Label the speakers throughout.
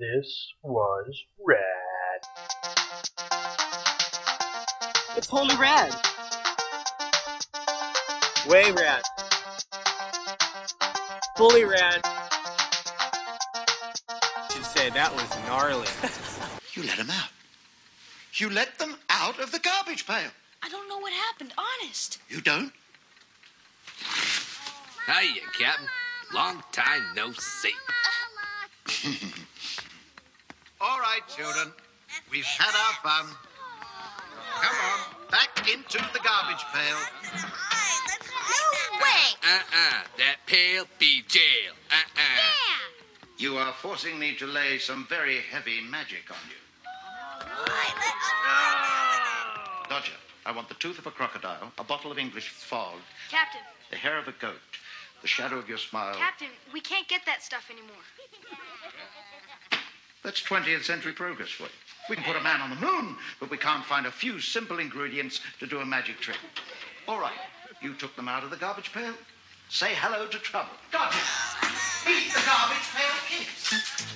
Speaker 1: This was rad.
Speaker 2: It's totally rad. Way rad. Fully rad. Should say that was gnarly.
Speaker 3: You let them out. You let them out of the garbage pail.
Speaker 4: I don't know what happened, honest.
Speaker 3: You don't?
Speaker 5: Hiya, Captain. Long time no see.
Speaker 3: All right, children. We've had our fun. Come on, back into the garbage pail.
Speaker 4: No way!
Speaker 5: Uh-uh, that pail be jail. Uh-uh.
Speaker 4: Yeah!
Speaker 3: You are forcing me to lay some very heavy magic on you. Dodger, I want the tooth of a crocodile, a bottle of English fog,
Speaker 4: Captain,
Speaker 3: the hair of a goat, the shadow of your smile.
Speaker 4: Captain, we can't get that stuff anymore.
Speaker 3: That's 20th century progress for you. We can put a man on the moon, but we can't find a few simple ingredients to do a magic trick. All right, you took them out of the garbage pail. Say hello to trouble. Garbage! Beat the garbage pail kids!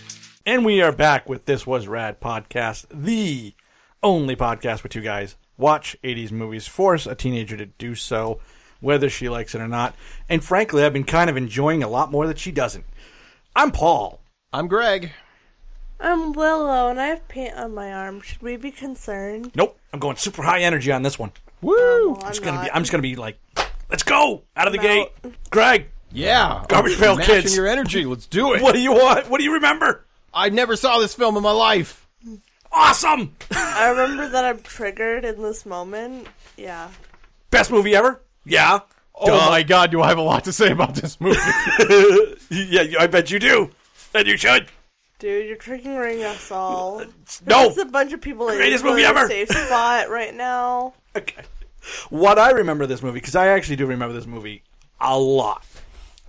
Speaker 6: And we are back with This Was Rad podcast, the only podcast where two guys watch 80s movies, force a teenager to do so, whether she likes it or not. And frankly, I've been kind of enjoying a lot more that she doesn't. I'm Paul.
Speaker 7: I'm Greg.
Speaker 8: I'm Willow, and I have paint on my arm. Should we be concerned?
Speaker 6: Nope, I'm going super high energy on this one.
Speaker 7: Woo!
Speaker 8: I'm,
Speaker 6: It's gonna
Speaker 8: not.
Speaker 6: be, I'm just going to be like, let's go out of the
Speaker 8: I'm
Speaker 6: gate. Greg,
Speaker 7: Yeah,
Speaker 6: Garbage
Speaker 7: I'm
Speaker 6: Pail
Speaker 7: matching
Speaker 6: Kids.
Speaker 7: Your energy. Let's do it.
Speaker 6: what do you want? What do you remember?
Speaker 7: I never saw this film in my life.
Speaker 6: Awesome!
Speaker 8: I remember that I'm triggered in this moment. Yeah.
Speaker 6: Best movie ever? Yeah.
Speaker 7: Oh my god, do I have a lot to say about this movie?
Speaker 6: Yeah, I bet you do. And you should.
Speaker 8: Dude, you're triggering us all.
Speaker 6: No.
Speaker 8: There's a bunch of people in
Speaker 6: Greatest
Speaker 8: really
Speaker 6: movie ever.
Speaker 8: safe spot right now.
Speaker 6: Okay. What I remember this movie because I actually do remember this movie a lot.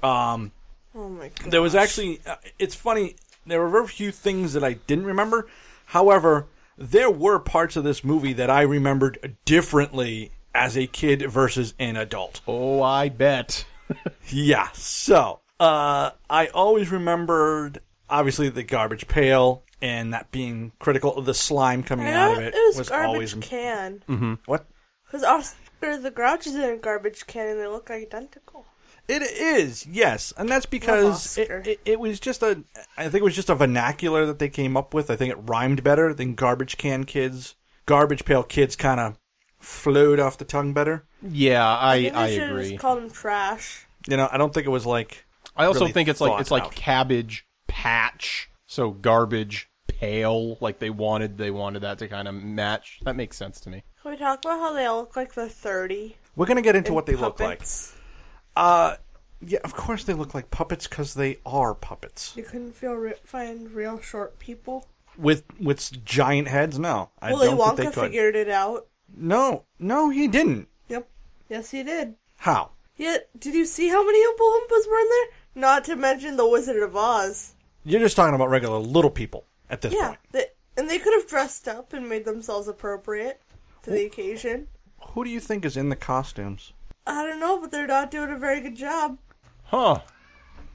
Speaker 6: Um,
Speaker 8: Oh my god.
Speaker 6: there was actually uh, it's funny there were very few things that I didn't remember. However, there were parts of this movie that I remembered differently as a kid versus an adult.
Speaker 7: oh, I bet.
Speaker 6: Yeah. So, uh, I always remembered obviously the garbage pail and that being critical. The slime coming
Speaker 8: I
Speaker 6: out
Speaker 8: know
Speaker 6: of it,
Speaker 8: it was,
Speaker 6: was
Speaker 8: garbage
Speaker 6: always
Speaker 8: can.
Speaker 6: what
Speaker 8: Because Oscar the Grouch is in a garbage can, and they look identical.
Speaker 6: It is, yes, and that's because it,
Speaker 8: Oscar.
Speaker 6: it, it was just a. I think it was just a vernacular that they came up with. I think it rhymed better than garbage can kids. Garbage pail kids kind of flowed off the tongue better.
Speaker 7: Yeah, I
Speaker 8: Maybe
Speaker 7: I
Speaker 8: we should have
Speaker 7: agree.
Speaker 8: just called him trash.
Speaker 6: You know, I don't think it was like
Speaker 7: I also
Speaker 6: really
Speaker 7: think it's like
Speaker 6: thought
Speaker 7: it's like
Speaker 6: out.
Speaker 7: cabbage patch. So garbage pail. Like they wanted they wanted that to kind of match. That makes sense to me.
Speaker 8: Can we talk about how they all look like they're 30?
Speaker 6: we're gonna get into what they look like. Uh,
Speaker 8: Puppets.
Speaker 6: Yeah, of course they look like puppets because they are puppets
Speaker 8: You couldn't feel re- find real short people.
Speaker 6: with with giant heads. No, I
Speaker 8: Willy
Speaker 6: don't think they
Speaker 8: Wonka
Speaker 6: could.
Speaker 8: figured it out.
Speaker 6: No, no, he didn't.
Speaker 8: Yep. Yes, he did.
Speaker 6: How?
Speaker 8: Yeah, did you see how many Oompa Loompas were in there? Not to mention the Wizard of Oz.
Speaker 6: You're just talking about regular little people at this
Speaker 8: Yeah,
Speaker 6: point.
Speaker 8: they, and they could have dressed up and made themselves appropriate to the occasion.
Speaker 6: Who do you think is in the costumes?
Speaker 8: I don't know, but they're not doing a very good job.
Speaker 7: Huh.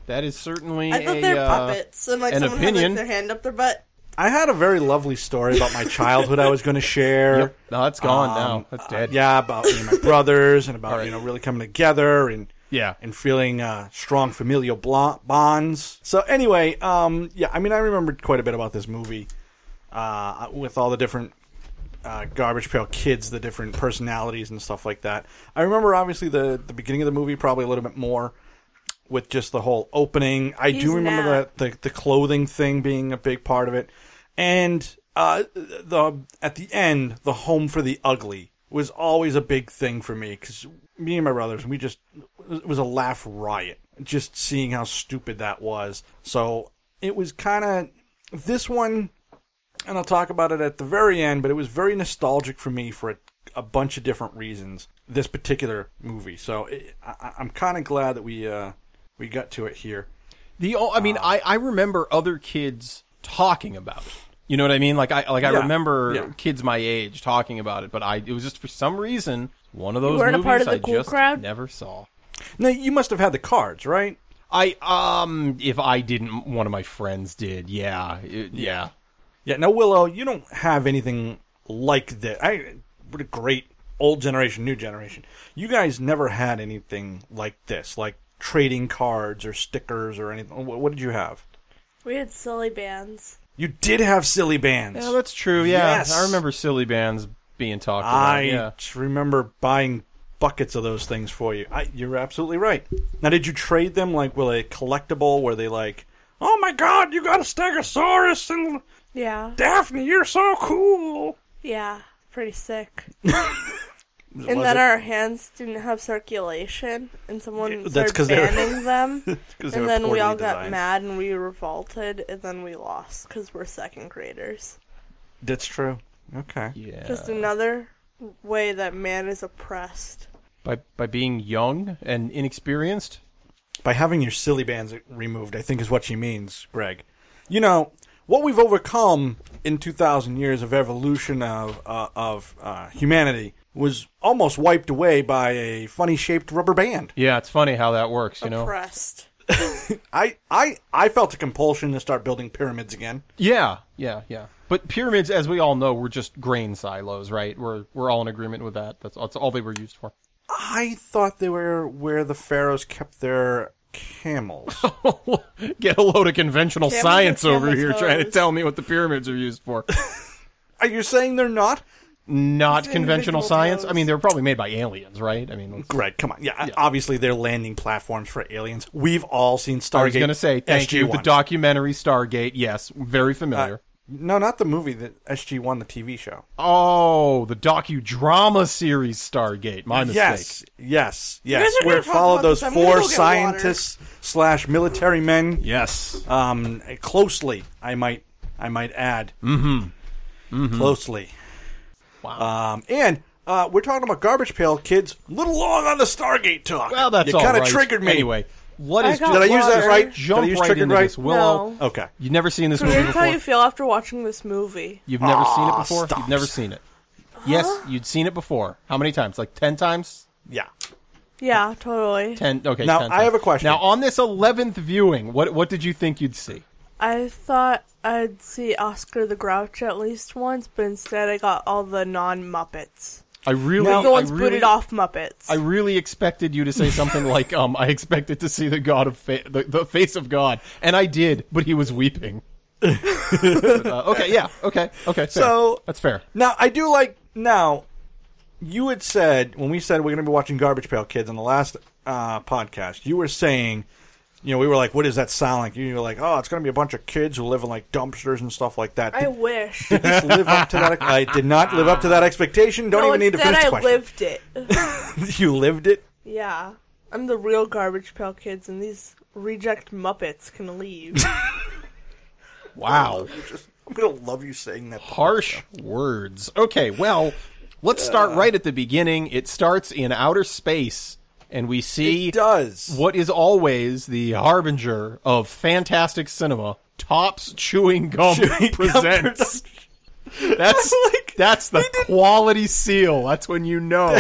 Speaker 7: That is certainly
Speaker 8: I thought
Speaker 7: a,
Speaker 8: they're
Speaker 7: uh,
Speaker 8: puppets, and like
Speaker 7: an
Speaker 8: someone
Speaker 7: opinion.
Speaker 8: had like, their hand up their butt.
Speaker 6: I had a very lovely story about my childhood I was going to share.
Speaker 7: Yep. No, that's gone
Speaker 6: Um,
Speaker 7: now. That's dead.
Speaker 6: Yeah, about me and my brothers and about
Speaker 7: All right.
Speaker 6: you know really coming together and
Speaker 7: Yeah.
Speaker 6: and feeling uh, strong familial blo- bonds. So anyway, um, yeah, I mean I remembered quite a bit about this movie uh, with all the different uh, garbage pail kids, the different personalities and stuff like that. I remember obviously the the beginning of the movie probably a little bit more with just the whole opening. I
Speaker 8: He's
Speaker 6: do remember
Speaker 8: mad.
Speaker 6: the, the the clothing thing being a big part of it, and uh, the at the end, the home for the ugly was always a big thing for me because me and my brothers we just it was a laugh riot just seeing how stupid that was. So it was kind of this one and I'll talk about it at the very end, but it was very nostalgic for me for a, a bunch of different reasons. This particular movie, so it, I- I, I'm kind of glad that we uh, we got to it here.
Speaker 7: The o- I mean, I, I remember other kids talking about it. You know what I mean? Like I like I
Speaker 6: Yeah.
Speaker 7: remember
Speaker 6: Yeah.
Speaker 7: kids my age talking about it, but I it was just for some reason one of those
Speaker 8: weren't a
Speaker 7: movies
Speaker 8: part of the
Speaker 7: I
Speaker 8: cool
Speaker 7: just
Speaker 8: crowd?
Speaker 7: never saw.
Speaker 6: Now you must have had the cards, right?
Speaker 7: I um, if I didn't, one of my friends did. Yeah, it- yeah.
Speaker 6: Yeah, now Willow, you don't have anything like that. I what a great old generation, new generation. You guys never had anything like this, like trading cards or stickers or anything. What, what did you have?
Speaker 8: We had silly bands.
Speaker 6: You did have silly bands.
Speaker 7: Yeah, that's true. Yeah,
Speaker 6: Yes.
Speaker 7: I remember silly bands being talked about.
Speaker 6: I
Speaker 7: yeah.
Speaker 6: just remember buying buckets of those things for you. I, you're absolutely right. Now, did you trade them like with a collectible? Were they like, oh my god, you got a Stegosaurus and
Speaker 8: Yeah,
Speaker 6: Daphne, you're so cool?
Speaker 8: yeah, pretty sick.
Speaker 6: Was
Speaker 8: and then
Speaker 6: it?
Speaker 8: our hands didn't have circulation, and someone
Speaker 6: Yeah, that's
Speaker 8: started
Speaker 6: 'cause they were-
Speaker 8: banning them.
Speaker 6: 'Cause they were
Speaker 8: and then we
Speaker 6: poorly
Speaker 8: all got
Speaker 6: designed.
Speaker 8: mad and we revolted, and then we lost because we're second graders.
Speaker 6: That's true. Okay.
Speaker 7: yeah.
Speaker 8: Just another way that man is oppressed.
Speaker 7: by by being young and inexperienced.
Speaker 6: by having your silly bands removed, I think is what she means, Greg. You know, what we've overcome in 2,000 years of evolution of, uh, of uh, humanity was almost wiped away by a funny shaped rubber band.
Speaker 7: Yeah, it's funny how that works. You know.
Speaker 8: Oppressed.
Speaker 6: I, I, I felt a compulsion to start building pyramids again.
Speaker 7: Yeah, yeah, yeah. But pyramids, as we all know, were just grain silos, right? We're we're all in agreement with that. That's, that's all they were used for.
Speaker 6: I thought they were where the pharaohs kept their camels.
Speaker 7: Get a load of conventional
Speaker 8: Camels are
Speaker 7: science over
Speaker 8: camel
Speaker 7: here trying to
Speaker 8: toes.
Speaker 7: tell me what the pyramids are used for.
Speaker 6: Are you saying they're not?
Speaker 7: Not
Speaker 8: It's
Speaker 7: conventional
Speaker 8: individual
Speaker 7: science.
Speaker 8: toes.
Speaker 7: I mean, they were probably made by aliens, right? I mean, let's-
Speaker 6: Greg, come on. Yeah, obviously they're landing platforms for aliens. We've all seen Stargate.
Speaker 7: I was going to say thank you. The
Speaker 6: SG-1.
Speaker 7: documentary Stargate, yes, very
Speaker 8: Uh,
Speaker 7: familiar.
Speaker 6: Uh, No, not the movie, the SG1, the TV show.
Speaker 7: oh, the docudrama series Stargate. My mistake.
Speaker 6: Yes, yes,
Speaker 8: guys
Speaker 6: yes.
Speaker 8: are
Speaker 6: Where
Speaker 8: gonna
Speaker 6: it
Speaker 8: talk
Speaker 6: followed
Speaker 8: about
Speaker 6: those
Speaker 8: this. I'm gonna
Speaker 6: four
Speaker 8: go get
Speaker 6: scientists slash military men
Speaker 7: Yes.
Speaker 6: um, closely. I might, I might add, mm-hmm.
Speaker 7: Mm-hmm.
Speaker 6: closely. Wow. Um, and uh, we're talking about garbage pail kids. A little long on the Stargate talk.
Speaker 7: Well, that's
Speaker 6: you
Speaker 7: all
Speaker 6: kinda
Speaker 7: right.
Speaker 6: triggered me.
Speaker 7: Anyway, what
Speaker 8: I
Speaker 7: is
Speaker 8: got
Speaker 6: Did I use that
Speaker 8: water.
Speaker 6: right?
Speaker 7: jump
Speaker 6: Did I use
Speaker 7: right
Speaker 6: triggered
Speaker 7: into
Speaker 6: right?
Speaker 7: this? Willow,
Speaker 8: No.
Speaker 6: Okay.
Speaker 7: you've never seen this movie
Speaker 8: Weird how
Speaker 7: before.
Speaker 8: you feel after watching this movie.
Speaker 7: You've never seen it before.
Speaker 6: Ah, stop.
Speaker 7: You've never seen it. Yes, you'd seen it before. How many times? Like ten times?
Speaker 6: Yeah.
Speaker 8: Yeah, totally.
Speaker 7: Ten? Okay.
Speaker 6: Now,
Speaker 7: 10
Speaker 6: I
Speaker 7: times.
Speaker 6: have a question.
Speaker 7: Now on this eleventh viewing, what what did you think you'd see?
Speaker 8: I thought I'd see Oscar the Grouch at least once, but instead I got all the non Muppets.
Speaker 7: I really,
Speaker 8: The ones
Speaker 7: I
Speaker 8: booted
Speaker 7: really,
Speaker 8: off Muppets.
Speaker 7: I really expected you to say something like, "Um, I expected to see the God of fa- the, the face of God," and I did, but he was weeping. But, uh, okay, yeah, okay, okay. Fair.
Speaker 6: So-
Speaker 7: that's fair.
Speaker 6: Now I do like now. You had said when we said we're going to be watching Garbage Pail Kids on the last uh, podcast, you were saying, you know, we were like, "What does that sound like?" You were like, "Oh, it's going to be a bunch of kids who live in like dumpsters and stuff like that."
Speaker 8: I
Speaker 6: Did
Speaker 8: wish.
Speaker 6: this live up to that? I did not live up to that expectation. Don't
Speaker 8: no,
Speaker 6: even need to
Speaker 8: instead
Speaker 6: finish the
Speaker 8: I
Speaker 6: question.
Speaker 8: lived it.
Speaker 6: you lived it.
Speaker 8: Yeah. I'm the real Garbage Pail Kids, and these reject Muppets can leave.
Speaker 7: Wow.
Speaker 6: I'm going to love you saying that.
Speaker 7: harsh words. Okay, well, let's start right at the beginning. It starts in outer space, and we see
Speaker 6: It does.
Speaker 7: what is always the harbinger of fantastic cinema. Tops chewing gum
Speaker 6: Chewing Gum
Speaker 7: presents. That's
Speaker 6: Like,
Speaker 7: that's the quality seal. That's when you know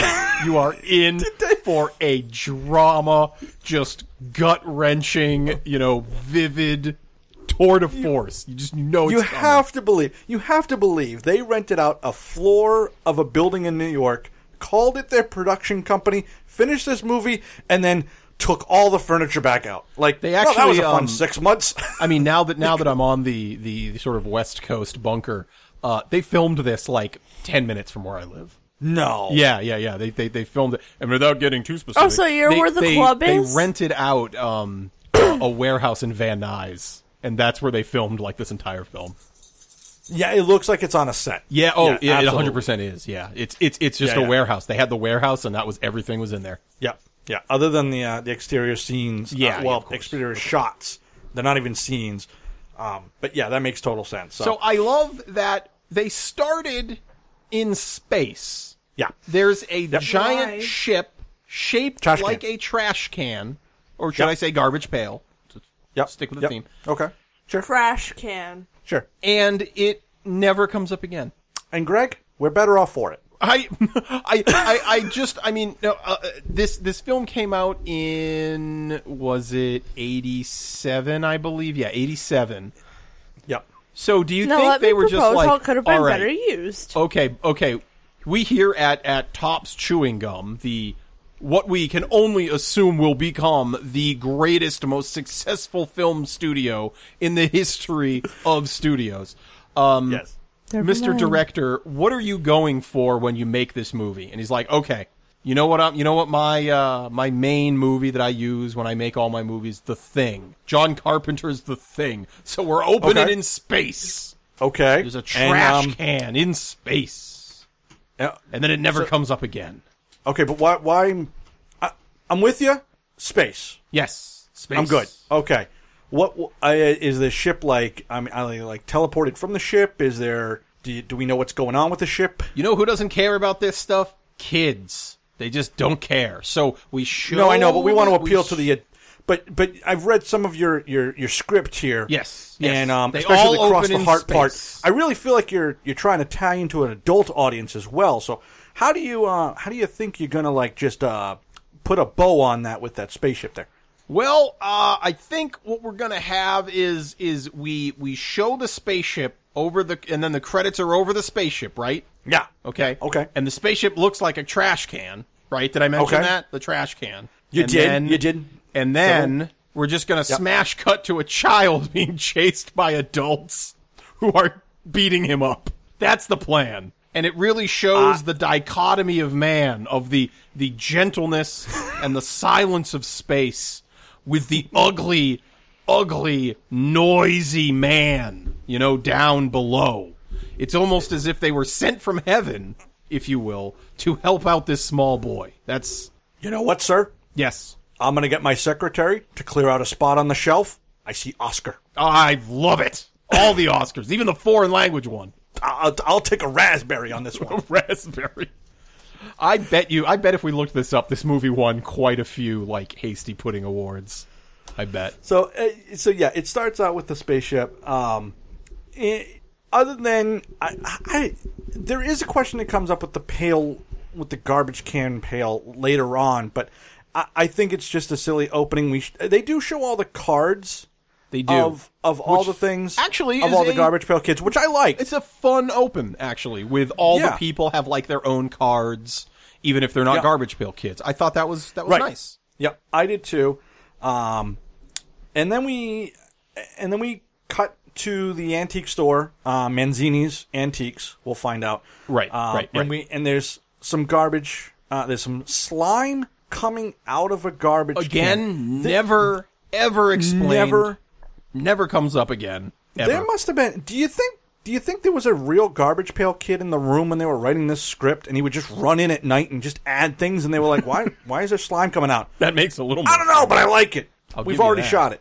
Speaker 7: you are in for a drama, just gut wrenching, you know, vivid tour de force. You, just know it's
Speaker 6: You
Speaker 7: coming.
Speaker 6: have to believe. You have to believe they rented out a floor of a building in New York, called it their production company, finished this movie, and then took all the furniture back out. Like
Speaker 7: They
Speaker 6: well, that was
Speaker 7: actually,
Speaker 6: a fun
Speaker 7: um,
Speaker 6: six months.
Speaker 7: I mean, now that now that I'm on the the, the sort of West Coast bunker, uh, they filmed this like ten minutes from where I live.
Speaker 6: no.
Speaker 7: Yeah, yeah, yeah. They they, they filmed it, and without getting too specific.
Speaker 8: Oh, so you're
Speaker 7: they-
Speaker 8: where the
Speaker 7: they-
Speaker 8: club
Speaker 7: they
Speaker 8: is?
Speaker 7: rented out um, a a warehouse in Van Nuys, and that's where they filmed like this entire film.
Speaker 6: Yeah. It looks like it's on a set.
Speaker 7: Yeah. Oh, it- it
Speaker 6: absolutely.
Speaker 7: 100 percent is. Yeah. It's it's it's just
Speaker 6: Yeah,
Speaker 7: a
Speaker 6: yeah.
Speaker 7: warehouse. They had the warehouse, and that was everything was in there.
Speaker 6: Yeah. Yeah. Other than the uh, the exterior scenes. uh,
Speaker 7: Yeah, yeah,
Speaker 6: well,
Speaker 7: of course.
Speaker 6: exterior shots. They're not even scenes. Um, but yeah, that makes total sense. So,
Speaker 7: So I love that they started in space.
Speaker 6: yeah.
Speaker 7: There's a giant
Speaker 8: Why?
Speaker 7: ship shaped
Speaker 6: Trash
Speaker 7: like
Speaker 6: can.
Speaker 7: a trash can, or should
Speaker 6: Yep.
Speaker 7: I say garbage pail?
Speaker 6: Yep.
Speaker 7: stick with the
Speaker 6: yep.
Speaker 7: theme.
Speaker 6: Okay. Sure.
Speaker 8: Trash can.
Speaker 6: Sure.
Speaker 7: And it never comes up again.
Speaker 6: And Greg, we're better off for it.
Speaker 7: I, I, I, I just, I mean, no, uh, uh, this this film came out in was it eighty seven? I believe, yeah, eighty seven.
Speaker 6: Yep.
Speaker 7: So, do you
Speaker 8: Now
Speaker 7: think
Speaker 8: let
Speaker 7: they
Speaker 8: me
Speaker 7: were
Speaker 8: propose
Speaker 7: just like,
Speaker 8: how it could have been
Speaker 7: all right,
Speaker 8: better used.
Speaker 7: Okay, okay. We here at at Tops Chewing Gum, the what we can only assume will become the greatest, most successful film studio in the history of studios. Um,
Speaker 6: Yes.
Speaker 7: Mr. Director, what are you going for when you make this movie? And he's like, okay, you know what? I'm, you know what? My uh, my main movie that I use when I make all my movies, The Thing. John Carpenter's The Thing. So we're opening
Speaker 6: Okay.
Speaker 7: in space.
Speaker 6: Okay.
Speaker 7: There's a
Speaker 6: And,
Speaker 7: trash
Speaker 6: um,
Speaker 7: can in space,
Speaker 6: yeah.
Speaker 7: and then it never comes up again.
Speaker 6: Okay, but why? Why? I, I'm with you. Space.
Speaker 7: Yes, space. Oh.
Speaker 6: I'm good. Okay. What uh, is the ship like? I mean, are they like teleported from the ship? Is there? Do, you, do we know what's going on with the ship?
Speaker 7: You know who doesn't care about this stuff? Kids. They just don't care. So we show.
Speaker 6: No, I know, but we want to
Speaker 7: that
Speaker 6: appeal
Speaker 7: sh-
Speaker 6: to the. uh, But but I've read some of your your your script here.
Speaker 7: Yes, yes.
Speaker 6: and um,
Speaker 7: They
Speaker 6: especially
Speaker 7: all
Speaker 6: the cross
Speaker 7: open
Speaker 6: the
Speaker 7: in
Speaker 6: heart part.
Speaker 7: space.
Speaker 6: I really feel like you're you're trying to tie into an adult audience as well. So how do you uh how do you think you're gonna like just uh put a bow on that with that spaceship there?
Speaker 7: Well, uh, I think what we're gonna have is is we we show the spaceship over the and then the credits are over the spaceship, right?
Speaker 6: Yeah.
Speaker 7: Okay.
Speaker 6: Okay.
Speaker 7: And the spaceship looks like a trash can, right? Did I mention
Speaker 6: Okay.
Speaker 7: that? The trash can.
Speaker 6: You
Speaker 7: And
Speaker 6: did.
Speaker 7: then-
Speaker 6: You did.
Speaker 7: And then we're just going to smash cut to a child being chased by adults who are beating him up. That's the plan. And it really shows the dichotomy of man, of the the gentleness and the silence of space with the ugly ugly noisy man, you know, down below. It's almost as if they were sent from heaven, if you will, to help out this small boy. That's
Speaker 6: You know what, sir?
Speaker 7: yes.
Speaker 6: I'm gonna get my secretary to clear out a spot on the shelf. I see Oscar.
Speaker 7: I love it. All the Oscars, even the foreign language one.
Speaker 6: I'll, I'll take a raspberry on this one.
Speaker 7: Raspberry. I bet you. I bet if we looked this up, this movie won quite a few like hasty pudding awards. I bet.
Speaker 6: So, uh, so yeah, it starts out with the spaceship. Um, i other than I, I, there is a question that comes up with the pail, with the garbage can pail later on, but I, I think it's just a silly opening. We sh- they do show all the cards
Speaker 7: They do.
Speaker 6: of of all
Speaker 7: Which
Speaker 6: the things
Speaker 7: actually
Speaker 6: of
Speaker 7: is
Speaker 6: all the
Speaker 7: a-
Speaker 6: garbage pail kids, which I like.
Speaker 7: it's a fun open actually, with all
Speaker 6: Yeah.
Speaker 7: the people have like their own cards, even if they're not
Speaker 6: Yeah.
Speaker 7: garbage pail kids. I thought that was that was nice.
Speaker 6: Yep, I did too. Um, and then we, and then we cut to the antique store, uh, Manzini's Antiques. We'll find out.
Speaker 7: Right,
Speaker 6: Um,
Speaker 7: right, right.
Speaker 6: And we and there's some garbage. Uh, there's some slime coming out of a garbage can.
Speaker 7: Again, never ever explained.
Speaker 6: Never.
Speaker 7: never comes up again. Ever.
Speaker 6: There must have been. Do you think? Do you think there was a real garbage pail kid in the room when they were writing this script, and he would just run in at night and just add things, and they were like, "Why? why is there slime coming out?"
Speaker 7: that makes a little. More
Speaker 6: I don't know, but I like it.
Speaker 7: give
Speaker 6: We've
Speaker 7: you
Speaker 6: already
Speaker 7: that.
Speaker 6: shot it.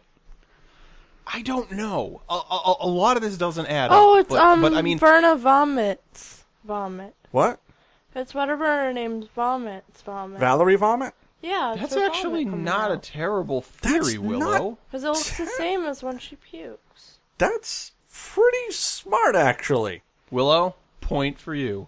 Speaker 7: I don't know. A, a, a lot of this doesn't add up.
Speaker 8: Oh, it's
Speaker 7: but,
Speaker 8: um,
Speaker 7: but I mean,
Speaker 8: Verna vomits, vomit.
Speaker 6: What?
Speaker 8: It's whatever her name's vomits, vomit.
Speaker 6: Valerie vomit?
Speaker 8: yeah, it's
Speaker 7: that's
Speaker 8: her
Speaker 7: actually
Speaker 8: vomit coming
Speaker 7: not a
Speaker 8: out.
Speaker 7: terrible theory,
Speaker 6: That's not-
Speaker 7: Willow.
Speaker 8: Because it looks the same as when she pukes.
Speaker 6: That's pretty smart, actually.
Speaker 7: Willow, point for you.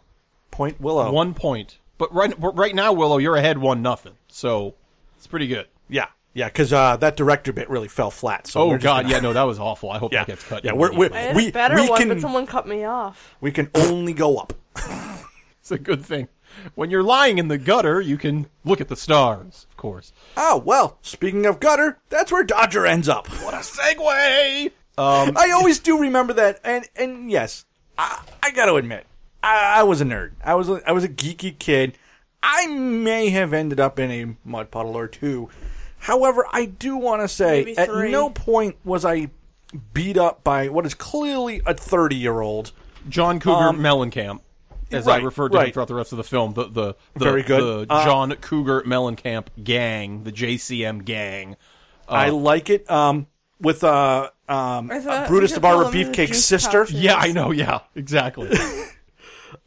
Speaker 6: Point Willow.
Speaker 7: One point. But right, but right now, Willow, you're ahead one nothing. So it's pretty good.
Speaker 6: Yeah, yeah, because uh, that director bit really fell flat. So
Speaker 7: Oh
Speaker 6: we're just
Speaker 7: God,
Speaker 6: gonna-
Speaker 7: yeah, no, that was awful. I hope
Speaker 6: Yeah.
Speaker 7: that gets cut.
Speaker 6: Yeah, we're- we're-
Speaker 8: I had
Speaker 6: We-
Speaker 8: a better
Speaker 6: we
Speaker 8: one,
Speaker 6: can-
Speaker 8: but someone cut me off.
Speaker 6: we can only go up.
Speaker 7: it's a good thing. When you're lying in the gutter, you can look at the stars, of course.
Speaker 6: Oh well. Speaking of gutter, that's where Dodger ends up.
Speaker 7: What a segue! Um,
Speaker 6: I always do remember that, and and yes, I, I got to admit, I, I was a nerd. I was a, I was a geeky kid. I may have ended up in a mud puddle or two. However, I do want to say
Speaker 8: Maybe
Speaker 6: at
Speaker 8: three.
Speaker 6: no point was I beat up by what is clearly a thirty year old.
Speaker 7: John Cougar Um, Mellencamp, as I
Speaker 6: right,
Speaker 7: referred to him
Speaker 6: right.
Speaker 7: throughout the rest of the film, the the, the,
Speaker 6: Very good.
Speaker 7: the
Speaker 6: Uh,
Speaker 7: John Cougar Mellencamp gang, the JCM gang. Oh.
Speaker 6: I like it. Um, with uh, um,
Speaker 8: I thought
Speaker 6: Brutus
Speaker 8: we
Speaker 6: the
Speaker 8: could call
Speaker 6: Barber
Speaker 8: them the
Speaker 6: Beefcake's
Speaker 8: juice
Speaker 6: sister,
Speaker 8: pouches.
Speaker 7: Yeah, I know. Yeah, exactly.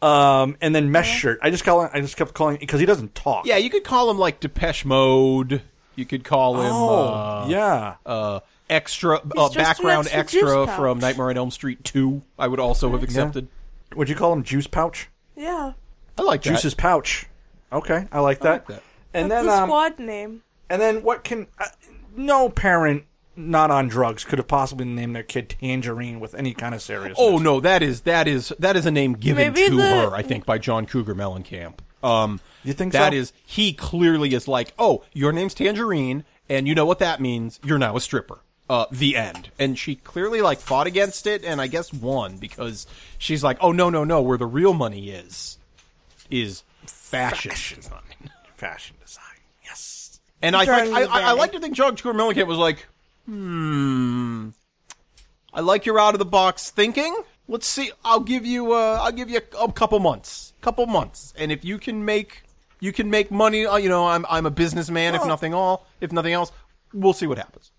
Speaker 6: um, and then Mesh Shirt. I just call it, I just kept calling because he doesn't talk.
Speaker 7: yeah, you could call him like Depeche Mode. You could call him
Speaker 6: Oh,
Speaker 7: uh,
Speaker 6: yeah.
Speaker 7: uh, extra uh,
Speaker 8: just an
Speaker 7: background
Speaker 8: extra juice
Speaker 7: extra
Speaker 8: pouch.
Speaker 7: from Nightmare on Elm Street Two. I would also have accepted.
Speaker 6: Would you call him Juice Pouch?
Speaker 8: Yeah.
Speaker 7: I like that.
Speaker 6: Juice's pouch. Okay, I like that.
Speaker 7: I like that.
Speaker 6: And
Speaker 8: That's
Speaker 6: then
Speaker 8: the
Speaker 6: um,
Speaker 8: squad name.
Speaker 6: and then what can uh, no parent not on drugs could have possibly named their kid Tangerine with any kind of seriousness.
Speaker 7: Oh no, that is that is that is a name given
Speaker 8: Maybe
Speaker 7: to
Speaker 8: the-
Speaker 7: her, I think, by John Cougar Mellencamp. Um,
Speaker 6: You think
Speaker 7: that
Speaker 6: so?
Speaker 7: is- he clearly is like, oh, your name's Tangerine, and you know what that means. You're now a stripper. Uh, the end. And she clearly like fought against it, and I guess won because she's like, oh no no no, where the real money is, is fashion, design.
Speaker 6: fashion design. Yes.
Speaker 7: And I,
Speaker 8: During
Speaker 7: think, I,
Speaker 8: the
Speaker 7: I, I
Speaker 8: day.
Speaker 7: like to think John Cougar Mellencamp was like, hmm, I like your out of the box thinking. Let's see. I'll give you. Uh, I'll give you a, a couple months. Couple months. And if you can make, you can make money. uh, You know, I'm I'm a businessman. If nothing all, if nothing else, we'll see what happens.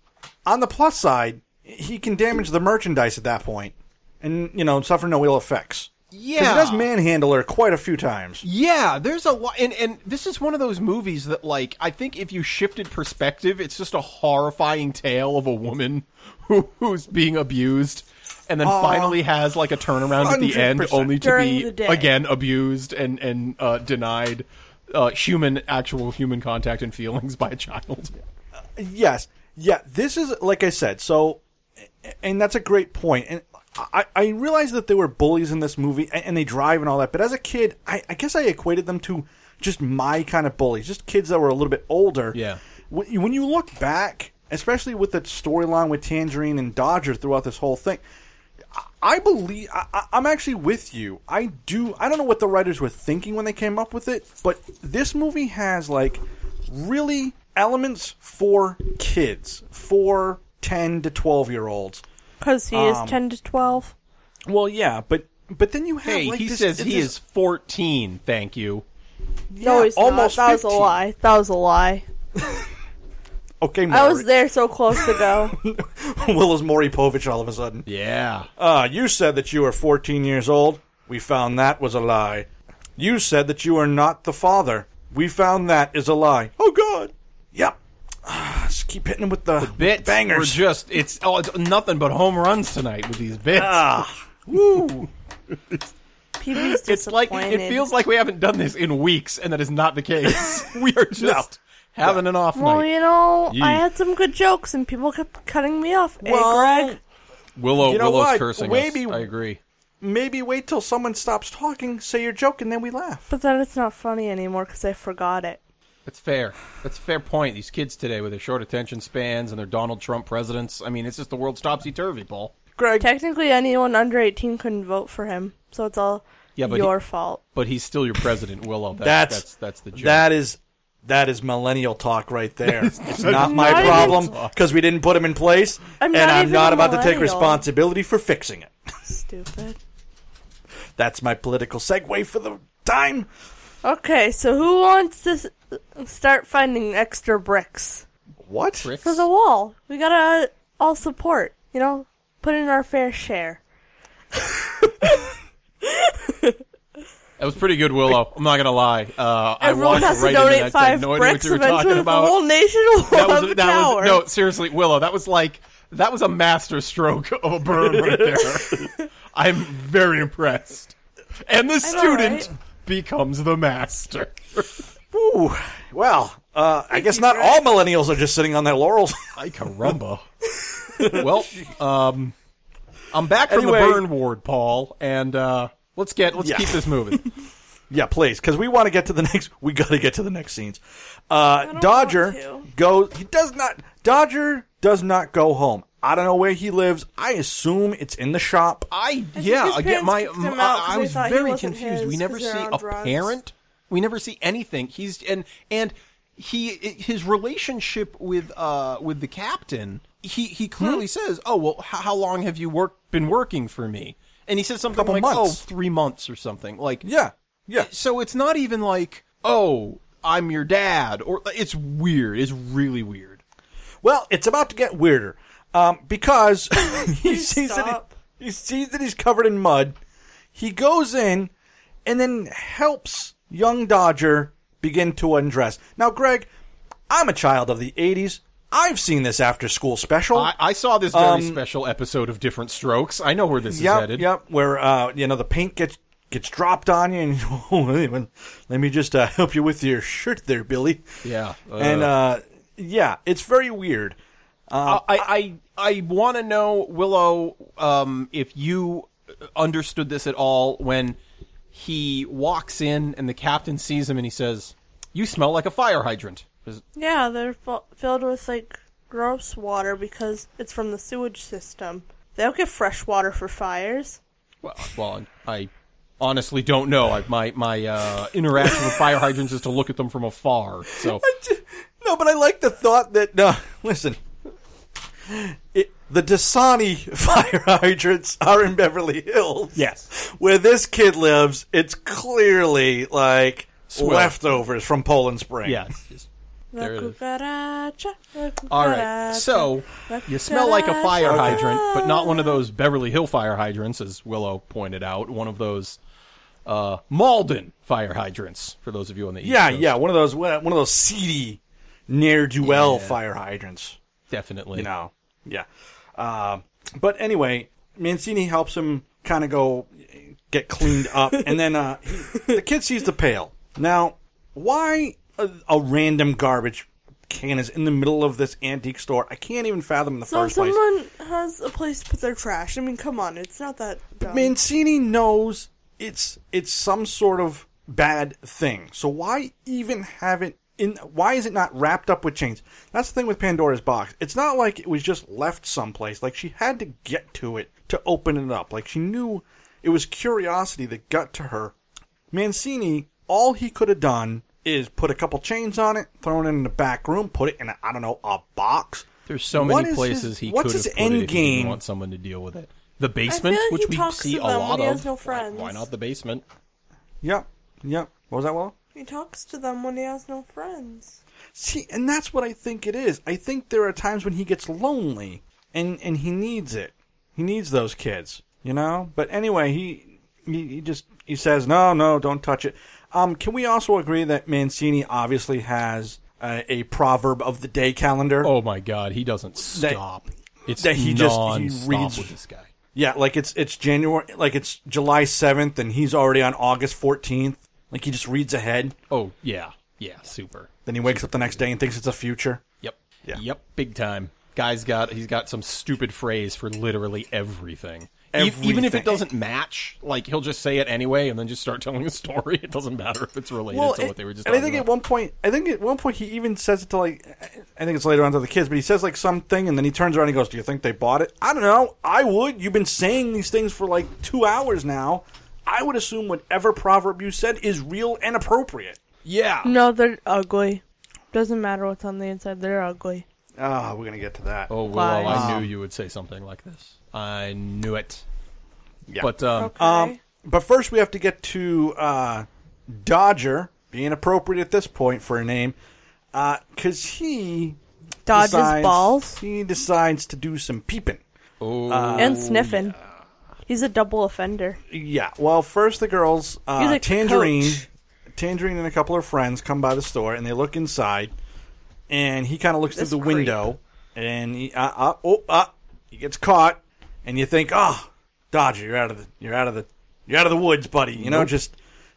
Speaker 6: On the plus side, he can damage the merchandise at that point, and you know suffer no ill effects. 'Cause
Speaker 7: Yeah.
Speaker 6: He does manhandle her quite a few times.
Speaker 7: Yeah, there's a lot, and and this is one of those movies that, like, I think if you shifted perspective, it's just a horrifying tale of a woman who who's being abused, and then finally has like a turnaround at the end,
Speaker 6: 100%.
Speaker 7: only to
Speaker 8: During
Speaker 7: be
Speaker 8: the day.
Speaker 7: again abused and and uh, denied uh, human actual human contact and feelings by a child.
Speaker 6: Yes. Yeah. This is like I said. So, and that's a great point. And I, I realized that they were bullies in this movie, and, and they drive and all that. But as a kid, I, I guess I equated them to just my kind of bullies, just kids that were a little bit older.
Speaker 7: Yeah.
Speaker 6: When, you- when you look back, especially with the storyline with Tangerine and Dodger throughout this whole thing. I- I believe I, I- I'm actually with you. I do. I don't know what the writers were thinking when they came up with it, but this movie has like really elements for kids, for 10 to 12 year olds.
Speaker 8: Because he
Speaker 7: Um,
Speaker 8: is 10 to 12.
Speaker 6: Well, yeah, but but then you have
Speaker 7: Hey,
Speaker 6: like
Speaker 7: he
Speaker 6: this-
Speaker 7: says he
Speaker 6: this-
Speaker 7: is fourteen. Thank you.
Speaker 8: no,
Speaker 6: yeah,
Speaker 8: he's
Speaker 6: almost
Speaker 8: not. That was a
Speaker 6: 15.
Speaker 8: lie. That was a lie.
Speaker 6: Okay, Maury.
Speaker 8: I was there so close to go.
Speaker 6: Will is Maury Povich all of a sudden.
Speaker 7: Yeah.
Speaker 6: Uh, you said that you were 14 years old. We found that was a lie. You said that you are not the father. We found that is a lie. Oh God. Yep. Ah, just keep hitting him with the, with the
Speaker 7: Bits
Speaker 6: bangers.
Speaker 7: were just it's oh it's nothing but home runs tonight with these bits.
Speaker 6: Ah.
Speaker 7: Woo.
Speaker 8: PB's disappointed.
Speaker 7: It's like it feels like we haven't done this in weeks, and that is not the case. we are just having an off
Speaker 8: Well,
Speaker 7: night.
Speaker 8: you know, I
Speaker 7: Yeet.
Speaker 8: had some good jokes and people kept cutting me off. Hey,
Speaker 6: Well,
Speaker 8: Greg.
Speaker 7: Willow,
Speaker 6: You know
Speaker 7: Willow's
Speaker 6: what?
Speaker 7: cursing
Speaker 6: Maybe-
Speaker 7: us. I agree.
Speaker 6: maybe wait till someone stops talking, say your joke, and then we laugh.
Speaker 8: But then it's not funny anymore because I forgot it.
Speaker 7: That's fair. That's a fair point. These kids today with their short attention spans and their Donald Trump presidents. I mean, it's just the world's topsy turvy, Paul.
Speaker 6: Greg,
Speaker 8: Technically, anyone under 18 couldn't vote for him, so it's all
Speaker 7: Yeah, but
Speaker 8: your
Speaker 7: he-
Speaker 8: fault.
Speaker 7: But he's still your president, Willow. That's
Speaker 6: That's-
Speaker 7: that's that's, the joke.
Speaker 6: that is that is millennial talk right there. It's not my
Speaker 8: Not even-
Speaker 6: problem because we didn't put him in place,
Speaker 8: I'm
Speaker 6: and
Speaker 8: not
Speaker 6: I'm
Speaker 8: even
Speaker 6: not
Speaker 8: a
Speaker 6: about to take
Speaker 8: millennial.
Speaker 6: responsibility for fixing it.
Speaker 8: Stupid.
Speaker 6: That's my political segue for the time.
Speaker 8: Okay, so who wants to s- start finding extra bricks
Speaker 6: What?
Speaker 7: Bricks?
Speaker 8: for the wall? We gotta uh, all support, you know, put in our fair share.
Speaker 7: That was pretty good, Willow. I'm not gonna lie. Uh, I
Speaker 8: Everyone
Speaker 7: walked
Speaker 8: has
Speaker 7: right
Speaker 8: to donate
Speaker 7: into that. I
Speaker 8: five
Speaker 7: had no idea
Speaker 8: bricks
Speaker 7: what you were
Speaker 8: eventually.
Speaker 7: talking
Speaker 8: if The
Speaker 7: about.
Speaker 8: whole nation will
Speaker 7: that
Speaker 8: have
Speaker 7: was
Speaker 8: a
Speaker 7: that
Speaker 8: tower.
Speaker 7: was no seriously willow that was like that was a master stroke of a burn right there i'm very impressed and the student
Speaker 8: alright.
Speaker 7: becomes the master
Speaker 6: Ooh, well, uh, I guess not all millennials are just sitting on their laurels.
Speaker 7: i caramba well um i'm back from
Speaker 6: Anyway.
Speaker 7: the burn ward paul and uh let's get let's
Speaker 6: Yeah.
Speaker 7: keep this moving
Speaker 6: yeah, please, because we want to get to the next. We got to get to the next scenes. Uh,
Speaker 8: don't
Speaker 6: Dodger
Speaker 8: want to.
Speaker 6: goes. He does not. Dodger does not go home. I don't know where he lives. I assume it's in the shop.
Speaker 7: i
Speaker 8: think
Speaker 7: yeah
Speaker 8: his
Speaker 7: i get
Speaker 8: parents
Speaker 7: my
Speaker 8: kicked him
Speaker 7: m-
Speaker 8: out 'cause
Speaker 7: i
Speaker 8: they
Speaker 7: was
Speaker 8: thought he
Speaker 7: very
Speaker 8: wasn't
Speaker 7: confused we
Speaker 8: his
Speaker 7: never
Speaker 8: 'cause they're
Speaker 7: see
Speaker 8: on
Speaker 7: a
Speaker 8: drugs.
Speaker 7: parent We never see anything. He's and and he his relationship with uh with the captain. He he clearly
Speaker 8: Hmm?
Speaker 7: says, "Oh well, how, how long have you worked been working for me?" And he says something
Speaker 6: Couple
Speaker 7: like, "Oh,
Speaker 6: months."
Speaker 7: three months or something." Like
Speaker 6: Yeah, yeah.
Speaker 7: So it's not even like, "Oh, I'm your dad," or it's weird. It's really weird.
Speaker 6: Well, it's about to get weirder um, because he sees that
Speaker 8: stop.
Speaker 6: he, he sees that he's covered in mud. He goes in and then helps young Dodger begin to undress. Now, Greg, I'm a child of the '80s. I've seen this after school special.
Speaker 7: I, I saw this very
Speaker 6: Um,
Speaker 7: special episode of Different Strokes. I know where this is
Speaker 6: yep,
Speaker 7: headed.
Speaker 6: yep. Where uh, you know the paint gets gets dropped on you, and you let me just uh, help you with your shirt there, Billy.
Speaker 7: Yeah.
Speaker 6: and uh, yeah, it's very weird.
Speaker 7: Uh, I I, I want to know Willow um, if you understood this at all when he walks in and the captain sees him and he says, "You smell like a fire hydrant." Is-
Speaker 8: Yeah, they're fu- filled with like gross water because it's from the sewage system. They don't get fresh water for fires.
Speaker 7: Well, well, I honestly don't know. I, my my uh, interaction with fire hydrants is to look at them from afar. So
Speaker 6: No, but I like the thought that no, listen. It, the Dasani fire hydrants are in Beverly Hills.
Speaker 7: Yes.
Speaker 6: Where this kid lives, it's clearly like
Speaker 7: Swill.
Speaker 6: leftovers from Poland Spring.
Speaker 7: yeah. it's just-
Speaker 8: La
Speaker 7: There it is.
Speaker 8: cucaracha, la
Speaker 7: All
Speaker 8: cucaracha,
Speaker 7: right. So
Speaker 8: la
Speaker 7: you smell like a fire
Speaker 8: cucaracha.
Speaker 7: hydrant, but not one of those Beverly Hill fire hydrants, as Willow pointed out. One of those uh, Malden fire hydrants, for those of you on the East
Speaker 6: Yeah,
Speaker 7: Coast.
Speaker 6: yeah, one of those one of those seedy ne'er do well fire hydrants.
Speaker 7: definitely.
Speaker 6: You know, yeah. Um, but anyway, Mancini helps him kind of go get cleaned up, and then uh, he, the kid sees the pail. Now, why a, a random garbage can is in the middle of this antique store? I can't even fathom in the
Speaker 8: So
Speaker 6: first place.
Speaker 8: someone has a place to put their trash. I mean, come on, it's not that dumb.
Speaker 6: Mancini knows it's it's some sort of bad thing. So why even have it in? Why is it not wrapped up with chains? That's the thing with Pandora's box. It's not like it was just left someplace. Like she had to get to it to open it up. Like she knew it was curiosity that got to her. Mancini, all he could have done is put a couple chains on it, thrown it in the back room, put it in I I don't know a box.
Speaker 7: There's so
Speaker 6: What
Speaker 7: many
Speaker 6: is
Speaker 7: places
Speaker 6: his-
Speaker 7: he
Speaker 6: what's
Speaker 7: could
Speaker 6: his
Speaker 7: have put it if he
Speaker 6: end
Speaker 7: didn't
Speaker 6: game?
Speaker 7: want someone to deal with it. The
Speaker 8: I
Speaker 7: basement,
Speaker 8: feel like
Speaker 7: which
Speaker 8: he
Speaker 7: we
Speaker 8: talks
Speaker 7: see
Speaker 8: to
Speaker 7: a
Speaker 8: them
Speaker 7: lot
Speaker 8: when he
Speaker 7: of.
Speaker 8: has no
Speaker 7: Why- Why,
Speaker 8: friends.
Speaker 7: not the basement?
Speaker 6: Yep, yep. What was that, Willow?
Speaker 8: He talks to them when he has no friends.
Speaker 6: See, and that's what I think it is. I think there are times when he gets lonely, and and he needs it. He needs those kids, you know. But anyway, he he, he just he says no, no, don't touch it. Um, can we also agree that Mancini obviously has uh, a proverb of the day calendar?
Speaker 7: Oh my God, he doesn't stop. it's
Speaker 6: that he just- he
Speaker 7: non-stop
Speaker 6: reads-
Speaker 7: with this guy.
Speaker 6: Yeah, like it's it's January, like it's July seventh, and he's already on August fourteenth. Like he just reads ahead,
Speaker 7: Oh yeah, yeah, super.
Speaker 6: then he wakes up the next day and thinks it's a future.
Speaker 7: Yep.
Speaker 6: Yeah.
Speaker 7: Yep. Big time. Guy's got he's got some stupid phrase for literally everything. E- Even if
Speaker 6: Everything.
Speaker 7: it doesn't match, like he'll just say it anyway, and then just start telling a story. It doesn't matter if it's related to
Speaker 6: and-
Speaker 7: what they were just.
Speaker 6: And I
Speaker 7: talking
Speaker 6: think at
Speaker 7: about.
Speaker 6: one point, I think at one point he even says it to like, I think it's later on to the kids, but he says like something, and then he turns around and goes, "Do you think they bought it? I don't know. I would. You've been saying these things for like two hours now. I would assume whatever proverb you said is real and appropriate.
Speaker 7: Yeah.
Speaker 8: No, they're ugly. Doesn't matter what's on the inside, they're ugly.
Speaker 6: Ah, we're gonna get to that.
Speaker 7: Oh Willow, I knew you would say something like this. I knew it.
Speaker 6: Yeah.
Speaker 7: But um,
Speaker 8: Okay.
Speaker 6: Um, but first we have to get to uh, Dodger being appropriate at this point for a name, because he
Speaker 8: Dodges
Speaker 6: decides-
Speaker 8: balls
Speaker 6: He decides to do some peeping.
Speaker 8: and sniffing. He's a double offender.
Speaker 6: Yeah. Well, first the girls,
Speaker 8: He's
Speaker 6: uh,
Speaker 8: like
Speaker 6: Tangerine,
Speaker 8: coach.
Speaker 6: Tangerine, and a couple of friends come by the store and they look inside, and he kind of looks
Speaker 8: This
Speaker 6: through the
Speaker 8: creep.
Speaker 6: window, and he, uh, uh, oh, uh, he gets caught, and you think, oh, Dodger, you're out of the, you're out of the, you're out of the woods, buddy. You know, just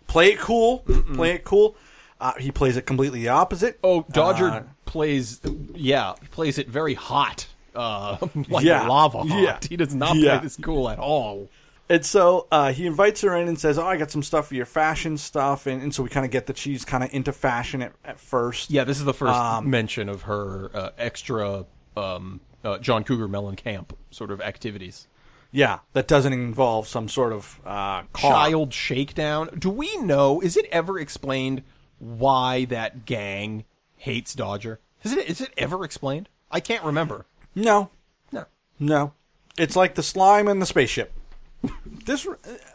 Speaker 6: play it cool, play it cool. Uh, he plays it completely the opposite.
Speaker 7: oh, Dodger
Speaker 8: Uh,
Speaker 7: plays. Yeah, he plays it very hot. Uh, like
Speaker 6: Yeah.
Speaker 7: lava hot.
Speaker 6: Yeah.
Speaker 7: He does not
Speaker 6: Yeah.
Speaker 7: play this cool at all.
Speaker 6: And so uh, he invites her in and says, "Oh, I got some stuff for your fashion stuff," and, and so we kind of get that she's kind of into fashion at, at first.
Speaker 7: Yeah, this is the first
Speaker 6: Um,
Speaker 7: mention of her uh, extra um, uh, John Cougar Mellencamp sort of activities.
Speaker 6: Yeah, that doesn't involve some sort of uh, car.
Speaker 7: Child shakedown. Do we know? Is it ever explained why that gang hates Dodger? Is it? Is it ever explained? I can't remember.
Speaker 6: No,
Speaker 7: No.
Speaker 6: no. It's like the slime and the spaceship. this,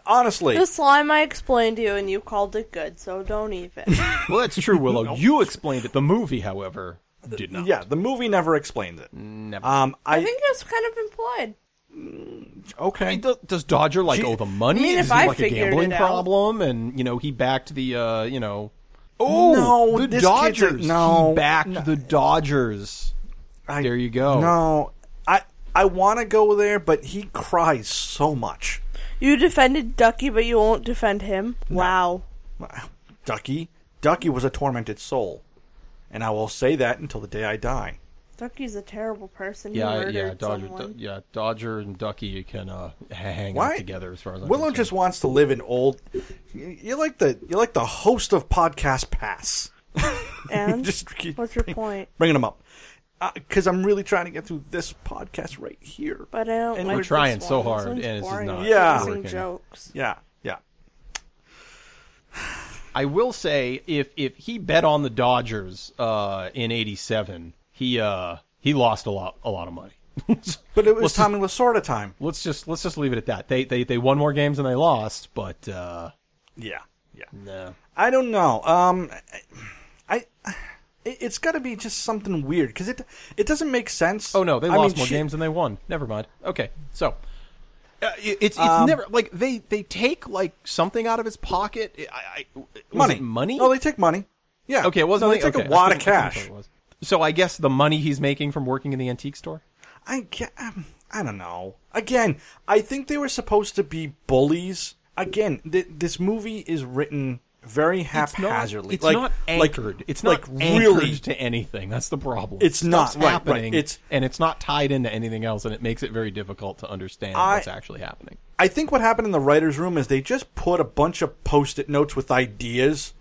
Speaker 6: honestly,
Speaker 8: The slime I explained to you and you called it good, so don't even.
Speaker 7: Well, that's true, Willow. You explained it. The movie, however, did not.
Speaker 6: yeah, the movie never explained it. Never. Um, I,
Speaker 8: I think it's kind of implied.
Speaker 6: okay.
Speaker 7: Does, does Dodger like owe the money?
Speaker 8: I mean,
Speaker 7: Is
Speaker 8: if
Speaker 7: he
Speaker 8: I
Speaker 7: like a
Speaker 8: figured
Speaker 7: gambling
Speaker 8: it out.
Speaker 7: problem? And you know, he backed the uh, you know. Oh,
Speaker 6: No,
Speaker 7: the
Speaker 6: this kid's a-
Speaker 7: Dodgers.
Speaker 6: no,
Speaker 7: he backed
Speaker 6: no.
Speaker 7: the Dodgers.
Speaker 6: I-
Speaker 7: there you go.
Speaker 6: No, I I want to go there, but he cries so much.
Speaker 8: You defended Ducky, but you won't defend him. Wow.
Speaker 6: Ducky, Ducky was a tormented soul, and I will say that until the day I die.
Speaker 8: Ducky's a terrible person.
Speaker 7: Yeah,
Speaker 8: he
Speaker 7: I-
Speaker 8: murdered
Speaker 7: yeah, Dodger,
Speaker 8: someone.
Speaker 7: Do- yeah, Dodger and Ducky you can uh, h- hang out together as far as I'm
Speaker 6: Willow
Speaker 7: concerned.
Speaker 6: just wants to live in old. You're like the you're like the host of podcast Pass.
Speaker 8: And
Speaker 6: just keep
Speaker 8: what's your point?
Speaker 6: bringing them up because I'm really trying to get through this podcast right here.
Speaker 8: But I don't.
Speaker 6: And
Speaker 8: like
Speaker 6: we're
Speaker 8: this one.
Speaker 7: trying so
Speaker 8: This
Speaker 7: hard,
Speaker 8: one's
Speaker 7: and it's just
Speaker 8: boring.
Speaker 7: not
Speaker 6: Yeah.
Speaker 8: Losing
Speaker 7: working.
Speaker 8: jokes.
Speaker 6: yeah, yeah.
Speaker 7: I will say if if he bet on the Dodgers uh, in '87, he uh, he lost a lot a lot of money.
Speaker 6: But it was
Speaker 7: Let's just-
Speaker 6: Tommy Lasorda time.
Speaker 7: let's just let's just leave it at that. They they they won more games than they lost, but uh,
Speaker 6: Yeah, yeah.
Speaker 7: no.
Speaker 6: I don't know. Um, I it- it's got to be just something weird because it it doesn't make sense.
Speaker 7: Oh no, they
Speaker 6: I
Speaker 7: lost
Speaker 6: mean,
Speaker 7: more
Speaker 6: she-
Speaker 7: games than they won. Never mind. Okay, so uh, it- it's it's
Speaker 6: Um,
Speaker 7: never like they they take like something out of his pocket. I, I, was it
Speaker 6: Money,
Speaker 7: money.
Speaker 6: Oh, they take money. Yeah.
Speaker 7: okay, it wasn't.
Speaker 6: No,
Speaker 7: like-
Speaker 6: they take
Speaker 7: okay,
Speaker 6: a
Speaker 7: I
Speaker 6: wad of
Speaker 7: couldn't- I couldn't
Speaker 6: cash.
Speaker 7: tell what it was. So I guess the money he's making from working in the antique store.
Speaker 6: I get, um, I don't know. Again, I think they were supposed to be bullies. Again, th- this movie is written very haphazardly.
Speaker 7: It's
Speaker 6: like,
Speaker 7: not
Speaker 6: like-
Speaker 7: anchored. it's not
Speaker 6: like
Speaker 7: anchored
Speaker 6: really.
Speaker 7: to anything. That's the problem.
Speaker 6: It's
Speaker 7: Stuff's
Speaker 6: not, right, right.
Speaker 7: happening.
Speaker 6: It's-
Speaker 7: and it's not tied into anything else, and it makes it very difficult to understand
Speaker 6: I-
Speaker 7: what's actually happening.
Speaker 6: I think what happened in the writers' room is they just put a bunch of post-it notes with ideas,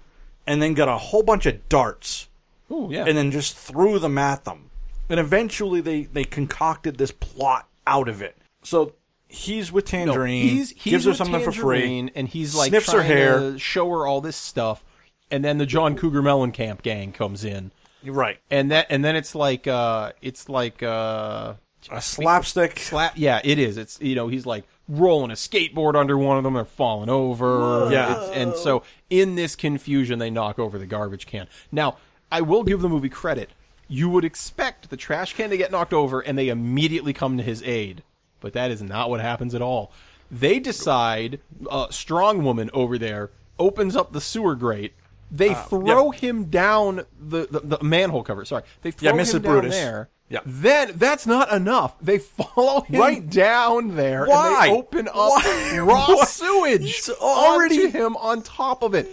Speaker 6: and then got a whole bunch of darts,
Speaker 7: Ooh, yeah.
Speaker 6: and then just threw them at them. And eventually, they they concocted this plot out of it. So he's with
Speaker 7: No,
Speaker 6: Tangerine.
Speaker 7: he's, he's
Speaker 6: gives her
Speaker 7: with
Speaker 6: something for
Speaker 7: Tangerine,
Speaker 6: free,
Speaker 7: and he's like
Speaker 6: sniffs her
Speaker 7: trying
Speaker 6: hair.
Speaker 7: to show her all this stuff, and then the John Cougar Mellencamp gang comes in,
Speaker 6: right?
Speaker 7: and that and then it's like uh, it's like uh,
Speaker 6: A slapstick.
Speaker 7: slap. Yeah, it is. It's you know he's like rolling a skateboard under one of them. They're falling over.
Speaker 6: Yeah.
Speaker 7: It's- and so in this confusion, they knock over the garbage can. Now I will give the movie credit. You would expect the trash can to get knocked over, and they immediately come to his aid. But that is not what happens at all. They decide. Uh, strong woman over there opens up the sewer grate. They
Speaker 6: Ah,
Speaker 7: throw him down the, the, the manhole cover. Sorry, they throw
Speaker 6: Yeah, Mrs.
Speaker 7: him down
Speaker 6: Brutus.
Speaker 7: there.
Speaker 6: Yeah.
Speaker 7: Then that's not enough. They follow him
Speaker 6: Right.
Speaker 7: down there
Speaker 6: Why?
Speaker 7: and they open up
Speaker 6: Why?
Speaker 7: raw
Speaker 6: Why?
Speaker 7: sewage
Speaker 6: It's already-
Speaker 7: onto him on top of it.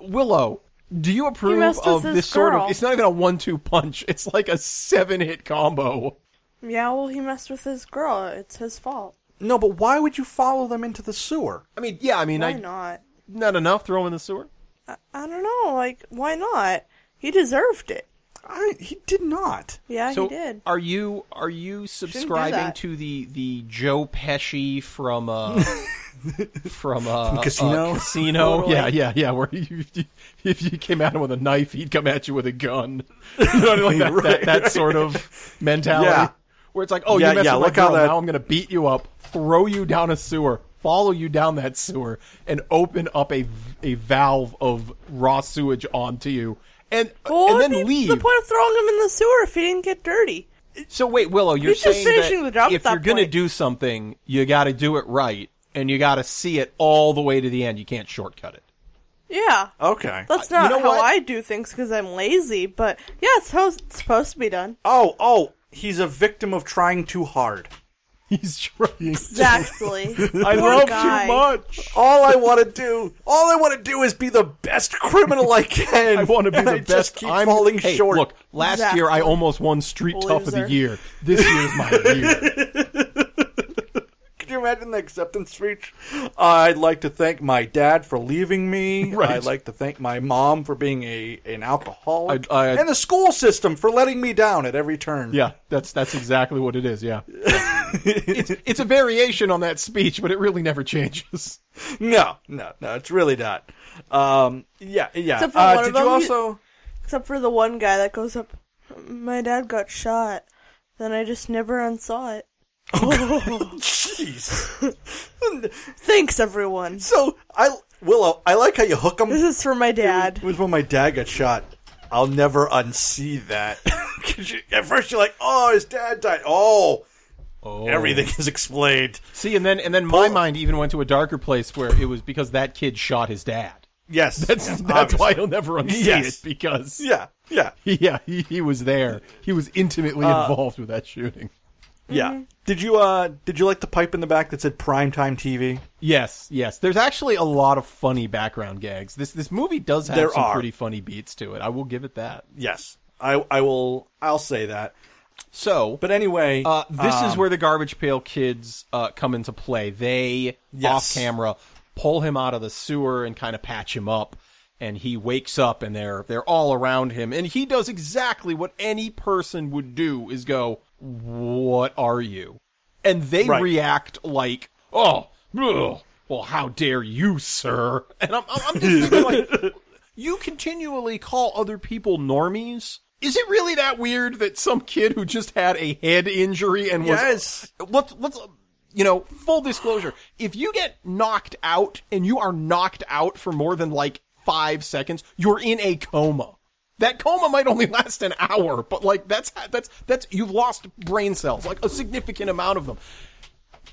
Speaker 7: Willow, do you approve
Speaker 8: messed with
Speaker 7: of
Speaker 8: this
Speaker 7: this, sort
Speaker 8: girl.
Speaker 7: of? It's not even a one-two punch. It's like a seven-hit combo.
Speaker 8: Yeah, well, he messed with his girl. It's his fault.
Speaker 6: No, but why would you follow them into the sewer?
Speaker 7: I mean, yeah. I mean,
Speaker 8: Why
Speaker 7: I,
Speaker 8: not?
Speaker 7: not enough. Throw him in the sewer.
Speaker 8: I don't know. Like, why not? He deserved it.
Speaker 6: I, he did not.
Speaker 8: Yeah,
Speaker 7: so uh,
Speaker 8: he did.
Speaker 7: are you are you subscribing
Speaker 8: that.
Speaker 7: to the the Joe Pesci from uh from uh
Speaker 6: Casino?
Speaker 7: uh, casino yeah yeah yeah where you, you- if you came at him with a knife he'd come at you with a gun you know like that, that, that sort of mentality
Speaker 6: Yeah.
Speaker 7: where it's like oh
Speaker 6: Yeah,
Speaker 7: you messed
Speaker 6: yeah,
Speaker 7: with my
Speaker 6: look how
Speaker 7: girl,
Speaker 6: that-
Speaker 7: now I'm gonna beat you up throw you down a sewer follow you down that sewer and open up a a valve of raw sewage onto you and
Speaker 8: Well,
Speaker 7: and
Speaker 8: what'd
Speaker 7: then
Speaker 8: be The
Speaker 7: leave
Speaker 8: point of throwing him in the sewer if he didn't get dirty.
Speaker 7: so wait, Willow, you're
Speaker 8: He's just
Speaker 7: saying that
Speaker 8: finishing the job at
Speaker 7: if
Speaker 8: that
Speaker 7: you're going to
Speaker 8: point.
Speaker 7: do something, you got to do it right, and you got to see it all the way to the end. You can't shortcut it.
Speaker 8: Yeah.
Speaker 6: Okay.
Speaker 8: That's not
Speaker 7: Uh, know
Speaker 8: how
Speaker 7: what?
Speaker 8: I do things because I'm lazy, but yeah, it's how it's supposed to be done.
Speaker 6: Oh, oh, he's a victim of trying too hard.
Speaker 7: He's trying.
Speaker 8: Exactly.
Speaker 7: I
Speaker 8: Poor
Speaker 7: love
Speaker 8: guy.
Speaker 7: too much.
Speaker 6: All I want to do, all I want to do is be the best criminal I can.
Speaker 7: I want to be
Speaker 6: and
Speaker 7: the
Speaker 6: I
Speaker 7: best.
Speaker 6: Just keep
Speaker 7: I'm
Speaker 6: falling
Speaker 7: hey,
Speaker 6: short.
Speaker 7: Look, last
Speaker 8: Exactly.
Speaker 7: year I almost won Street Tough of
Speaker 8: Loser.
Speaker 7: the Year. This year's my year.
Speaker 6: Could you imagine the acceptance speech? I'd like to thank my dad for leaving me.
Speaker 7: Right.
Speaker 6: I'd like to thank my mom for being a an alcoholic,
Speaker 7: I- I-
Speaker 6: and the school system for letting me down at every turn.
Speaker 7: Yeah, that's that's exactly what it is. Yeah, it's it's a variation on that speech, but it really never changes.
Speaker 6: No, no, no. It's really not. Um. Yeah. Yeah.
Speaker 8: Except for
Speaker 6: uh,
Speaker 8: one of
Speaker 6: did you
Speaker 8: them, he-
Speaker 6: also?
Speaker 8: Except for the one guy that goes up, my dad got shot. Then I just never unsaw it.
Speaker 6: Jeez.
Speaker 8: Thanks, everyone.
Speaker 6: So I Willow, I like how you hook them.
Speaker 8: This is for my dad.
Speaker 6: It was when my dad got shot. I'll never unsee that. 'Cause you- at first, you're like, "Oh, his dad died. Oh, everything is explained."
Speaker 7: See, and then and then my
Speaker 6: Pull-
Speaker 7: mind even went to a darker place where it was because that kid shot his dad.
Speaker 6: Yes,
Speaker 7: That's
Speaker 6: yes,
Speaker 7: that's why
Speaker 6: obviously.
Speaker 7: he'll never unsee
Speaker 6: Yes.
Speaker 7: it because
Speaker 6: Yeah, yeah.
Speaker 7: Uh, yeah he, he was there. He was intimately involved with that shooting.
Speaker 8: Mm-hmm.
Speaker 6: Yeah. Did you uh did you like the pipe in the back that said primetime TV?
Speaker 7: Yes, yes. There's actually a lot of funny background gags. This this movie does have
Speaker 6: There
Speaker 7: some
Speaker 6: are.
Speaker 7: pretty funny beats to it. I will give it that.
Speaker 6: Yes. I I will I'll say that.
Speaker 7: So,
Speaker 6: But anyway,
Speaker 7: uh, this
Speaker 6: Um,
Speaker 7: is where the garbage pail kids uh, come into play. They off
Speaker 6: Yes.
Speaker 7: camera pull him out of the sewer and kind of patch him up, and he wakes up, and they're they're all around him, and he does exactly what any person would do: is go, "What are you?" And they
Speaker 6: Right.
Speaker 7: react like, "Oh, ugh, well, how dare you, sir?" And I'm I'm, I'm just thinking like, you continually call other people normies. Is it really that weird that some kid who just had a head injury and was
Speaker 6: Yes.
Speaker 7: let's let's you know full disclosure if you get knocked out and you are knocked out for more than like five seconds you're in a coma that coma might only last an hour but like that's that's that's you've lost brain cells like a significant amount of them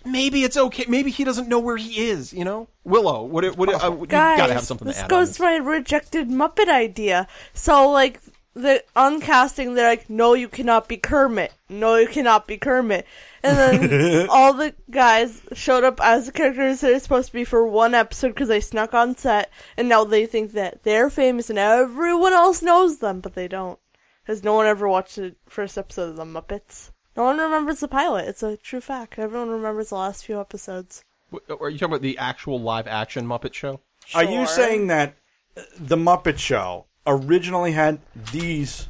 Speaker 7: maybe it's okay maybe he doesn't know where he is you know willow what it, what it, I- you
Speaker 8: Guys,
Speaker 7: gotta have something
Speaker 8: this
Speaker 7: to add on
Speaker 8: goes
Speaker 7: this.
Speaker 8: to my rejected Muppet idea. So, like, the on casting, they're like, "No, you cannot be Kermit. No, you cannot be Kermit." And then all the guys showed up as the characters that are supposed to be for one episode because they snuck on set, and now they think that they're famous and everyone else knows them, but they don't, because no one ever watched the first episode of the Muppets. No one remembers the pilot. It's a true fact. Everyone remembers the last few episodes.
Speaker 7: W- are you talking about the actual live action muppet show
Speaker 6: Are you saying that uh, the Muppet Show originally had these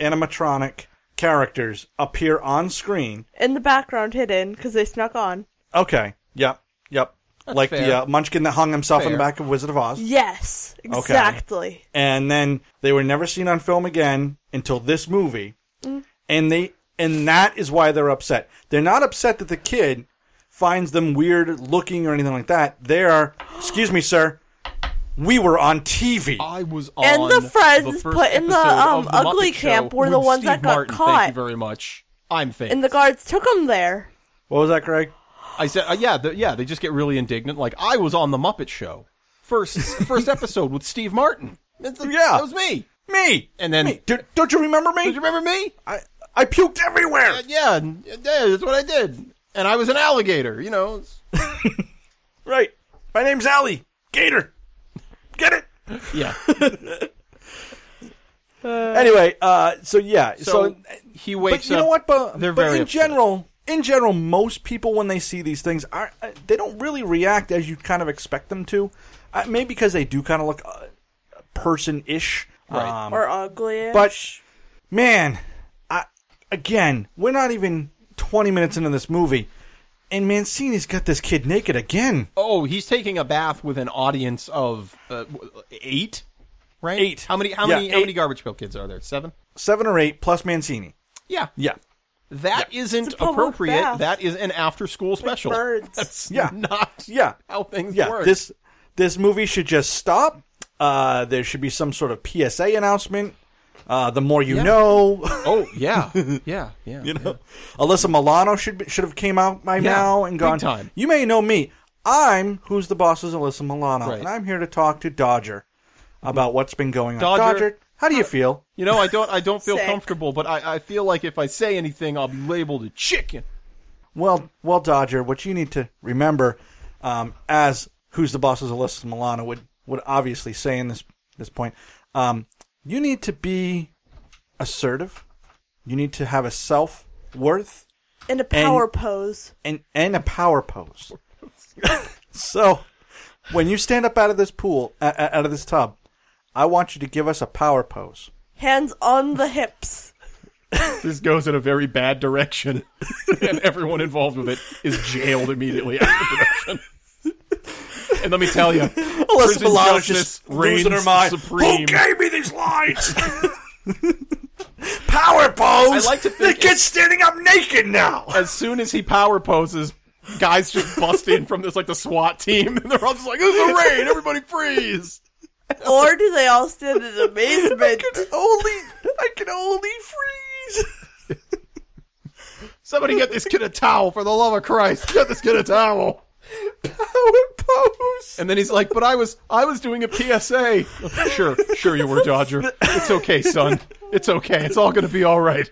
Speaker 6: animatronic characters appear on screen?
Speaker 8: in the background hidden because they snuck on.
Speaker 6: Okay. Yep. Yep. like
Speaker 7: fair.
Speaker 6: the uh, Munchkin that hung himself in the
Speaker 7: Fair. Mm-hmm.
Speaker 6: back of Wizard of Oz.
Speaker 8: Yes, exactly.
Speaker 6: and then they were never seen on film again until this movie.
Speaker 7: Mm-hmm.
Speaker 6: And they and that is why they're upset. They're not upset that the kid finds them weird looking or anything like that. They are, excuse me, sir. We were on TV.
Speaker 7: I was on
Speaker 8: And the friends
Speaker 7: first
Speaker 8: put in the,
Speaker 7: episode
Speaker 8: um,
Speaker 7: of the Muppet
Speaker 8: ugly
Speaker 7: Show
Speaker 8: camp were the
Speaker 7: with
Speaker 8: ones
Speaker 7: Steve
Speaker 8: that got
Speaker 7: Martin. Thank
Speaker 8: caught.
Speaker 7: you very much. I'm famous.
Speaker 8: And the guards took them there.
Speaker 6: What was that, Greg?
Speaker 7: I said, uh, yeah, the, yeah. They just get really indignant. Like I was on the Muppet Show, first first episode with Steve Martin. That's the-
Speaker 6: Yeah.
Speaker 7: that was me.
Speaker 6: Me.
Speaker 7: And then-
Speaker 6: Me. Do, don't you remember me?
Speaker 7: Do you remember me?
Speaker 6: I I puked everywhere.
Speaker 7: Uh, yeah, and- yeah, that's what I did. And I was an alligator. You know, it's-
Speaker 6: Right. My name's Allie Gator. Get it?
Speaker 7: yeah.
Speaker 6: anyway, uh, so yeah, so,
Speaker 7: he wakes
Speaker 6: But you know what?
Speaker 7: up-
Speaker 6: But,
Speaker 7: they're
Speaker 6: but
Speaker 7: very
Speaker 6: in
Speaker 7: upset.
Speaker 6: general, in general, most people when they see these things, are uh, they don't really react as you kind of expect them to. Uh, maybe because they do kind of look uh, person-ish.
Speaker 7: Right.
Speaker 6: Um,
Speaker 8: Or ugly.
Speaker 6: but man, I, again, we're not even twenty minutes into this movie, and Mancini's got this kid naked again.
Speaker 7: Oh, he's taking a bath with an audience of uh, w- eight, right?
Speaker 6: Eight.
Speaker 7: How many? How
Speaker 6: Yeah,
Speaker 7: many? How many
Speaker 6: eight.
Speaker 7: garbage pail kids are there? Seven.
Speaker 6: Seven or eight plus Mancini.
Speaker 7: Yeah.
Speaker 6: Yeah.
Speaker 7: That not
Speaker 8: It's a public
Speaker 7: appropriate.
Speaker 8: bath.
Speaker 7: That is an after school special.
Speaker 8: birds.
Speaker 7: That's
Speaker 6: Yeah.
Speaker 7: not
Speaker 6: Yeah.
Speaker 7: how things
Speaker 6: yeah,
Speaker 7: work.
Speaker 6: this this movie should just stop. Uh, there should be some sort of PSA announcement. Uh, the more you know,
Speaker 7: oh yeah. Yeah. Yeah.
Speaker 6: you know. Alyssa Milano should be, should have came out by
Speaker 7: Yeah,
Speaker 6: now and
Speaker 7: big
Speaker 6: gone.
Speaker 7: time.
Speaker 6: You may know me. I'm who's the boss is Alyssa Milano,
Speaker 7: Right.
Speaker 6: and I'm here to talk to Dodger about what's been going on.
Speaker 7: Dodger-
Speaker 6: how do you feel?
Speaker 7: You know, I don't I don't feel
Speaker 8: Sick.
Speaker 7: comfortable, but I, I feel like if I say anything I'll be labeled a chicken.
Speaker 6: Well, well, Dodger, what you need to remember, um, as who's the boss is Alyssa Milano would would obviously say in this this point, um, you need to be assertive. You need to have a self worth
Speaker 8: in a power pose.
Speaker 6: and and a power pose. so, when you stand up out of this pool, uh, out of this tub, I want you to give us a power pose.
Speaker 8: Hands on the hips.
Speaker 7: This goes in a very bad direction. and everyone involved with it is jailed immediately after production. And let me tell you,
Speaker 6: Alyssa Milano's
Speaker 7: justice
Speaker 6: just losing her
Speaker 7: reigns
Speaker 6: mind. Who
Speaker 7: supreme.
Speaker 6: gave me these lines? Power pose.
Speaker 7: I like to think-
Speaker 6: the kid's standing up naked now.
Speaker 7: as soon as he power poses, guys just bust in from this like the SWAT team, and they're all just like, "This is a raid! Everybody freeze!"
Speaker 8: Or do they all stand in amazement?
Speaker 6: only I can only freeze.
Speaker 7: Somebody get this kid a towel for the love of Christ! Get this kid a towel!
Speaker 6: Power pose.
Speaker 7: And then he's like, "But I was I was doing a PSA." sure, sure you were, Dodger. It's okay, son. It's okay. It's all gonna be all right.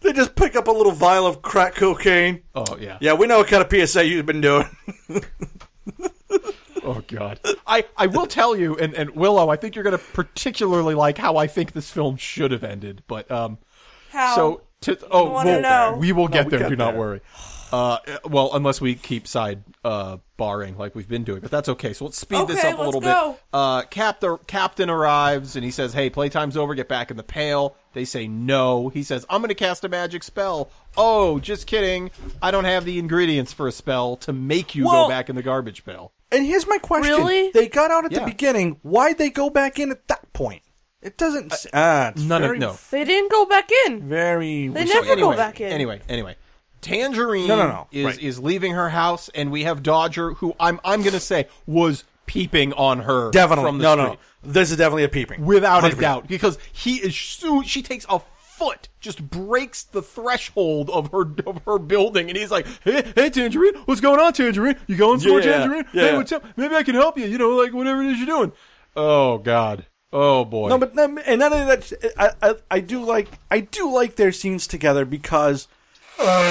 Speaker 6: They just pick up a little vial of crack cocaine.
Speaker 7: Oh yeah.
Speaker 6: Yeah, we know what kind of PSA you've been doing.
Speaker 7: Oh god. I, I will tell you, and, and Willow, I think you're gonna particularly like how I think this film should have ended, but um
Speaker 8: How?
Speaker 7: so to, oh
Speaker 8: wanna
Speaker 7: we'll-
Speaker 8: know.
Speaker 7: we will get
Speaker 6: we
Speaker 7: there,
Speaker 6: got
Speaker 7: do not
Speaker 6: there.
Speaker 7: worry. Uh well, unless we keep side uh barring like we've been doing, but that's okay. So let's speed this
Speaker 8: Okay,
Speaker 7: up a
Speaker 8: let's
Speaker 7: little
Speaker 8: go.
Speaker 7: bit. Uh Cap the captain arrives and he says, Hey, playtime's over, get back in the pail. They say no. He says, I'm gonna cast a magic spell. Oh, just kidding. I don't have the ingredients for a spell to make you
Speaker 6: Well-
Speaker 7: go back in the garbage pail.
Speaker 6: And here's my question:
Speaker 8: Really?
Speaker 6: They got out at
Speaker 7: Yeah.
Speaker 6: the beginning. Why'd they go back in at that point? It doesn't. s ah, it's
Speaker 7: None
Speaker 6: very,
Speaker 7: of no.
Speaker 8: they didn't go back in.
Speaker 6: Very.
Speaker 8: They never
Speaker 7: anyway,
Speaker 8: go back in.
Speaker 7: Anyway, anyway. Tangerine
Speaker 6: No, no, no.
Speaker 7: is
Speaker 6: Right.
Speaker 7: is leaving her house and we have Dodger who I'm I'm going to say was peeping on her
Speaker 6: definitely.
Speaker 7: from the
Speaker 6: no, no,
Speaker 7: street
Speaker 6: no. This is definitely a peeping.
Speaker 7: without a
Speaker 6: 100%.
Speaker 7: doubt because he is so she takes a foot just breaks the threshold of her of her building and he's like hey hey tangerine what's going on tangerine you going somewhere
Speaker 6: Yeah,
Speaker 7: tangerine
Speaker 6: yeah.
Speaker 7: hey what's up maybe I can help you you know like whatever it is you're doing oh god oh boy
Speaker 6: No, but no, and none of that. I, I, I do like I do like their scenes together because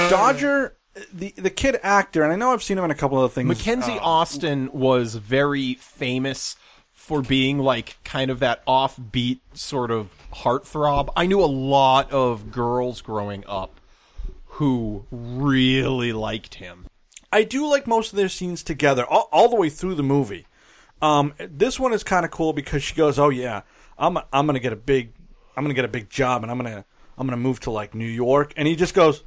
Speaker 6: Dodger, the the kid actor, and I know I've seen him in a couple of things.
Speaker 7: Mackenzie Austin was very famous for being like kind of that offbeat sort of heartthrob. I knew a lot of girls growing up who really liked him.
Speaker 6: I do like most of their scenes together, all, all the way through the movie. Um, this one is kind of cool because she goes, "Oh yeah, I'm I'm gonna get a big, I'm gonna get a big job, and I'm gonna I'm gonna move to like New York." And he just goes,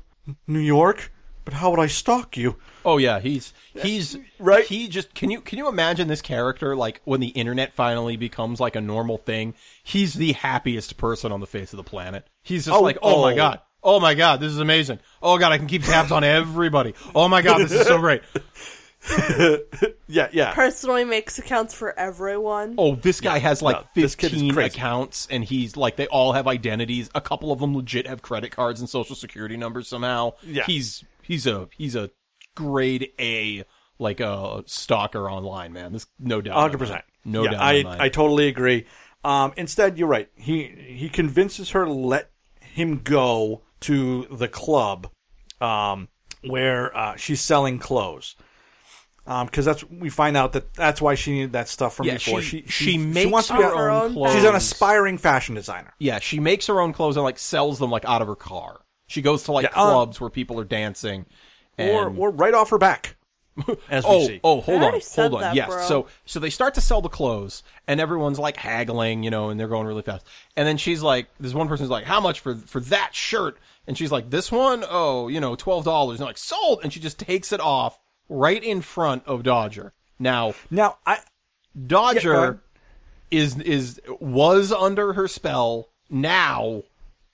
Speaker 6: "New York? But how would I stalk you?"
Speaker 7: Oh yeah, he's he's
Speaker 6: Right.
Speaker 7: He just can you can you imagine this character like when the internet finally becomes like a normal thing? He's the happiest person on the face of the planet. He's just
Speaker 6: Oh,
Speaker 7: like, oh, my
Speaker 6: oh.
Speaker 7: god, oh my god, this is amazing. Oh god, I can keep tabs on everybody. Oh my god, this is so great.
Speaker 6: Yeah, yeah.
Speaker 8: Personally makes accounts for everyone.
Speaker 7: Oh, this guy has like
Speaker 6: no, this kid is
Speaker 7: fifteen
Speaker 6: crazy.
Speaker 7: accounts, and he's like they all have identities. A couple of them legit have credit cards and social security numbers somehow.
Speaker 6: Yeah.
Speaker 7: he's he's a he's a grade A like a stalker online man. This no doubt,
Speaker 6: hundred
Speaker 7: about it.
Speaker 6: percent.
Speaker 7: no
Speaker 6: yeah,
Speaker 7: doubt.
Speaker 6: I
Speaker 7: online.
Speaker 6: I totally agree. Um, instead, you're right. He he convinces her to let him go to the club, um, where uh, she's selling clothes. Um, because that's we find out that that's why she needed that stuff from
Speaker 7: yeah,
Speaker 6: before.
Speaker 7: she, she,
Speaker 6: she
Speaker 7: makes
Speaker 6: wants to be
Speaker 7: her,
Speaker 6: a-
Speaker 8: her
Speaker 7: own
Speaker 8: own
Speaker 7: clothes.
Speaker 6: She's an aspiring fashion designer.
Speaker 7: Yeah, she makes her own clothes and like sells them like out of her car. She goes to like
Speaker 6: Yeah, uh,
Speaker 7: clubs where people are dancing.
Speaker 6: Or
Speaker 7: and-
Speaker 6: or right off her back. As we
Speaker 7: oh,
Speaker 6: see.
Speaker 7: oh, hold
Speaker 8: I
Speaker 7: on,
Speaker 8: already said
Speaker 7: hold on.
Speaker 8: that,
Speaker 7: yes,
Speaker 8: bro.
Speaker 7: so so they start to sell the clothes, and everyone's like haggling, you know, and they're going really fast. And then she's like, "There's one person's like, how much for for that shirt?" And she's like, "This one, oh, you know, twelve dollars." And they're like, "Sold!" And she just takes it off right in front of Dodger. Now,
Speaker 6: Now I Yeah, go ahead.
Speaker 7: Dodger is is was under her spell. Now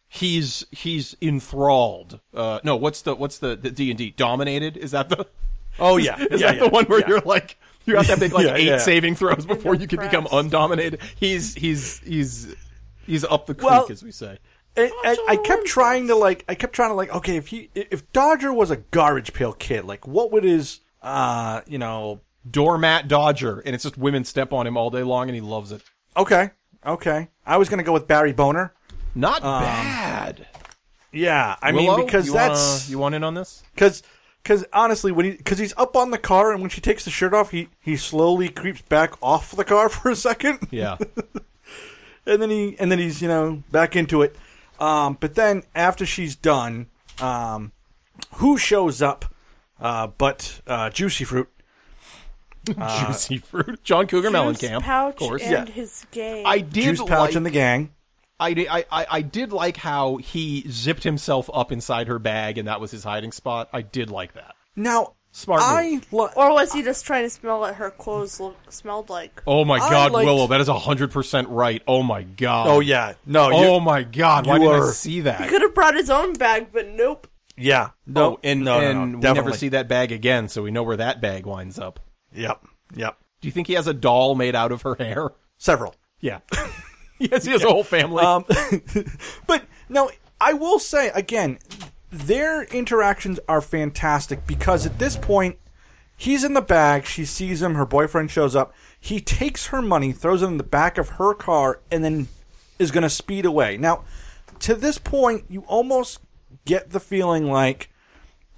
Speaker 7: he's he's enthralled. Uh, no, what's the what's the the D and D dominated? Is that the
Speaker 6: oh yeah
Speaker 7: is
Speaker 6: yeah,
Speaker 7: that
Speaker 6: yeah,
Speaker 7: the one where
Speaker 6: yeah.
Speaker 7: you're like you have to make like
Speaker 6: Yeah,
Speaker 7: eight
Speaker 6: yeah.
Speaker 7: saving throws before you can become
Speaker 8: Impressed.
Speaker 7: undominated? He's he's he's he's up the creek
Speaker 6: Well-
Speaker 7: as we say.
Speaker 6: I, I, I kept trying to like I kept trying to like okay if he if Dodger was a garbage pail kid like what would his uh you know
Speaker 7: Doormat Dodger, and it's just women step on him all day long, and he loves it.
Speaker 6: okay okay I was gonna go with Barry Boner
Speaker 7: Not bad.
Speaker 6: yeah Um, I
Speaker 7: Willow,
Speaker 6: mean because
Speaker 7: you
Speaker 6: that's
Speaker 7: wanna, you want in on this?
Speaker 6: because because honestly when he because he's up on the car and when she takes the shirt off he he slowly creeps back off the car for a second
Speaker 7: Yeah.
Speaker 6: and then he and then he's you know back into it um but then after she's done um who shows up uh but uh Juicy Fruit Uh,
Speaker 7: Juicy fruit. John Cougar
Speaker 8: Bruce
Speaker 7: Mellencamp,
Speaker 8: Pouch
Speaker 7: of course.
Speaker 8: and
Speaker 6: Yeah.
Speaker 8: his game.
Speaker 7: I did
Speaker 6: Juice Pouch
Speaker 7: like,
Speaker 6: and the gang.
Speaker 7: I, di- I, I, I did like how he zipped himself up inside her bag, and that was his hiding spot. I did like that.
Speaker 6: Now,
Speaker 7: Smart
Speaker 6: I lo-
Speaker 8: or was he just trying to smell what her clothes look, smelled like?
Speaker 7: Oh my
Speaker 6: I
Speaker 7: God,
Speaker 6: liked-
Speaker 7: Willow, that is hundred percent right. Oh my God.
Speaker 6: oh yeah, no, you,
Speaker 7: Oh my God, why
Speaker 6: you
Speaker 7: didn't I
Speaker 6: are-
Speaker 7: see that?
Speaker 8: Could have brought his own bag, but nope.
Speaker 6: yeah, no,
Speaker 7: Oh, and,
Speaker 6: no, no, no,
Speaker 7: and we
Speaker 6: definitely.
Speaker 7: never see that bag again, so we know where that bag winds up.
Speaker 6: Yep, yep,
Speaker 7: Do you think he has a doll made out of her hair?
Speaker 6: several.
Speaker 7: Yeah. yes, he has a whole family.
Speaker 6: Um, but no, I will say again, their interactions are fantastic because at this point, he's in the bag. She sees him. Her boyfriend shows up. He takes her money, throws it in the back of her car, and then is going to speed away. Now, to this point, you almost get the feeling like,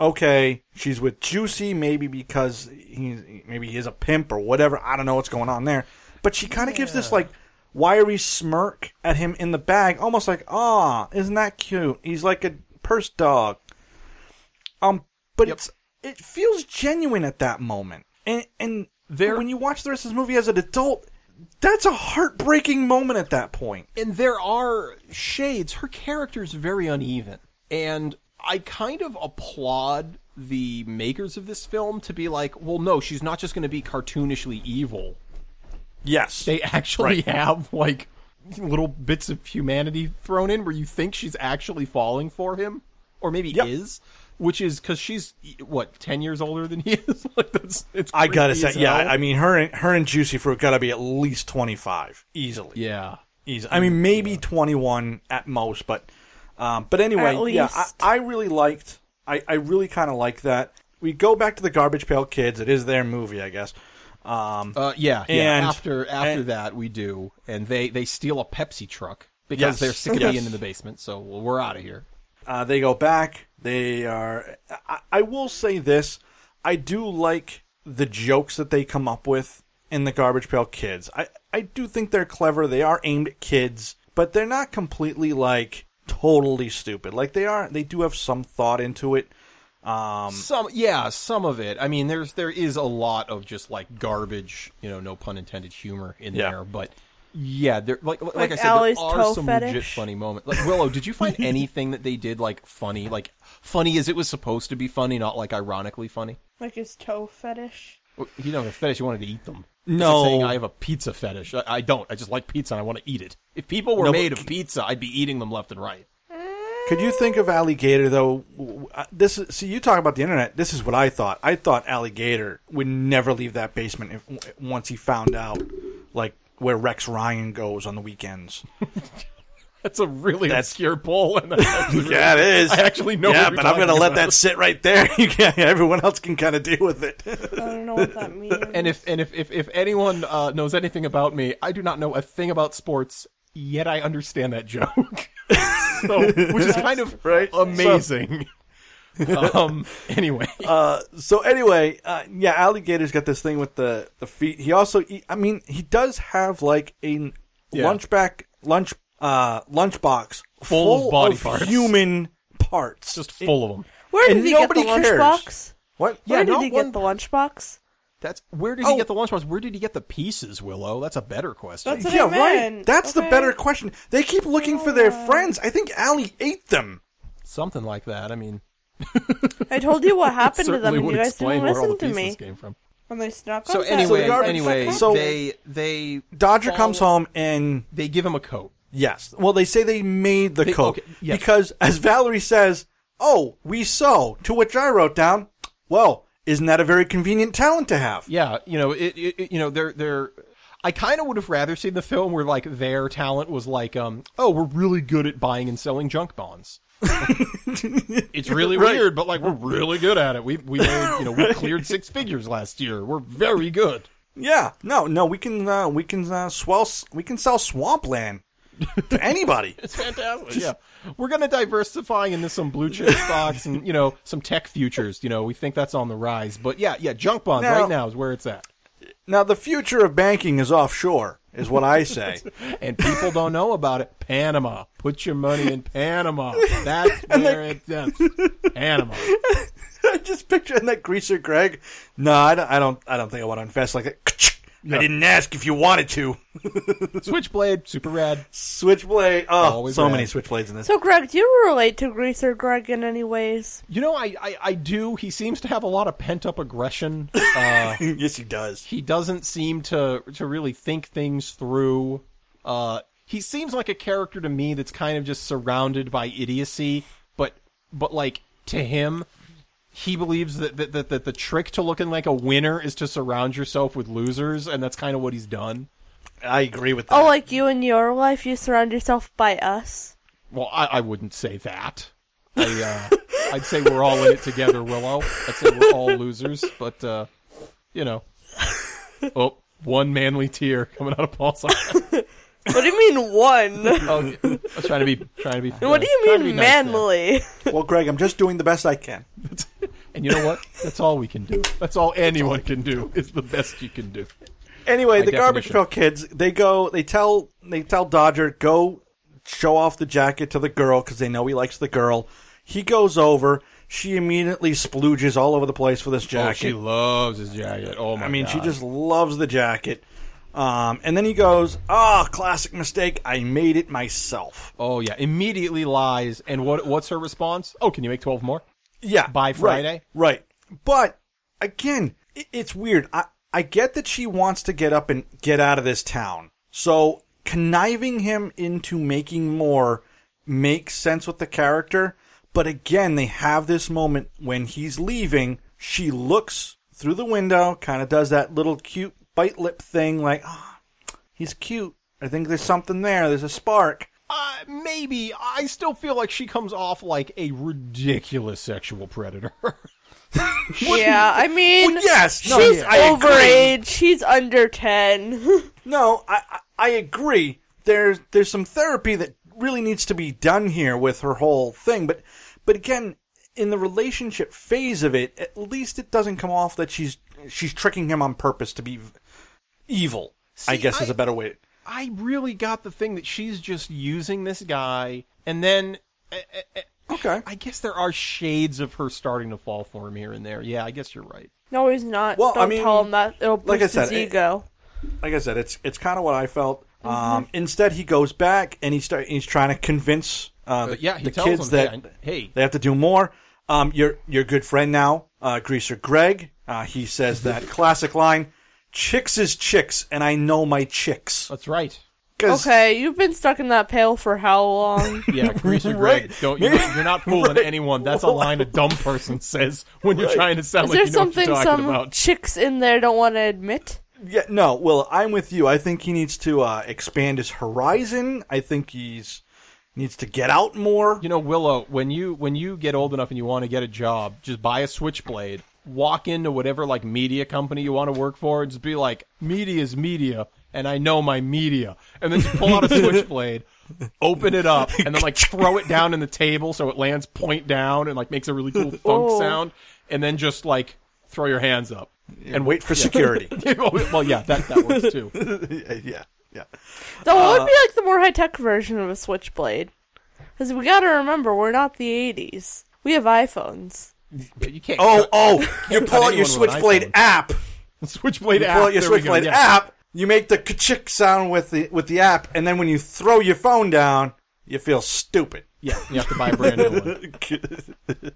Speaker 6: okay, she's with Juicy, maybe because he maybe he is a pimp or whatever. I don't know what's going on there, but she kind of gives this like wiry smirk at him in the bag, almost like, ah, isn't that cute? He's like a purse dog. Um, but it's it feels genuine at that moment, and and
Speaker 7: There-
Speaker 6: when you watch the rest of this movie as an adult, that's a heartbreaking moment at that point.
Speaker 7: and there are shades. Her character's very uneven. And I kind of applaud the makers of this film to be like, well, no, she's not just going to be cartoonishly evil.
Speaker 6: Yes,
Speaker 7: They actually have, like, little bits of humanity thrown in where you think she's actually falling for him, or maybe
Speaker 6: Yep.
Speaker 7: is, which is because she's, what, 10 years older than he is? like, that's, it's
Speaker 6: I gotta
Speaker 7: creepy
Speaker 6: say,
Speaker 7: as
Speaker 6: yeah.
Speaker 7: hell.
Speaker 6: I mean, her and her and Juicy Fruit gotta be at least twenty five easily.
Speaker 7: yeah.
Speaker 6: easily. I mean, maybe twenty one at most, but um, but anyway,
Speaker 8: At
Speaker 6: yeah. I,
Speaker 8: least.
Speaker 6: I really liked. I I really kind of like that. We go back to the Garbage Pail Kids. It is their movie, I guess. Um,
Speaker 7: Uh, yeah,
Speaker 6: And-
Speaker 7: yeah. After after
Speaker 6: and-
Speaker 7: that, we do, and they they steal a Pepsi truck because
Speaker 6: Yes,
Speaker 7: they're sick of
Speaker 6: yes.
Speaker 7: being in the basement. So well, we're out of here.
Speaker 6: Uh, they go back. They are. I, I will say this: I do like the jokes that they come up with in the Garbage Pail Kids. I I do think they're clever. They are aimed at kids, but they're not completely like totally stupid. Like they are. They do have some thought into it. Um,
Speaker 7: Some yeah, some of it. I mean, there's there is a lot of just like garbage, you know, no pun intended, humor in
Speaker 6: Yeah.
Speaker 7: there, but. Yeah, there like like, I
Speaker 8: Like
Speaker 7: said,
Speaker 8: Allie's
Speaker 7: there are
Speaker 8: toe
Speaker 7: some legit
Speaker 8: fetish.
Speaker 7: funny moments. Like Willow, did you find anything that they did like funny, like funny as it was supposed to be funny, not like ironically funny?
Speaker 8: Like his toe fetish.
Speaker 7: Well, You don't have a fetish. You wanted to eat them. It's
Speaker 6: No.
Speaker 7: like saying I have a pizza fetish. I, I don't. I just like pizza and I want to eat it. If people were
Speaker 6: No, but
Speaker 7: made of
Speaker 6: c-
Speaker 7: pizza, I'd be eating them left and right.
Speaker 6: could you think of alligator though? W- w- uh, This is, see you talk about the internet. This is what I thought. I thought alligator would never leave that basement if, w- once he found out like where Rex Ryan goes on the weekends.
Speaker 7: That's a really obscure poll. And that's actually
Speaker 6: Yeah, it is.
Speaker 7: I actually know
Speaker 6: Yeah,
Speaker 7: what you're
Speaker 6: but I'm gonna
Speaker 7: talking
Speaker 6: let
Speaker 7: about.
Speaker 6: that sit right there. You can Everyone else can kind of deal with it.
Speaker 8: I don't know what that means.
Speaker 7: and if and if if, if anyone uh, knows anything about me, I do not know a thing about sports. Yet I understand that joke, so, which is kind of
Speaker 6: right.
Speaker 7: amazing. um. Anyway,
Speaker 6: so anyway, uh, yeah, alligator's got this thing with the the feet. He also, eat, I mean, he does have like a
Speaker 7: Yeah.
Speaker 6: lunch back lunch uh lunchbox
Speaker 7: Full of body parts.
Speaker 6: human parts.
Speaker 7: just full of them.
Speaker 8: Where did
Speaker 6: and
Speaker 8: he get the
Speaker 6: nobody cares.
Speaker 8: lunchbox?
Speaker 6: what?
Speaker 8: Where
Speaker 7: Yeah,
Speaker 8: did
Speaker 7: not
Speaker 8: he
Speaker 7: one-
Speaker 8: get the lunchbox?
Speaker 7: That's where did he get the lunchbox? Where did he get the pieces, Willow? That's a better question.
Speaker 8: That's what
Speaker 6: yeah,
Speaker 8: I meant.
Speaker 6: right. That's the
Speaker 8: okay?
Speaker 6: better question. They keep looking for their friends. I think Allie ate them.
Speaker 7: Something like that. I mean,
Speaker 8: I told you what happened to them,
Speaker 7: certainly
Speaker 8: and
Speaker 7: would
Speaker 8: you guys
Speaker 7: explain
Speaker 8: didn't
Speaker 7: where all the
Speaker 8: listen to
Speaker 7: pieces
Speaker 8: me.
Speaker 7: came from.
Speaker 8: And they snuck
Speaker 7: So
Speaker 8: on
Speaker 7: anyway,
Speaker 8: Saturday.
Speaker 7: anyway,
Speaker 6: So-
Speaker 7: they they
Speaker 6: Dodger
Speaker 7: fall-
Speaker 6: comes home and
Speaker 7: They give him a coat.
Speaker 6: Yes. Well, they say they made the
Speaker 7: They-
Speaker 6: coat
Speaker 7: okay, yes.
Speaker 6: because, as Valerie says, "Oh, we sew." To which I wrote down, "Well, isn't that a very convenient talent to have?"
Speaker 7: Yeah, you know it. it, it- you know they're they're. I kind of would have rather seen the film where like their talent was like, um, oh, we're really good at buying and selling junk bonds. it's really weird, but like we're really good at it. We we made, you know we cleared six figures last year. We're very good.
Speaker 6: Yeah. No, no, we can uh, we can uh, swell s- we can sell swampland to anybody.
Speaker 7: It's fantastic. yeah, we're gonna diversify into some blue chip stocks and you know some tech futures. You know we think that's on the rise, but yeah, yeah, junk bonds
Speaker 6: Now-
Speaker 7: right now is where it's at.
Speaker 6: now, the future of banking is offshore, is what I say.
Speaker 7: and people don't know about it. Panama. Put your money in Panama. That's where it that's Panama.
Speaker 6: I just picturing that greaser Greg. No, I don't. I don't, I don't think I want to invest like that. I didn't ask if you wanted to.
Speaker 7: Switchblade, super rad.
Speaker 6: Switchblade. Oh,
Speaker 7: Always
Speaker 6: so
Speaker 7: red.
Speaker 6: many switchblades in this.
Speaker 8: So, Greg, do you relate to Greaser Greg in any ways?
Speaker 7: You know, I, I, I do. He seems to have a lot of pent up aggression. Uh,
Speaker 6: yes, he does.
Speaker 7: he doesn't seem to to really think things through. Uh, he seems like a character to me that's kind of just surrounded by idiocy, but but like to him, he believes that that, that that the trick to looking like a winner is to surround yourself with losers, and that's kind of what he's done.
Speaker 6: I agree with that.
Speaker 8: Oh, like you in your life, you surround yourself by us.
Speaker 7: Well, I, I wouldn't say that. I, uh, I'd say we're all in it together, Willow. I'd say we're all losers, but, uh, you know. Oh, one manly tear coming out of Paul's eye.
Speaker 8: What do you mean one?
Speaker 7: Oh, I was trying to be trying to be.
Speaker 8: what do you
Speaker 7: trying to
Speaker 8: mean
Speaker 7: be nice there.
Speaker 8: manly?
Speaker 6: Well, Greg, I'm just doing the best I can.
Speaker 7: And you know what? That's all we can do. That's all anyone can do. Oh, It's the best you can do.
Speaker 6: Anyway, the garbage
Speaker 7: definition.
Speaker 6: pail kids, they go, they tell, they tell Dodger go show off the jacket to the girl because they know he likes the girl. He goes over. She immediately splooges all over the place
Speaker 7: Oh,
Speaker 6: for this jacket.
Speaker 7: loves his jacket. Oh my!
Speaker 6: I mean, she just loves the jacket. Um, and then he goes, "Ah, classic mistake. I made it myself."
Speaker 7: Oh yeah! Immediately lies. And what? What's her response? Oh, can you make twelve more?
Speaker 6: Yeah,
Speaker 7: By
Speaker 6: right,
Speaker 7: Friday?
Speaker 6: right? But again, i it's weird. I I get that she wants to get up and get out of this town, so conniving him into making more makes sense with the character. But again, they have this moment when he's leaving. She looks through the window, kind of does that little cute bite lip thing, like, ah, he's cute. I think there's something there. There's a spark.
Speaker 7: Uh, maybe. I still feel like she comes off like a ridiculous sexual predator.
Speaker 8: yeah, I mean,
Speaker 6: Well, yes, no,
Speaker 8: she's
Speaker 6: yeah, I agree.
Speaker 8: overage. She's under ten.
Speaker 6: No, I, I I agree. There's there's some therapy that really needs to be done here with her whole thing, but but again, in the relationship phase of it, at least it doesn't come off that she's she's tricking him on purpose to be evil. I
Speaker 7: See,
Speaker 6: guess is
Speaker 7: I-
Speaker 6: a better way.
Speaker 7: I really got the thing that she's just using this guy, and then eh, eh, eh,
Speaker 6: Okay.
Speaker 7: I guess there are shades of her starting to fall for him here and there. Yeah, I guess you're right.
Speaker 8: no, he's not.
Speaker 6: Well, I
Speaker 8: Don't
Speaker 6: mean,
Speaker 8: tell him that. It'll
Speaker 6: like
Speaker 8: boost
Speaker 6: I said,
Speaker 8: his
Speaker 6: it-
Speaker 8: ego.
Speaker 6: Like I said, it's it's kind of what I felt.
Speaker 7: Mm-hmm.
Speaker 6: Um, instead, he goes back and he start he's trying to convince uh, the,
Speaker 7: But yeah, he
Speaker 6: the
Speaker 7: tells
Speaker 6: kids
Speaker 7: them,
Speaker 6: that
Speaker 7: hey,
Speaker 6: They have to do more. Um, your your good friend now, uh, Greaser Greg. Uh, he says that classic line: "Chicks is chicks, and I know my chicks."
Speaker 7: that's right.
Speaker 6: 'Cause-
Speaker 8: Okay, you've been stuck in that pail for how long?
Speaker 7: Yeah, greaser
Speaker 6: Right.
Speaker 7: Greg. Don't you're not, you're not fooling
Speaker 6: Right.
Speaker 7: anyone. That's a line a dumb person says when you're trying to sound
Speaker 8: Is
Speaker 7: like
Speaker 8: there
Speaker 7: you know what you're
Speaker 8: something
Speaker 7: talking
Speaker 8: some
Speaker 7: about.
Speaker 8: chicks in there don't want to admit?
Speaker 6: Yeah, no. Well, I'm with you. I think he needs to uh, expand his horizon. I think he's needs to get out more.
Speaker 7: You know, Willow, when you when you get old enough and you want to get a job, just buy a switchblade, walk into whatever like media company you want to work for, and just be like, "Media's media." And I know my media, and then just pull out a switchblade, open it up, and then like throw it down in the table so it lands point down and like makes a really cool thunk
Speaker 8: Oh.
Speaker 7: sound, and then just like throw your hands up
Speaker 6: and wait for security.
Speaker 7: well, yeah, that, that works too. Uh,
Speaker 6: yeah, yeah.
Speaker 8: Though it would be like the more high tech version of a switchblade, because we got to remember we're not the '80s. We have iPhones.
Speaker 7: You can't.
Speaker 6: Oh, oh! You pull out
Speaker 7: anyone
Speaker 6: your
Speaker 7: with an
Speaker 6: switchblade
Speaker 7: iPhone.
Speaker 6: app.
Speaker 7: Switchblade
Speaker 6: You
Speaker 7: app.
Speaker 6: pull out your
Speaker 7: there we go,
Speaker 6: switchblade
Speaker 7: yeah.
Speaker 6: app. You make the ka-chick sound with the with the app, and then when you throw your phone down, you feel stupid.
Speaker 7: Yeah, you have to buy a brand new one.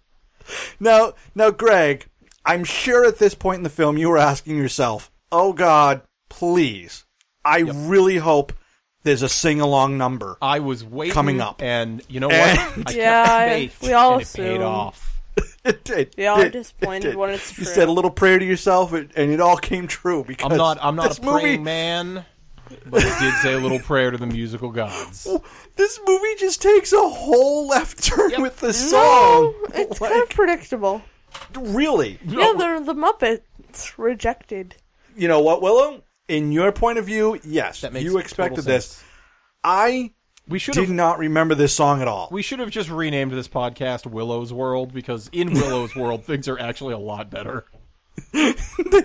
Speaker 6: now, now, Greg, I'm sure at this point in the film you were asking yourself, "Oh God, please! I really hope there's a sing along number."
Speaker 7: I was waiting.
Speaker 6: Coming up.
Speaker 7: and you know what?
Speaker 6: And-
Speaker 7: I
Speaker 8: Yeah,
Speaker 7: kept faith,
Speaker 8: we all
Speaker 7: and it paid
Speaker 8: assume.
Speaker 7: off.
Speaker 6: it did.
Speaker 8: Yeah,
Speaker 6: it
Speaker 8: I'm
Speaker 6: did,
Speaker 8: disappointed
Speaker 6: it did.
Speaker 8: when it's
Speaker 6: You
Speaker 8: true.
Speaker 6: said a little prayer to yourself, and and it all came true. Because
Speaker 7: I'm not. I'm not
Speaker 6: this
Speaker 7: a praying
Speaker 6: movie,
Speaker 7: man, but I did say a little prayer to the musical gods.
Speaker 6: This movie just takes a whole left turn with the song.
Speaker 8: No, it's
Speaker 6: Like,
Speaker 8: kind of predictable.
Speaker 6: really.
Speaker 8: Yeah, they're the Muppets rejected.
Speaker 6: you know what, Willow? In your point of view, yes,
Speaker 7: That makes
Speaker 6: you expected
Speaker 7: total
Speaker 6: this.
Speaker 7: sense.
Speaker 6: I
Speaker 7: We should
Speaker 6: did
Speaker 7: have.
Speaker 6: not remember this song at all.
Speaker 7: We should have just renamed this podcast Willow's World because in Willow's World things are actually a lot better.
Speaker 6: they,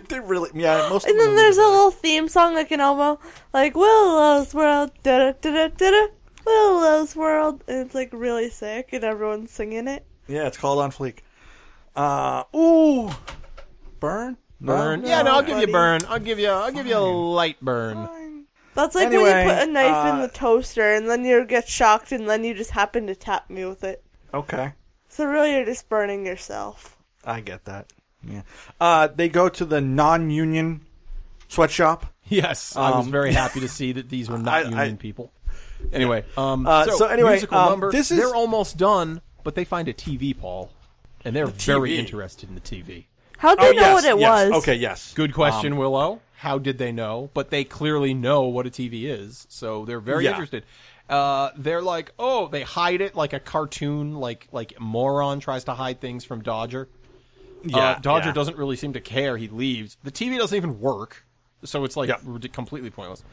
Speaker 6: they really, yeah, most.
Speaker 8: And
Speaker 6: of
Speaker 8: then
Speaker 6: them-
Speaker 8: there's a little theme song like an Elmo, like Willow's World, da da da da da, Willow's World, and it's like really sick, and everyone's singing it.
Speaker 6: yeah, it's called on fleek. Uh, ooh, burn,
Speaker 7: Burn. yeah, no, I'll give you a burn. I'll give you. I'll give you a light burn.
Speaker 8: That's like when
Speaker 6: Anyway,
Speaker 8: you put a knife in
Speaker 6: uh,
Speaker 8: the toaster, and then you get shocked, and then you just happen to tap me with it.
Speaker 6: Okay,
Speaker 8: So really, you're just burning yourself.
Speaker 6: I get that. Yeah, uh, they go to the non-union sweatshop.
Speaker 7: Yes, I was very happy to see that these were not
Speaker 6: Um, I-
Speaker 7: union
Speaker 6: I-
Speaker 7: people. Anyway, um,
Speaker 6: Uh,
Speaker 7: so,
Speaker 6: so anyway,
Speaker 7: musical
Speaker 6: um,
Speaker 7: number.
Speaker 6: this is-
Speaker 7: they're almost done, but they find a TV, Paul, and they're very
Speaker 6: TV.
Speaker 7: interested in the TV.
Speaker 8: How'd they know what it
Speaker 6: Oh, yes.
Speaker 8: was?
Speaker 6: Okay, yes.
Speaker 7: Good question,
Speaker 6: Um,
Speaker 7: Willow. How did they know? But they clearly know what a TV is, so they're very
Speaker 6: Yeah.
Speaker 7: interested. Uh, they're like, oh, they hide it like a cartoon, like like moron tries to hide things from Dodger.
Speaker 6: Yeah,
Speaker 7: uh, Dodger
Speaker 6: yeah.
Speaker 7: doesn't really seem to care. He leaves. The TV doesn't even work, so it's like
Speaker 6: Yeah.
Speaker 7: rid- completely pointless.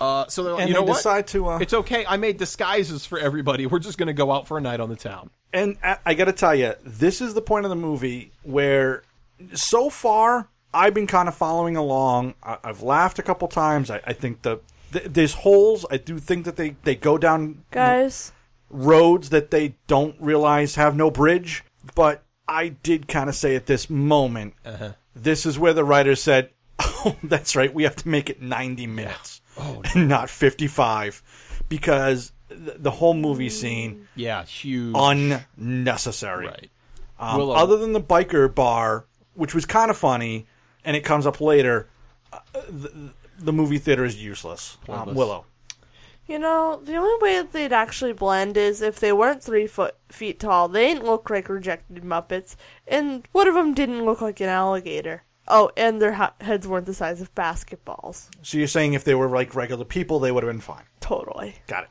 Speaker 7: Uh, so they're like,
Speaker 6: And
Speaker 7: you know
Speaker 6: they
Speaker 7: what?
Speaker 6: decide to, uh,
Speaker 7: it's okay. I made disguises for everybody. We're just going to go out for a night on the town.
Speaker 6: And I, I got to tell you, this is the point of the movie where, so far, I've been kind of following along. I, I've laughed a couple times. I, I think the th- there's holes. I do think that they they go down
Speaker 8: guys.
Speaker 6: roads that they don't realize have no bridge. But I did kind of say at this moment,
Speaker 7: Uh-huh.
Speaker 6: this is where the writer said, "Oh, that's right. We have to make it 90 minutes,
Speaker 7: Oh,
Speaker 6: and not 55, because th- the whole movie scene
Speaker 7: Yeah, huge.
Speaker 6: unnecessary."
Speaker 7: right.
Speaker 6: Um,
Speaker 7: Willow.
Speaker 6: other than the biker bar, which was kind of funny, and it comes up later, uh, the, the movie theater is useless. Um,
Speaker 7: Pointless.
Speaker 6: Willow.
Speaker 8: You know, the only way that they'd actually blend is if they weren't three foot feet tall. They didn't look like rejected Muppets, and one of them didn't look like an alligator. Oh, and their ha- heads weren't the size of basketballs.
Speaker 6: So you're saying if they were like regular people, they would have been fine.
Speaker 8: Totally.
Speaker 6: Got it.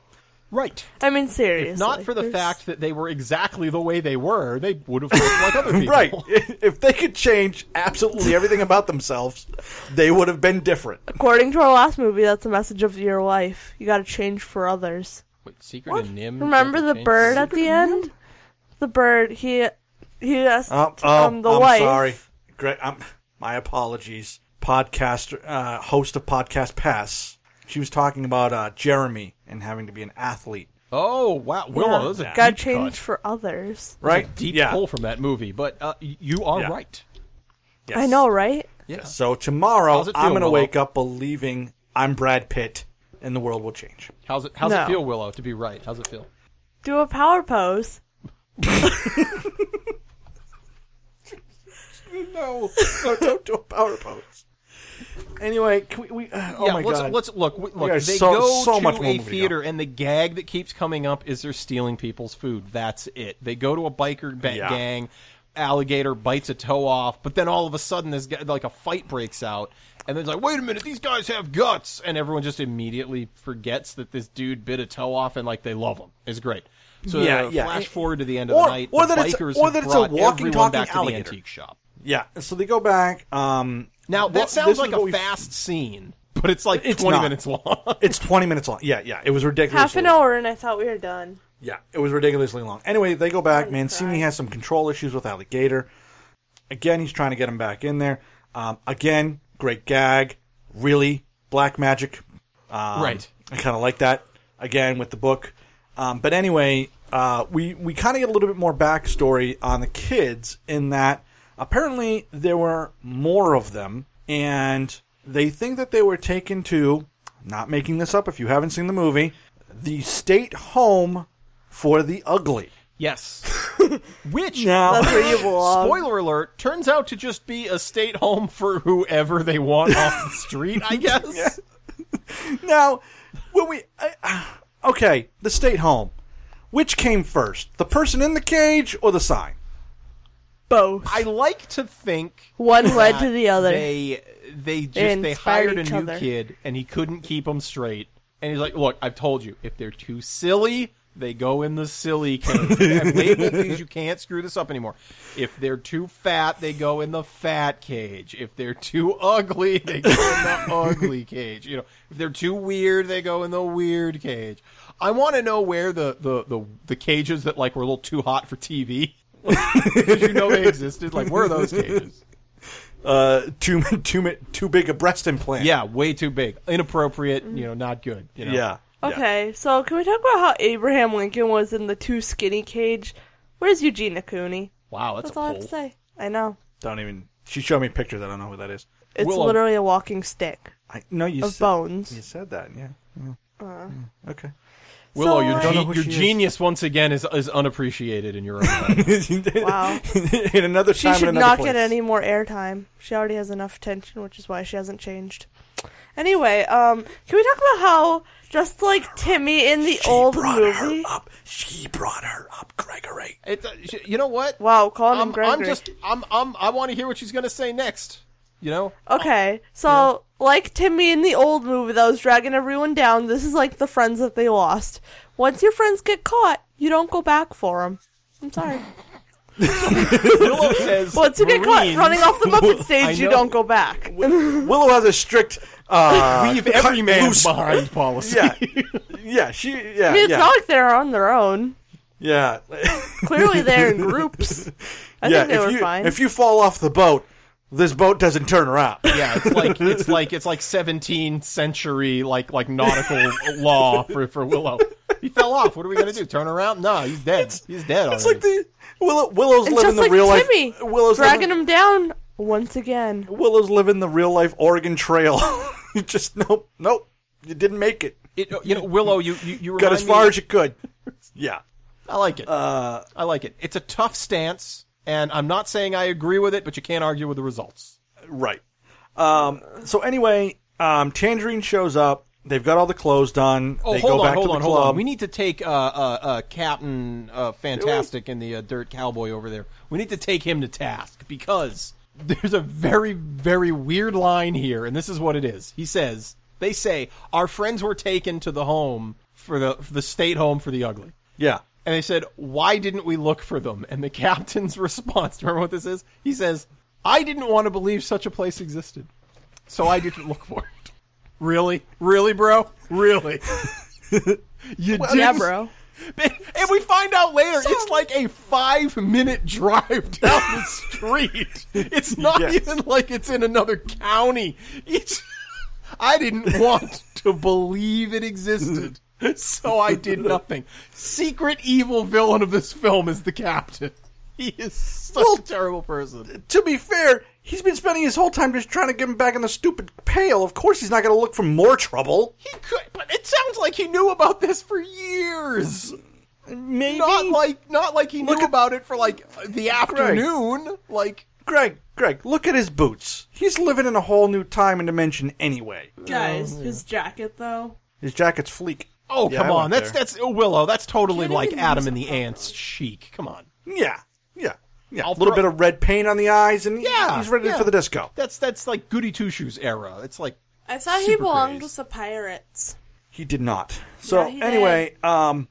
Speaker 7: Right.
Speaker 8: I mean, seriously.
Speaker 7: Not for the
Speaker 8: there's-
Speaker 7: fact that they were exactly the way they were. They would have looked like other people.
Speaker 6: Right. if they could change absolutely everything about themselves, they would have been different.
Speaker 8: According to our last movie, that's a message of your life. You gotta change for others.
Speaker 9: Wait, Secret and Nim.
Speaker 8: Remember the bird at the end? The bird, he. He asked
Speaker 6: Um, oh,
Speaker 8: um, the
Speaker 6: I'm
Speaker 8: wife.
Speaker 6: sorry. Greg, um, my apologies. Podcaster, uh, host of Podcast Pass. She was talking about uh, Jeremy and having to be an athlete.
Speaker 7: Oh wow, Willow, that was a
Speaker 8: Gotta
Speaker 7: deep
Speaker 8: change
Speaker 7: cut.
Speaker 8: for others.
Speaker 7: A
Speaker 6: Right?
Speaker 7: deep
Speaker 6: yeah.
Speaker 7: pull from that movie. But uh, y- you are
Speaker 6: Yeah.
Speaker 7: right.
Speaker 6: Yes.
Speaker 8: I know, right?
Speaker 6: So tomorrow,
Speaker 7: How's it feel,
Speaker 6: I'm going to
Speaker 7: Willow?
Speaker 6: wake up believing I'm Brad Pitt and the world will change.
Speaker 7: How's it? How's
Speaker 8: No.
Speaker 7: it feel, Willow, to be right? How's it feel?
Speaker 8: Do a power pose.
Speaker 7: No.
Speaker 6: no, don't do a power pose. Anyway, can we? we uh, oh
Speaker 7: yeah,
Speaker 6: my
Speaker 7: let's,
Speaker 6: god!
Speaker 7: let's look. we- Look,
Speaker 6: are
Speaker 7: they
Speaker 6: so-
Speaker 7: go
Speaker 6: so
Speaker 7: to
Speaker 6: much more
Speaker 7: a
Speaker 6: movie to go.
Speaker 7: theater, and the gag that keeps coming up is they're stealing people's food. That's it. They go to a biker ba-
Speaker 6: Yeah.
Speaker 7: gang, alligator bites a toe off, but then all of a sudden, this guy, like a fight breaks out, and then it's like, wait a minute, these guys have guts, and everyone just immediately forgets that this dude bit a toe off, and like they love him. It's great. So
Speaker 6: Yeah,
Speaker 7: uh,
Speaker 6: yeah.
Speaker 7: flash forward to the end of
Speaker 6: Or-
Speaker 7: the night,
Speaker 6: or
Speaker 7: the
Speaker 6: that it's-
Speaker 7: bikers
Speaker 6: or
Speaker 7: have
Speaker 6: that it's a
Speaker 7: brought
Speaker 6: walking,
Speaker 7: everyone
Speaker 6: talking
Speaker 7: back to
Speaker 6: alligator.
Speaker 7: the antique shop.
Speaker 6: yeah. So they go back. Um,
Speaker 7: Now
Speaker 6: well,
Speaker 7: that
Speaker 6: this
Speaker 7: sounds
Speaker 6: is
Speaker 7: like
Speaker 6: what
Speaker 7: a
Speaker 6: we-
Speaker 7: fast scene, but it's like
Speaker 6: It's
Speaker 7: twenty
Speaker 6: not.
Speaker 7: minutes long.
Speaker 6: It's 20 minutes long. Yeah, yeah. It was ridiculous.
Speaker 8: Half an hour, and I thought we were done.
Speaker 6: Yeah, it was ridiculously long. Anyway, they go back. Mancini has some control issues with Alligator. Again, he's trying to get him back in there. Um, again, great gag. Really, black magic. Um,
Speaker 7: Right.
Speaker 6: I kind of like that. Again, with the book. Um, but anyway, uh, we we kind of get a little bit more backstory on the kids in that apparently there were more of them, and they think that they were taken to. Not making this up. If you haven't seen the movie, the state home for the ugly.
Speaker 7: Yes. Which,
Speaker 6: Uh,
Speaker 8: That's where you belong.
Speaker 7: spoiler alert, turns out to just be a state home for whoever they want off the street, I guess.
Speaker 6: Now, when we I, okay, the state home. Which came first, the person in the cage or the sign?
Speaker 8: Both.
Speaker 7: I like to think
Speaker 8: One led
Speaker 7: that
Speaker 8: to the other.
Speaker 7: They they just
Speaker 8: They
Speaker 7: they,
Speaker 8: inspired
Speaker 7: hired a
Speaker 8: each
Speaker 7: new
Speaker 8: other.
Speaker 7: kid and he couldn't keep them straight. And he's like, "Look, I've told you, if they're too silly, they go in the silly cage. I've labeled these. You can't screw this up anymore. If they're too fat, they go in the fat cage. If they're too ugly, they go in the ugly cage. You know, if they're too weird, they go in the weird cage. I want to know where the the the, the cages that like were a little too hot for TV." Did you know they existed? Like, where are those cages?
Speaker 6: Uh, too too too big a breast implant.
Speaker 7: Yeah, way too big, inappropriate.
Speaker 6: Mm-hmm.
Speaker 7: You know, not good. You know?
Speaker 6: yeah.
Speaker 8: okay, so can we talk about how Abraham Lincoln was in the too skinny cage? Where's Eugenia Cooney?
Speaker 7: Wow, that's,
Speaker 8: That's
Speaker 7: a
Speaker 8: all I
Speaker 7: all
Speaker 8: have to say. I know.
Speaker 6: Don't even. She showed me pictures. I don't know who that is.
Speaker 8: It's
Speaker 7: Willow.
Speaker 8: literally a walking stick
Speaker 6: I no you
Speaker 8: of Uh.
Speaker 6: said,
Speaker 8: bones.
Speaker 6: You said that. Yeah. yeah. Yeah, Okay.
Speaker 7: Willow, your,
Speaker 8: I
Speaker 6: don't know
Speaker 7: ge-
Speaker 6: who
Speaker 7: your
Speaker 6: she is.
Speaker 7: genius once again is is unappreciated in your own. eyes.
Speaker 8: Wow.
Speaker 6: in another
Speaker 8: She
Speaker 6: time,
Speaker 8: should
Speaker 6: and another
Speaker 8: not
Speaker 6: place.
Speaker 8: get any more airtime. She already has enough attention, which is why she hasn't changed. Anyway, um, can we talk about how just like Timmy in the
Speaker 6: She
Speaker 8: old
Speaker 6: brought
Speaker 8: movie?
Speaker 6: her up. She brought her up, Gregory.
Speaker 7: It, uh, sh- you know what?
Speaker 8: Wow, calling him
Speaker 7: I'm,
Speaker 8: Gregory.
Speaker 7: I'm just I'm, I'm I want to hear what she's gonna say next. You know,
Speaker 8: Okay, so like Timmy in the old movie that was dragging everyone down, this is like the friends that they lost. Once your friends get caught, you don't go back for them. I'm sorry.
Speaker 9: Willow says,
Speaker 8: Once you get caught
Speaker 9: "Marines,
Speaker 8: running off the Muppet stage, you
Speaker 9: know.
Speaker 8: don't go back.
Speaker 6: Willow has a strict. Uh,
Speaker 7: Leave every
Speaker 6: cut
Speaker 7: man
Speaker 6: loose-
Speaker 7: behind policy.
Speaker 6: Yeah, yeah, she, yeah,
Speaker 8: I mean, it's
Speaker 6: yeah,
Speaker 8: not like they're on their own.
Speaker 6: yeah.
Speaker 8: Clearly, they're in groups. I
Speaker 6: yeah,
Speaker 8: think they
Speaker 6: if
Speaker 8: were
Speaker 6: you,
Speaker 8: fine.
Speaker 6: If you fall off the boat, this boat doesn't turn around.
Speaker 7: Yeah, it's like it's like it's like 17th century like like nautical law for for Willow. He fell off. What are we gonna do? Turn around? No, he's dead. he's dead.
Speaker 6: It's like the Willow, Willow's
Speaker 8: and
Speaker 6: living
Speaker 8: just
Speaker 6: the
Speaker 8: like
Speaker 6: real
Speaker 8: Timmy,
Speaker 6: life. Willow's
Speaker 8: dragging
Speaker 6: living,
Speaker 8: him down once again.
Speaker 6: Willow's living the real life Oregon Trail. you just nope, nope. You didn't make it.
Speaker 7: It, you know, Willow, you you, you
Speaker 6: Got
Speaker 7: remind
Speaker 6: as far
Speaker 7: me-
Speaker 6: as you could. Yeah.
Speaker 7: I like it. I like it. It's a tough stance, and I'm not saying I agree with it, but you can't argue with the results.
Speaker 6: Right. Um, so anyway, um, Tangerine shows up. They've got all the clothes done.
Speaker 7: Oh,
Speaker 6: they
Speaker 7: hold
Speaker 6: go
Speaker 7: on,
Speaker 6: back
Speaker 7: hold
Speaker 6: to the
Speaker 7: on,
Speaker 6: club.
Speaker 7: hold on. We need to take uh, uh, uh, Captain uh, Fantastic and the uh, Dirt Cowboy over there. We need to take him to task because there's a very, very weird line here, and this is what it is. He says, "They say our friends were taken to the home for the for the state home for the ugly."
Speaker 6: yeah.
Speaker 7: And they said, Why didn't we look for them? And the captain's response, do you remember what this is? He says, I didn't want to believe such a place existed. So I didn't look for it. Really? Really, bro? Really? you did.
Speaker 8: Yeah, bro.
Speaker 7: And we find out later it's like a five minute drive down the street. It's not
Speaker 6: Yes.
Speaker 7: even like it's in another county. It's. I didn't want to believe it existed, so I did nothing. Secret evil villain of this film is the captain. He is such a terrible person.
Speaker 6: To be fair, he's been spending his whole time just trying to get him back in the stupid pail. Of course, he's not going to look for more trouble.
Speaker 7: He could, but it sounds like he knew about this for years.
Speaker 6: Maybe.
Speaker 7: Not like, not like he knew
Speaker 6: Look at-
Speaker 7: about it for like the afternoon. Like,
Speaker 6: Greg, Greg, look at his boots. He's living in a whole new time and dimension anyway. Oh,
Speaker 8: Guys, his jacket though.
Speaker 6: His jacket's fleek.
Speaker 7: Oh
Speaker 6: Yeah,
Speaker 7: come
Speaker 6: I
Speaker 7: on,
Speaker 6: went
Speaker 7: that's
Speaker 6: there.
Speaker 7: that's oh, Willow. That's totally
Speaker 8: Can't
Speaker 7: like
Speaker 8: even
Speaker 7: Adam
Speaker 8: use
Speaker 7: and the Ants chic. Come on,
Speaker 6: Yeah, yeah, yeah.
Speaker 7: I'll
Speaker 6: A little
Speaker 7: throw-
Speaker 6: bit of red paint on the eyes, and
Speaker 7: Yeah,
Speaker 6: he's ready
Speaker 7: yeah.
Speaker 6: for the disco.
Speaker 7: that's that's like Goody Two Shoes era. It's like
Speaker 8: I thought
Speaker 7: he Super belonged crazed. with
Speaker 8: the pirates.
Speaker 6: He did not. So
Speaker 8: Yeah, he did.
Speaker 6: anyway, um,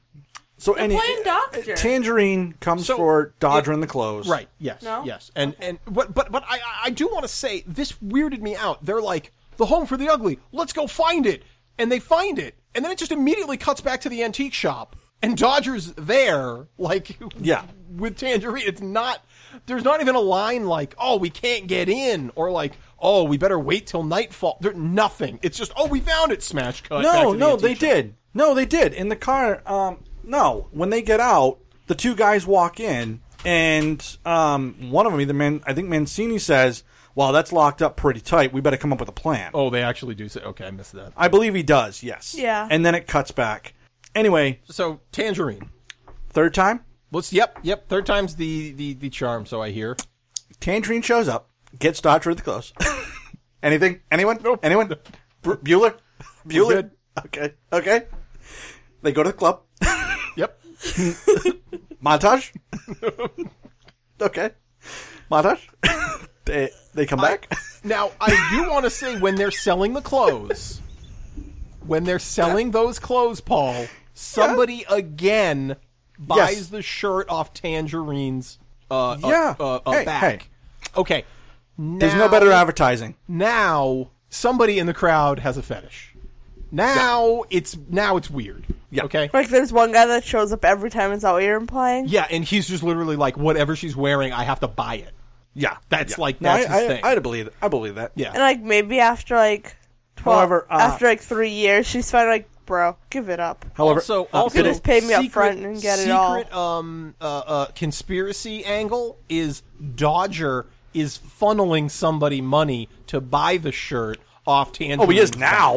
Speaker 6: so any
Speaker 8: playing doctor.
Speaker 6: Tangerine comes
Speaker 7: So,
Speaker 6: for Dodger
Speaker 7: it-
Speaker 6: in the clothes.
Speaker 7: right, yes,
Speaker 8: No?
Speaker 7: yes, and and but but but I I- I do want to say this weirded me out. They're like the home for the ugly. Let's go find it, and they find it, and then it just immediately cuts back to the antique shop, and Dodger's there, like
Speaker 6: Yeah.
Speaker 7: with Tangerine. It's not. There's not even a line like, "Oh, we can't get in," or like, "Oh, we better wait till nightfall." There's nothing. It's just, "Oh, we found it." Smash cut. back to
Speaker 6: No,
Speaker 7: the
Speaker 6: no,
Speaker 7: antique
Speaker 6: they
Speaker 7: shop.
Speaker 6: did. No, they did. In the car, um, no. When they get out, the two guys walk in, and um, one of them, either man, I think Mancini says, "Wow, that's locked up pretty tight. We better come up with a plan."
Speaker 7: Oh, they actually do say. Okay, I missed that.
Speaker 6: I believe he does. Yes.
Speaker 8: Yeah.
Speaker 6: And then it cuts back. Anyway,
Speaker 7: So Tangerine.
Speaker 6: third time,
Speaker 7: Let's. Yep. Yep. Third time's the the the charm. So I hear.
Speaker 6: Tangerine shows up, gets Dodger at the close. Anything? Anyone? Anyone? Br- Bueller? Bueller?
Speaker 7: good.
Speaker 6: Okay. Okay. They go to the club.
Speaker 7: Yep.
Speaker 6: Montage? okay. Montage? they, they come back.
Speaker 7: Now I do want to say when they're selling the clothes, when they're selling those clothes, Paul, somebody again buys
Speaker 6: Yes.
Speaker 7: the shirt off Tangerine's. Uh,
Speaker 6: Yeah.
Speaker 7: Uh, uh, uh,
Speaker 6: Hey,
Speaker 7: back.
Speaker 6: hey.
Speaker 7: Okay. Now,
Speaker 6: There's no better advertising.
Speaker 7: now somebody in the crowd has a fetish. Now it's now it's weird.
Speaker 6: Yeah.
Speaker 7: Okay.
Speaker 8: Like there's one guy that shows up every time it's out here and playing.
Speaker 7: Yeah, and he's just literally like, whatever she's wearing, I have to buy it.
Speaker 6: Yeah.
Speaker 7: That's
Speaker 6: Yeah.
Speaker 7: like-
Speaker 6: No,
Speaker 7: that's
Speaker 6: I,
Speaker 7: his
Speaker 6: I,
Speaker 7: thing.
Speaker 6: I'd believe it. I believe that.
Speaker 7: Yeah.
Speaker 8: And like maybe after like twelve
Speaker 6: However, uh,
Speaker 8: after like three years, she's finally like, Bro, give it up.
Speaker 6: However,
Speaker 7: also, oh,
Speaker 6: uh,
Speaker 7: also
Speaker 6: did
Speaker 8: Just pay me up front and get it all.
Speaker 7: Secret um, uh, uh, conspiracy angle is Dodger is funneling somebody money to buy the shirt off Tangerine.
Speaker 6: Oh, he is now.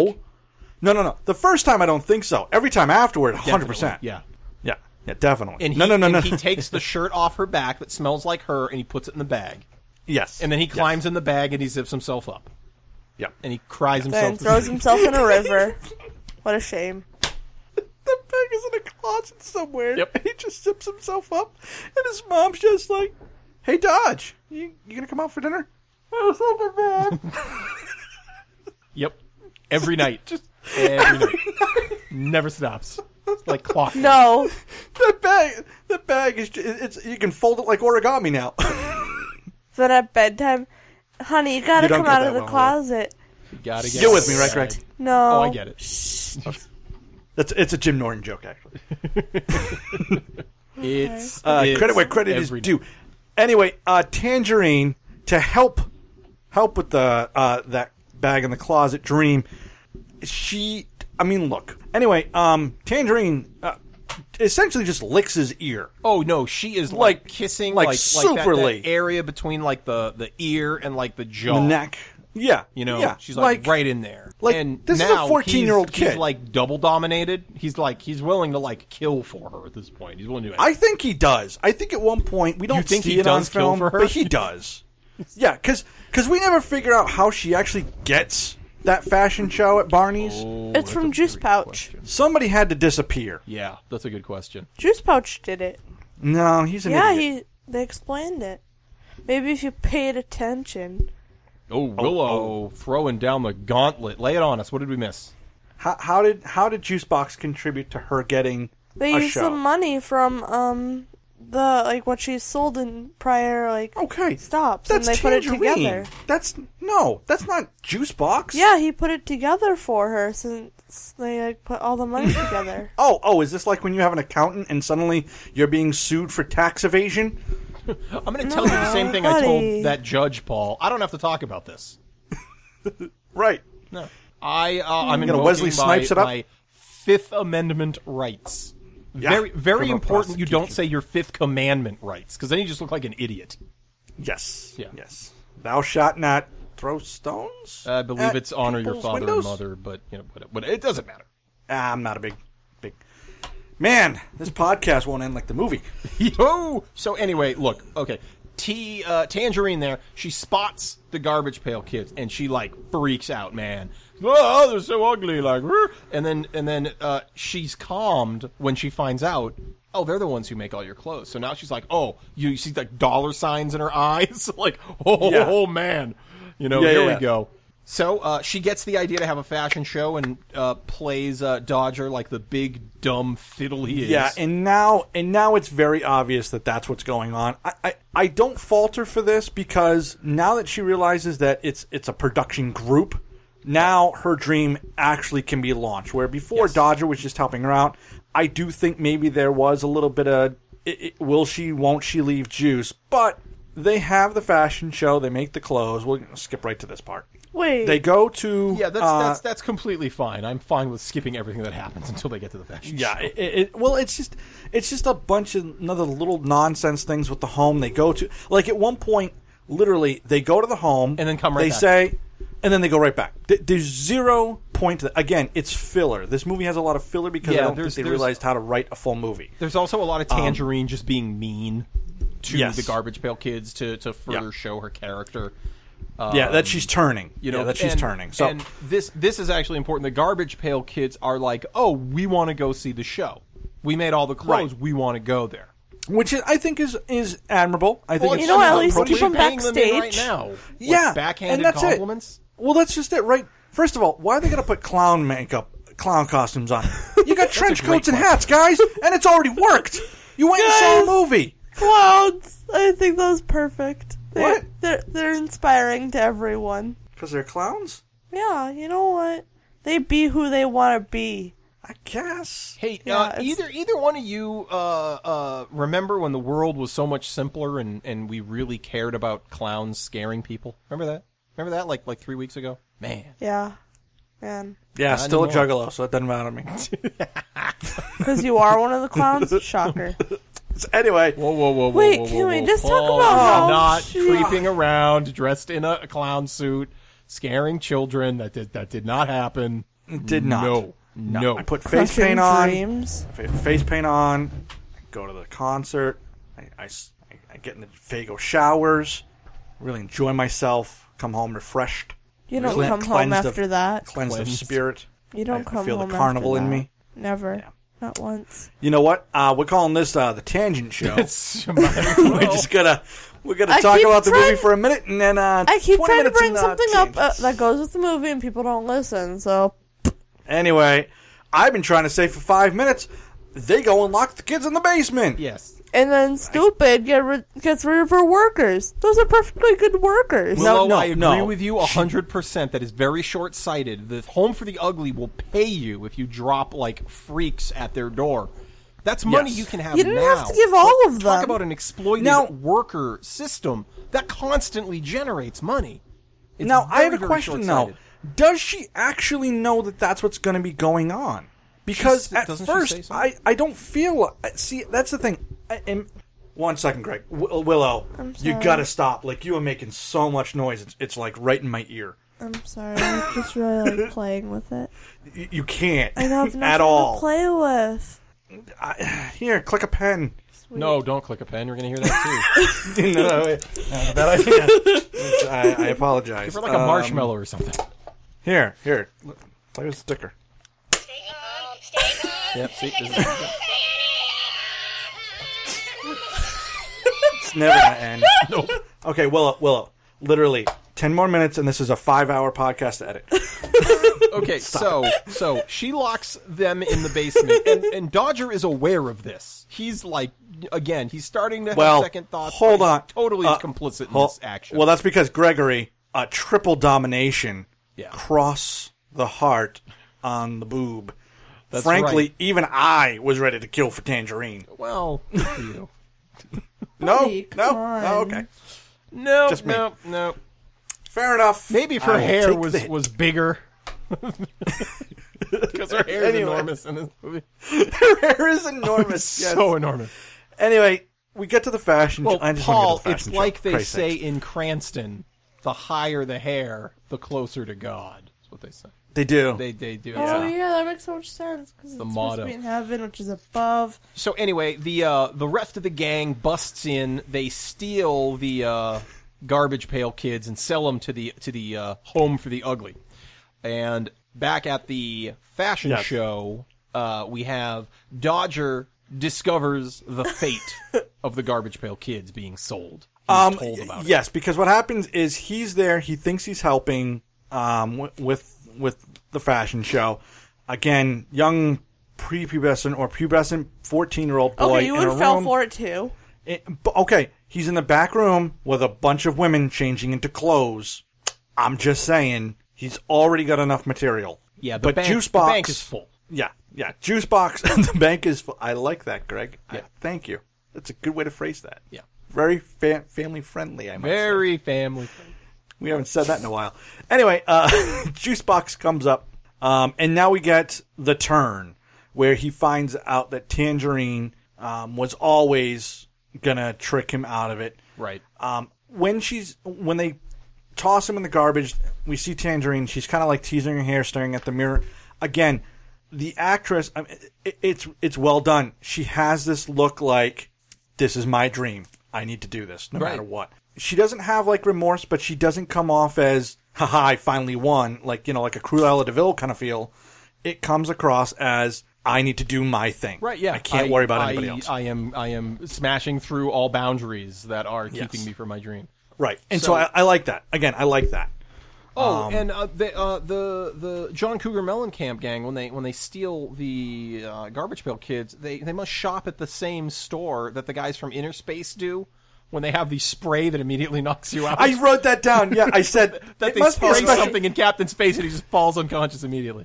Speaker 6: No, no, no. The first time, I don't think so. Every time afterward, 100%.
Speaker 7: Yeah.
Speaker 6: Yeah. Yeah, definitely.
Speaker 7: And he,
Speaker 6: no, no, no,
Speaker 7: and
Speaker 6: no.
Speaker 7: he takes the shirt off her back that smells like her, and he puts it in the bag.
Speaker 6: yes.
Speaker 7: And then he climbs in the bag and he zips himself up,
Speaker 6: Yeah.
Speaker 7: and he cries
Speaker 8: Then
Speaker 7: himself. to
Speaker 8: throws
Speaker 7: sleep.
Speaker 8: himself in a river. What a shame.
Speaker 6: the bag is in a closet somewhere.
Speaker 7: Yep.
Speaker 6: And he just zips himself up, and his mom's just like, "Hey, Dodge, you, you gonna come out for dinner?" I was like, "Mom."
Speaker 7: Yep. Every night. Just every night. Never stops. It's like clock.
Speaker 8: No,
Speaker 6: That bag, that bag is ju- it's you can fold it like origami now.
Speaker 8: then at bedtime, honey, you gotta
Speaker 6: You don't
Speaker 8: come
Speaker 6: get
Speaker 8: out
Speaker 6: that
Speaker 8: of the
Speaker 6: one,
Speaker 8: closet.
Speaker 7: You gotta get
Speaker 6: Get with me, right, Greg?
Speaker 8: No.
Speaker 7: Oh, I get it.
Speaker 6: That's it's a Jim Norton joke actually.
Speaker 7: It's,
Speaker 6: Uh,
Speaker 7: it's
Speaker 6: credit where credit
Speaker 7: every
Speaker 6: is due. Anyway, uh, Tangerine to help help with the uh, that bag in the closet dream. She, I mean, look. Anyway, um, Tangerine uh, essentially just licks his ear.
Speaker 7: Oh no, she is like,
Speaker 6: Like-
Speaker 7: kissing
Speaker 6: like
Speaker 7: like, like that-
Speaker 6: super
Speaker 7: that
Speaker 6: late.
Speaker 7: area between like the the ear and like the jaw.
Speaker 6: The neck. Yeah,
Speaker 7: You know,
Speaker 6: Yeah,
Speaker 7: she's like, right in there.
Speaker 6: like,
Speaker 7: and
Speaker 6: this is a
Speaker 7: now
Speaker 6: 14-year-old
Speaker 7: he's- he's,
Speaker 6: kid.
Speaker 7: like double dominated. He's like he's willing to like kill for her at this point. He's willing to. Do
Speaker 6: I
Speaker 7: anything.
Speaker 6: think he does. I think at one point we don't
Speaker 7: think
Speaker 6: see
Speaker 7: he
Speaker 6: it on
Speaker 7: does kill
Speaker 6: film,
Speaker 7: for her?
Speaker 6: but he does. yeah, because we never figure out how she actually gets that fashion show at Barney's.
Speaker 7: Oh.
Speaker 8: It's from Juice Pouch.
Speaker 6: Somebody had to disappear.
Speaker 7: yeah, that's a good question.
Speaker 8: Juice Pouch did it.
Speaker 6: No, he's an
Speaker 8: yeah,
Speaker 6: idiot.
Speaker 8: he. They explained it. Maybe if you paid attention.
Speaker 7: Oh Willow, throwing down the gauntlet. Lay it on us. What did we miss?
Speaker 6: How, how did how did Juicebox contribute to her getting
Speaker 8: They
Speaker 6: a
Speaker 8: used
Speaker 6: show?
Speaker 8: some money from um the like what she sold in prior like
Speaker 6: okay,
Speaker 8: stops
Speaker 6: That's
Speaker 8: and they
Speaker 6: tangerine.
Speaker 8: put it together.
Speaker 6: That's no, that's not Juicebox.
Speaker 8: Yeah, he put it together for her since they like put all the money together.
Speaker 6: Oh, oh, is this like when you have an accountant and suddenly you're being sued for tax evasion?
Speaker 7: I'm going to tell you the same thing I
Speaker 8: buddy.
Speaker 7: told that judge, Paul. I don't have to talk about this.
Speaker 6: Right.
Speaker 7: No, I uh, I'm
Speaker 6: gonna
Speaker 7: invoking
Speaker 6: Wesley
Speaker 7: my,
Speaker 6: Snipes it up?
Speaker 7: my Fifth Amendment rights. very very
Speaker 6: criminal
Speaker 7: important. You don't
Speaker 6: prosecution.
Speaker 7: say your Fifth Commandment rights because then you just look like an idiot.
Speaker 6: Yes.
Speaker 7: Yeah.
Speaker 6: Yes. Thou shalt not throw stones.
Speaker 7: I believe
Speaker 6: at
Speaker 7: it's honor your
Speaker 6: people's
Speaker 7: father
Speaker 6: windows?
Speaker 7: and mother, but you know, what, what, it doesn't matter.
Speaker 6: Ah, I'm not a big, big man. This podcast won't end like the movie.
Speaker 7: Yo! So anyway, look, okay. T uh, Tangerine there, she spots the garbage pail kids and she like freaks out, man. Oh, they're so ugly, like "Rrr." and then and then uh, she's calmed when she finds out, oh, they're the ones who make all your clothes. So now she's like, Oh, you, you see like dollar signs in her eyes? like, oh,
Speaker 6: Yeah.
Speaker 7: oh man. You know,
Speaker 6: Yeah,
Speaker 7: here
Speaker 6: yeah.
Speaker 7: we go. So uh, she gets the idea to have a fashion show and uh, plays uh, Dodger like the big dumb fiddle he is.
Speaker 6: Yeah, and now and now it's very obvious that that's what's going on. I, I, I don't falter for this because now that she realizes that it's it's a production group, now her dream actually can be launched. Where before Dodger was just helping her out, I do think maybe there was a little bit of it, it, will she won't she leave juice, but they have the fashion show, they make the clothes. We'll skip right to this part.
Speaker 8: Wait.
Speaker 6: They go to
Speaker 7: Yeah, that's
Speaker 6: uh,
Speaker 7: that's that's completely fine. I'm fine with skipping everything that happens until they get to the fashion.
Speaker 6: Yeah, it, it, it- well, it's just it's just a bunch of another little nonsense things with the home they go to. Like at one point, literally, they go to the home
Speaker 7: And then come right
Speaker 6: They
Speaker 7: back.
Speaker 6: say, and then they go right back. Th- There's zero point. To that. Again, it's filler. This movie has a lot of filler because I
Speaker 7: Yeah,
Speaker 6: don't think
Speaker 7: there's-
Speaker 6: they
Speaker 7: there's-
Speaker 6: realized how to write a full movie.
Speaker 7: There's also a lot of Tangerine just being mean to
Speaker 6: Um, Yes.
Speaker 7: the garbage pail kids to to further
Speaker 6: Yeah.
Speaker 7: show her character. Um,
Speaker 6: yeah, that she's turning.
Speaker 7: You know
Speaker 6: yeah, that she's
Speaker 7: Uh, and-
Speaker 6: turning. So
Speaker 7: and this this is actually important. The garbage pail kids are like, oh, we want to go see the show. We made all the clothes.
Speaker 6: Right.
Speaker 7: We want to go there.
Speaker 6: which is, I think is is admirable. I think
Speaker 7: Well,
Speaker 6: it's
Speaker 8: You know what, at least
Speaker 6: appropriate.
Speaker 8: keep 'em
Speaker 7: paying them in right
Speaker 8: backstage.
Speaker 7: now. With
Speaker 6: yeah,
Speaker 7: backhanded
Speaker 6: and that's it.
Speaker 7: compliments.
Speaker 6: Well, that's just it, right? First of all, why are they going to put clown makeup, clown costumes on? You got trench
Speaker 7: great
Speaker 6: coats and hats, guys, and it's already worked. You went and saw a movie.
Speaker 8: Clowns! I think that was perfect. They're,
Speaker 6: What?
Speaker 8: They're, they're inspiring to everyone.
Speaker 6: Because they're clowns?
Speaker 8: Yeah, you know what? They be who they want to be.
Speaker 6: I guess.
Speaker 7: Hey,
Speaker 8: Yeah,
Speaker 7: uh,
Speaker 8: it's-
Speaker 7: either either one of you uh, uh, remember when the world was so much simpler and, and we really cared about clowns scaring people? Remember that? Remember that? Like like three weeks ago. Man,
Speaker 8: Yeah. Man.
Speaker 6: Yeah,
Speaker 7: Not
Speaker 6: still
Speaker 7: anymore.
Speaker 6: a juggalo, so it doesn't matter to me.
Speaker 8: Because you are one of the clowns? Shocker.
Speaker 6: So anyway,
Speaker 7: whoa, whoa, whoa, whoa,
Speaker 8: Wait,
Speaker 7: whoa,
Speaker 8: can
Speaker 7: whoa,
Speaker 8: we
Speaker 7: whoa.
Speaker 8: just talk
Speaker 7: Paul,
Speaker 8: about Oh, how
Speaker 7: not
Speaker 8: she-
Speaker 7: creeping around dressed in a, a clown suit, scaring children? That did that did not happen.
Speaker 6: did not.
Speaker 7: No, no.
Speaker 6: I put face
Speaker 8: Crushing
Speaker 6: paint on.
Speaker 8: dreams.
Speaker 6: fa- Face paint on. I go to the concert. I, I s- I- I get in the Fago showers. Really enjoy myself. Come home refreshed.
Speaker 8: You don't
Speaker 6: Cle-
Speaker 8: come home
Speaker 6: cleansed of-
Speaker 8: after that.
Speaker 6: Cleansed of
Speaker 7: Cleansed.
Speaker 6: spirit.
Speaker 8: You don't
Speaker 6: I
Speaker 8: come
Speaker 6: feel
Speaker 8: home
Speaker 6: the carnival
Speaker 8: after
Speaker 6: in
Speaker 8: that.
Speaker 6: me.
Speaker 8: Never. Not once.
Speaker 6: You know what? Uh, we're calling this uh, the Tangent Show.
Speaker 7: It's- might as well.
Speaker 6: we're just gonna we're gonna
Speaker 8: Oh. I
Speaker 6: talk
Speaker 8: keep
Speaker 6: about the
Speaker 8: trying-
Speaker 6: movie for a minute, and then uh,
Speaker 8: I keep
Speaker 6: 20
Speaker 8: trying to
Speaker 6: minutes
Speaker 8: bring
Speaker 6: in, uh,
Speaker 8: something up uh,
Speaker 6: tangents.
Speaker 8: that goes with the movie and people don't listen, so.
Speaker 6: Anyway, I've been trying to say for five minutes. They go and lock the kids in the basement.
Speaker 7: Yes.
Speaker 8: And then stupid get rid gets rid of her workers. Those are perfectly good workers.
Speaker 6: Well-
Speaker 7: Willow,
Speaker 6: no,
Speaker 7: I agree
Speaker 6: no.
Speaker 7: with you 100%. That is very short sighted. The Home for the Ugly will pay you if you drop, like, freaks at their door. That's money
Speaker 6: Yes.
Speaker 7: you can have
Speaker 8: You didn't have
Speaker 7: now.
Speaker 8: to give all of
Speaker 7: Talk
Speaker 8: them.
Speaker 7: about an exploited
Speaker 6: Now-
Speaker 7: worker system that constantly generates money. It's
Speaker 6: Now, I
Speaker 7: very,
Speaker 6: have a
Speaker 7: very
Speaker 6: question though.
Speaker 7: short-sighted.
Speaker 6: Does she actually know that that's what's going to be going on? Because
Speaker 7: She's-
Speaker 6: at
Speaker 7: doesn't she say
Speaker 6: first,
Speaker 7: so?
Speaker 6: I, I don't feel. I- See, that's the thing. I am, one second, Greg. Wi- uh, Willow, you gotta stop. Like, you are making so much noise. It's, it's like right in my ear.
Speaker 8: I'm sorry, I'm just really like playing with it.
Speaker 6: You, you can't.
Speaker 8: I don't have
Speaker 6: at
Speaker 8: nothing to
Speaker 6: all.
Speaker 8: play with.
Speaker 6: Here, click a pen.
Speaker 7: No, don't click a pen. You're going to hear that too.
Speaker 6: no, no, wait. Uh, that I can't. I, I apologize.
Speaker 7: You're like a
Speaker 6: Um,
Speaker 7: marshmallow or something.
Speaker 6: Here, here. Look, Play with the sticker.
Speaker 7: Yep, see, this is-
Speaker 6: It's never gonna end. nope. Okay, Willow, Willow. Literally, ten more minutes, and this is a five-hour podcast to edit.
Speaker 7: Okay, so so she locks them in the basement, and, and Dodger is aware of this. He's like, again, he's starting to have
Speaker 6: Well,
Speaker 7: second thoughts. but
Speaker 6: hold
Speaker 7: he's
Speaker 6: on.
Speaker 7: totally
Speaker 6: Uh,
Speaker 7: complicit in
Speaker 6: Well,
Speaker 7: this action.
Speaker 6: well, that's because Gregory, a triple domination,
Speaker 7: Yeah.
Speaker 6: cross the heart on the boob.
Speaker 7: That's
Speaker 6: Frankly,
Speaker 7: right.
Speaker 6: even I was ready to kill for Tangerine.
Speaker 7: well, you.
Speaker 6: No,
Speaker 8: Buddy,
Speaker 6: no,
Speaker 8: come on.
Speaker 6: no, okay,
Speaker 7: no,
Speaker 6: Just me.
Speaker 7: no, no.
Speaker 6: fair enough.
Speaker 7: Maybe if
Speaker 6: I
Speaker 7: her
Speaker 6: will
Speaker 7: hair
Speaker 6: take
Speaker 7: was
Speaker 6: the hit.
Speaker 7: was bigger. Because her hair is
Speaker 6: Anyway.
Speaker 7: enormous in this movie.
Speaker 6: her hair is enormous. yes.
Speaker 7: Oh, So enormous.
Speaker 6: Anyway, we get to the fashion.
Speaker 7: Well,
Speaker 6: I just
Speaker 7: Paul,
Speaker 6: want to get to the
Speaker 7: it's
Speaker 6: fashion
Speaker 7: like
Speaker 6: show,
Speaker 7: they
Speaker 6: Christ's
Speaker 7: say
Speaker 6: sakes.
Speaker 7: in Cranston the higher the hair, the closer to God. That's what they say.
Speaker 6: they do.
Speaker 7: They, they do.
Speaker 8: Oh yeah, that makes so much sense because it's supposed
Speaker 7: motto.
Speaker 8: to be in heaven, which is above.
Speaker 7: So anyway, the uh, the rest of the gang busts in. They steal the uh, garbage pail kids and sell them to the to the uh, home for the ugly. And back at the fashion
Speaker 6: Yes.
Speaker 7: show, uh, we have Dodger discovers the fate of the garbage pail kids being sold. He's
Speaker 6: um,
Speaker 7: told about it.
Speaker 6: yes, because what happens is he's there. He thinks he's helping um, wi- with with the fashion show. Again, young prepubescent or pubescent fourteen year old boy
Speaker 8: Okay, you
Speaker 6: in
Speaker 8: would
Speaker 6: a
Speaker 8: have fell
Speaker 6: room.
Speaker 8: for it too.
Speaker 6: it- b- okay, he's in the back room with a bunch of women changing into clothes. I'm just saying, he's already got enough material.
Speaker 7: Yeah, the
Speaker 6: but
Speaker 7: bank-
Speaker 6: juice
Speaker 7: the
Speaker 6: box
Speaker 7: bank is full.
Speaker 6: Yeah, yeah, juice box. the bank is full. I like that, Greg. I- thank you. That's a good way to phrase that.
Speaker 7: Yeah.
Speaker 6: very fa- family friendly. I might say.
Speaker 7: Very family.
Speaker 6: We haven't said that in a while. Anyway, uh, Juicebox comes up, um, and now we get the turn where he finds out that Tangerine um, was always gonna trick him out of it.
Speaker 7: Right.
Speaker 6: Um, when she's when they toss him in the garbage, we see Tangerine. She's kind of like teasing her hair, staring at the mirror. Again, the actress, I mean, it, it's it's well done. She has this look like this is my dream. I need to do this no
Speaker 7: Right.
Speaker 6: matter what. She doesn't have like remorse, but she doesn't come off as haha, I finally won, like you know, like a Cruella de Vil kind of feel. It comes across as I need to do my thing.
Speaker 7: Right, yeah.
Speaker 6: I can't worry about anybody
Speaker 7: I-
Speaker 6: else.
Speaker 7: I am I am smashing through all boundaries that are
Speaker 6: Yes.
Speaker 7: keeping me from my dream.
Speaker 6: right. And so,
Speaker 7: So-
Speaker 6: I, I like that. Again, I like that.
Speaker 7: Oh,
Speaker 6: Um,
Speaker 7: and uh, the, uh, the the John Cougar Mellencamp gang when they when they steal the uh, garbage pail kids, they they must shop at the same store that the guys from Inner Space do when they have the spray that immediately knocks you out.
Speaker 6: I wrote that down. Yeah, I said
Speaker 7: that
Speaker 6: it
Speaker 7: they
Speaker 6: must be
Speaker 7: spray
Speaker 6: a special-
Speaker 7: something in Captain Space and he just falls unconscious immediately.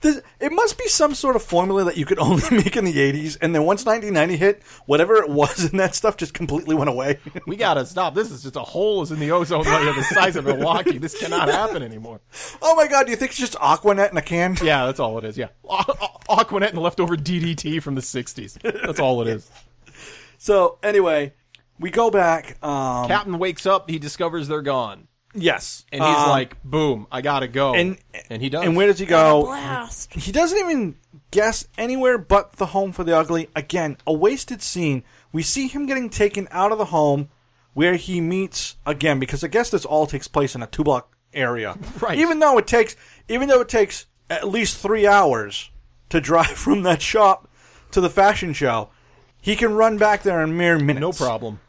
Speaker 6: this- it must be some sort of formula that you could only make in the '80s, and then once 1990 hit, whatever it was and that stuff just completely went away.
Speaker 7: We gotta stop. This is just a hole is in the ozone layer the size of Milwaukee. This cannot happen anymore.
Speaker 6: oh my god, do you think it's just Aquanet in a can?
Speaker 7: Yeah, that's all it is. Yeah, Aqu- Aquanet and leftover DDT from the '60s. That's all it is.
Speaker 6: So anyway, we go back. Um,
Speaker 7: Captain wakes up. He discovers they're gone,
Speaker 6: yes,
Speaker 7: and he's
Speaker 6: Um,
Speaker 7: like, "Boom! I gotta go."
Speaker 6: and
Speaker 7: and he does.
Speaker 6: And where does he go?
Speaker 8: Blast.
Speaker 6: He doesn't even guess anywhere but the home for the ugly. Again, a wasted scene. We see him getting taken out of the home where he meets again because I guess this all takes place in a two block area.
Speaker 7: Right.
Speaker 6: Even though it takes even though it takes at least three hours to drive from that shop to the fashion show, he can run back there in mere minutes.
Speaker 7: No problem.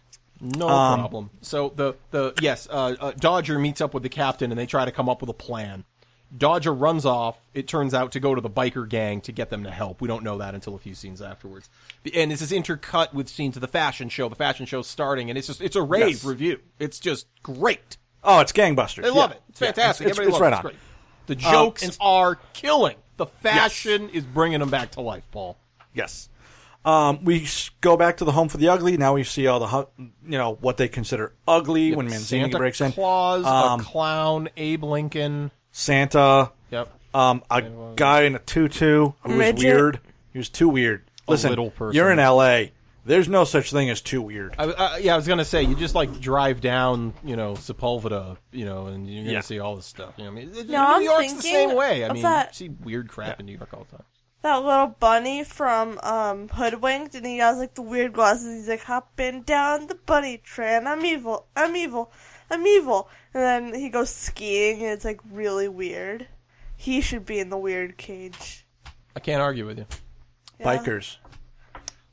Speaker 7: Um, No problem. So the the yes, uh, uh, Dodger meets up with the captain, and they try to come up with a plan. Dodger runs off. It turns out to go to the biker gang to get them to help. We don't know that until a few scenes afterwards. The- And this is intercut with scenes of the fashion show. The fashion show's starting, and it's just it's a rave
Speaker 6: Yes.
Speaker 7: review. It's just great.
Speaker 6: Oh, it's gangbusters.
Speaker 7: They love
Speaker 6: Yeah.
Speaker 7: it. It's fantastic.
Speaker 6: It's, it's,
Speaker 7: Everybody
Speaker 6: it's
Speaker 7: loves
Speaker 6: right on. Um,
Speaker 7: it. It's great. The jokes
Speaker 6: and-
Speaker 7: are killing. The fashion is bringing them back to life, Paul.
Speaker 6: Yes. Um, we s- go back to the home for the ugly. Now we see all the hu- you know what they consider ugly when Mancini
Speaker 7: Santa
Speaker 6: breaks in.
Speaker 7: Claus,
Speaker 6: Um,
Speaker 7: a clown, Abe Lincoln.
Speaker 6: Santa.
Speaker 7: Yep.
Speaker 6: Um, a guy in a tutu who was
Speaker 8: Midget.
Speaker 6: weird. He was too weird. Listen,
Speaker 7: little person.
Speaker 6: you're in L.A. There's no such thing as too weird.
Speaker 7: I, I, yeah, I was gonna say you just like drive down, you know, Sepulveda, you know, and you're gonna
Speaker 6: Yeah.
Speaker 7: see all this stuff. You know, I mean, New
Speaker 8: No, I'm
Speaker 7: York's the
Speaker 8: thinking
Speaker 7: same way. I
Speaker 8: of
Speaker 7: mean,
Speaker 8: that-
Speaker 7: you see weird crap in New York all the time.
Speaker 8: That little bunny from um, Hoodwinked, and he has like the weird glasses. He's like hopping down the bunny train. I'm evil. I'm evil. I'm evil. And then he goes skiing, and it's like really weird. He should be in the weird cage.
Speaker 7: I can't argue with you.
Speaker 6: Bikers.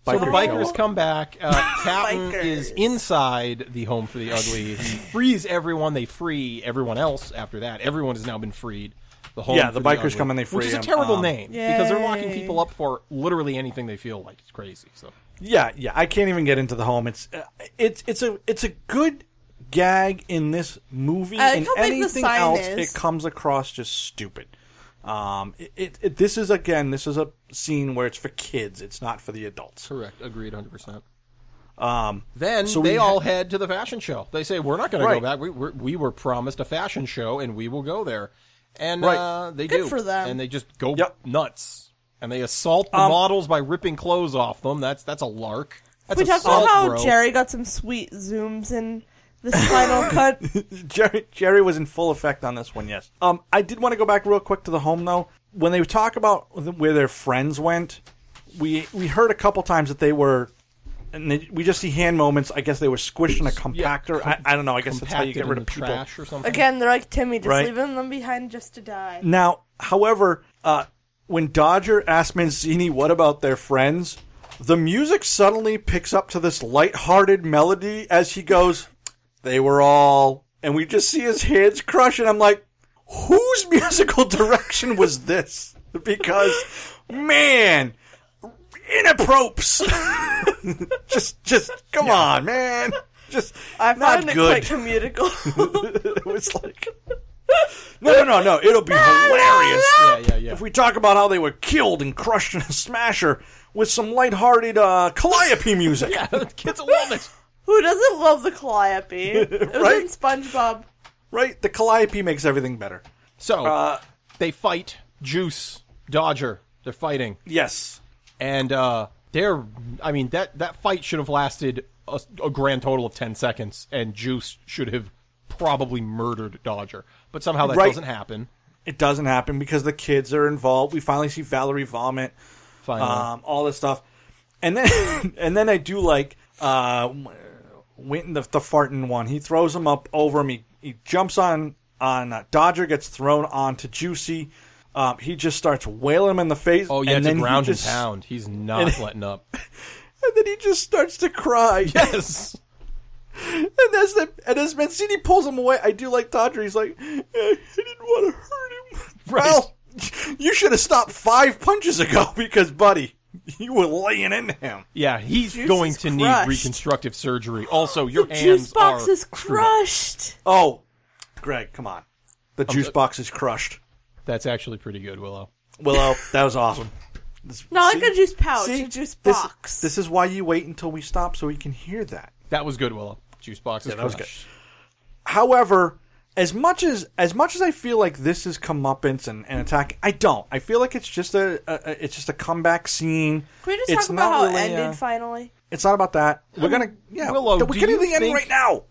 Speaker 7: So the
Speaker 6: show
Speaker 7: bikers
Speaker 6: up.
Speaker 7: come back. Uh, Captain
Speaker 8: Bikers.
Speaker 7: is inside the home for the ugly. He frees everyone. They free everyone else after that. Everyone has now been freed. The home.
Speaker 6: Yeah, the
Speaker 7: for
Speaker 6: bikers
Speaker 7: Ugly,
Speaker 6: come and they
Speaker 7: Which
Speaker 6: free
Speaker 7: is a
Speaker 6: them.
Speaker 7: terrible
Speaker 6: Um,
Speaker 7: name because they're locking
Speaker 8: Yay.
Speaker 7: people up for literally anything they feel like. It's crazy. So
Speaker 6: Yeah, yeah. I can't even get into the home. It's uh, it's it's a it's a good gag in this movie.
Speaker 8: I like
Speaker 6: and
Speaker 8: how big Uh, the
Speaker 6: anything
Speaker 8: sign
Speaker 6: else,
Speaker 8: is.
Speaker 6: it comes across just stupid. Um, it, it, it this is again this is a scene where it's for kids. It's not for the adults.
Speaker 7: correct. Agreed, hundred percent.
Speaker 6: Um,
Speaker 7: Then
Speaker 6: So
Speaker 7: they
Speaker 6: we
Speaker 7: all
Speaker 6: ha-
Speaker 7: head to the fashion show. They say, "We're not going to go
Speaker 6: Right.
Speaker 7: back. We we're, we were promised a fashion show, and we will go there." And
Speaker 6: Right.
Speaker 7: uh, they
Speaker 8: Good
Speaker 7: do
Speaker 8: for them.
Speaker 7: and they just go
Speaker 6: Yep.
Speaker 7: nuts. And they assault the
Speaker 6: Um,
Speaker 7: models by ripping clothes off them. That's that's a lark. That's
Speaker 8: We talked about
Speaker 7: assault,
Speaker 8: how
Speaker 7: bro.
Speaker 8: Jerry got some sweet zooms in this final cut.
Speaker 6: Jerry Jerry was in full effect on this one. Yes. Um, I did want to go back real quick to the home though. When they talk about where their friends went, we we heard a couple times that they were. And they, we just see hand moments. I guess they were squished in a
Speaker 7: Yeah,
Speaker 6: compactor. I, I don't know. I guess that's how you
Speaker 7: compacted
Speaker 6: get
Speaker 7: in
Speaker 6: rid
Speaker 7: the
Speaker 6: of people.
Speaker 7: trash or something.
Speaker 8: Again, they're like Timmy, just
Speaker 6: Right. Mm.
Speaker 8: leaving them behind just to die.
Speaker 6: Now, however, uh, when Dodger asks Mancini what about their friends, the music suddenly picks up to this lighthearted melody as he goes, They were all. And we just see his hands crush, and I'm like, Whose musical direction was this? Because, man, inappropriate. just, just, come on, man. Just,
Speaker 8: I
Speaker 6: not
Speaker 8: found it quite
Speaker 6: good.
Speaker 8: comedical.
Speaker 6: it was like, no, no, no, no. It'll be hilarious
Speaker 7: yeah, yeah, yeah.
Speaker 6: if we talk about how they were killed and crushed in a smasher with some lighthearted uh, calliope music.
Speaker 7: yeah, the kids love it.
Speaker 8: Who doesn't love the calliope? It was
Speaker 6: Right?
Speaker 8: in SpongeBob.
Speaker 6: Right? The calliope makes everything better.
Speaker 7: So
Speaker 6: Uh,
Speaker 7: they fight. Juice Dodger. They're fighting.
Speaker 6: Yes.
Speaker 7: and uh they're i mean that that fight should have lasted a, a grand total of 10 seconds and juice should have probably murdered dodger but somehow that
Speaker 6: Right.
Speaker 7: doesn't happen
Speaker 6: It doesn't happen because the kids are involved. We finally see Valerie vomit,
Speaker 7: finally
Speaker 6: um, all this stuff. And then and then I do like uh Winton the, the farting one. He throws him up over him. He, he jumps on on uh, Dodger gets thrown onto Juicy. Um, he just starts wailing him in the face.
Speaker 7: oh yeah
Speaker 6: and
Speaker 7: it's a
Speaker 6: then he
Speaker 7: ground and
Speaker 6: just-
Speaker 7: pound he's not letting up
Speaker 6: And then he just starts to cry.
Speaker 7: yes
Speaker 6: And as the and as Mancini pulls him away, I do like Dodger. He's like, "Eh, I didn't want to hurt him. Well, you should have stopped five punches ago because, buddy, you were laying into him.
Speaker 7: yeah he's
Speaker 8: Juice
Speaker 7: going
Speaker 8: is
Speaker 7: to
Speaker 8: crushed.
Speaker 7: need reconstructive surgery also your
Speaker 8: The
Speaker 7: hands
Speaker 8: juice box
Speaker 7: are
Speaker 8: is
Speaker 7: screwed up.
Speaker 8: crushed.
Speaker 6: Oh, Greg, come on. The juice box is crushed.
Speaker 7: that's actually pretty good willow
Speaker 6: Willow, that was awesome.
Speaker 8: Not
Speaker 6: See?
Speaker 8: like a juice pouch,
Speaker 6: See?
Speaker 8: a juice
Speaker 6: This-
Speaker 8: box.
Speaker 6: This, is why you wait until we stop so we can hear that.
Speaker 7: that was good willow juice box is
Speaker 6: that was
Speaker 7: crushed.
Speaker 6: However, as much as as much as I feel like this is comeuppance and, and attack, I don't. I feel like it's just a, a a- it's just a comeback scene.
Speaker 8: Can we just
Speaker 6: it's
Speaker 8: talk about how
Speaker 6: not really uh,
Speaker 8: it ended
Speaker 6: a-
Speaker 8: finally?
Speaker 6: It's not about that. We're gonna yeah.
Speaker 7: Willow,
Speaker 6: we're
Speaker 7: do
Speaker 6: getting
Speaker 7: you
Speaker 6: to the end
Speaker 7: think-
Speaker 6: right now.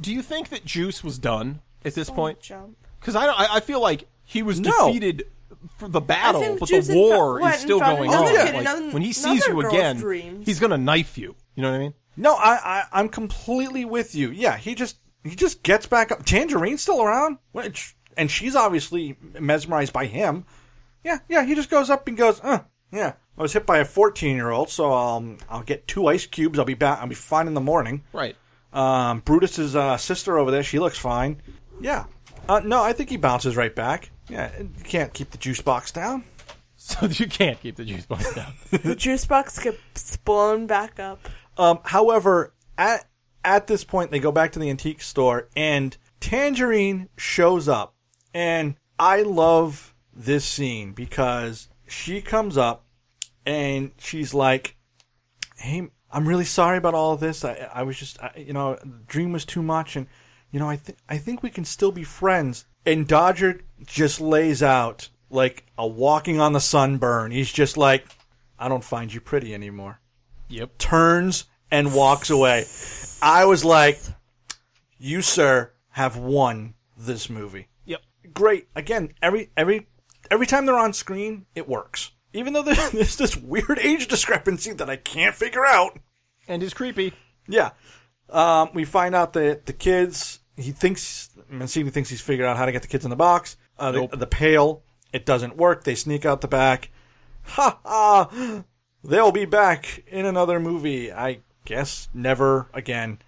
Speaker 7: do you think that juice was done at this point
Speaker 8: Jump.
Speaker 7: Because I, don't- I I feel like he was
Speaker 6: No.
Speaker 7: defeated for the battle,
Speaker 8: think
Speaker 7: but
Speaker 8: Juice
Speaker 7: the
Speaker 8: had
Speaker 7: war
Speaker 8: fo- went
Speaker 7: is
Speaker 8: and
Speaker 7: still
Speaker 8: found
Speaker 7: going on.
Speaker 8: another
Speaker 6: kid,
Speaker 7: Like,
Speaker 8: another-
Speaker 7: when he sees
Speaker 8: another
Speaker 7: you
Speaker 8: girl's
Speaker 7: again,
Speaker 8: dreams.
Speaker 7: he's gonna knife you. You know what I mean?
Speaker 6: No, I, I I'm completely with you. Yeah, he just he just gets back up. Tangerine's still around, which and she's obviously mesmerized by him. Yeah, yeah. He just goes up and goes, uh, yeah. I was hit by a 14 year old, so I'll I'll get two ice cubes. I'll be back. I'll be fine in the morning.
Speaker 7: Right.
Speaker 6: Um, Brutus's uh, sister over there, she looks fine. Yeah. Uh, no, I think he bounces right back. Yeah, and you can't keep the juice box down.
Speaker 7: So you can't keep the juice box down.
Speaker 8: The juice box gets blown back up.
Speaker 6: Um, however, at at this point, they go back to the antique store, and Tangerine shows up, and I love this scene because she comes up, and she's like, "Hey, I'm really sorry about all of this. I I was just, I, you know, the dream was too much, and you know, I think I think we can still be friends." And Dodger just lays out like a walking on the sunburn. He's just like, "I don't find you pretty anymore."
Speaker 7: yep.
Speaker 6: turns and walks away. I was like, "You sir have won this movie."
Speaker 7: Yep.
Speaker 6: Great. Again, every every every time they're on screen, it works. Even though there's, there's this weird age discrepancy that I can't figure out.
Speaker 7: And is creepy.
Speaker 6: Yeah. Um, we find out that the kids, he thinks, Mancini thinks he's figured out how to get the kids in the box. Uh, the-
Speaker 7: Nope.
Speaker 6: the, pail, it doesn't work. They sneak out the back. Ha ha! They'll be back in another movie. I guess never again.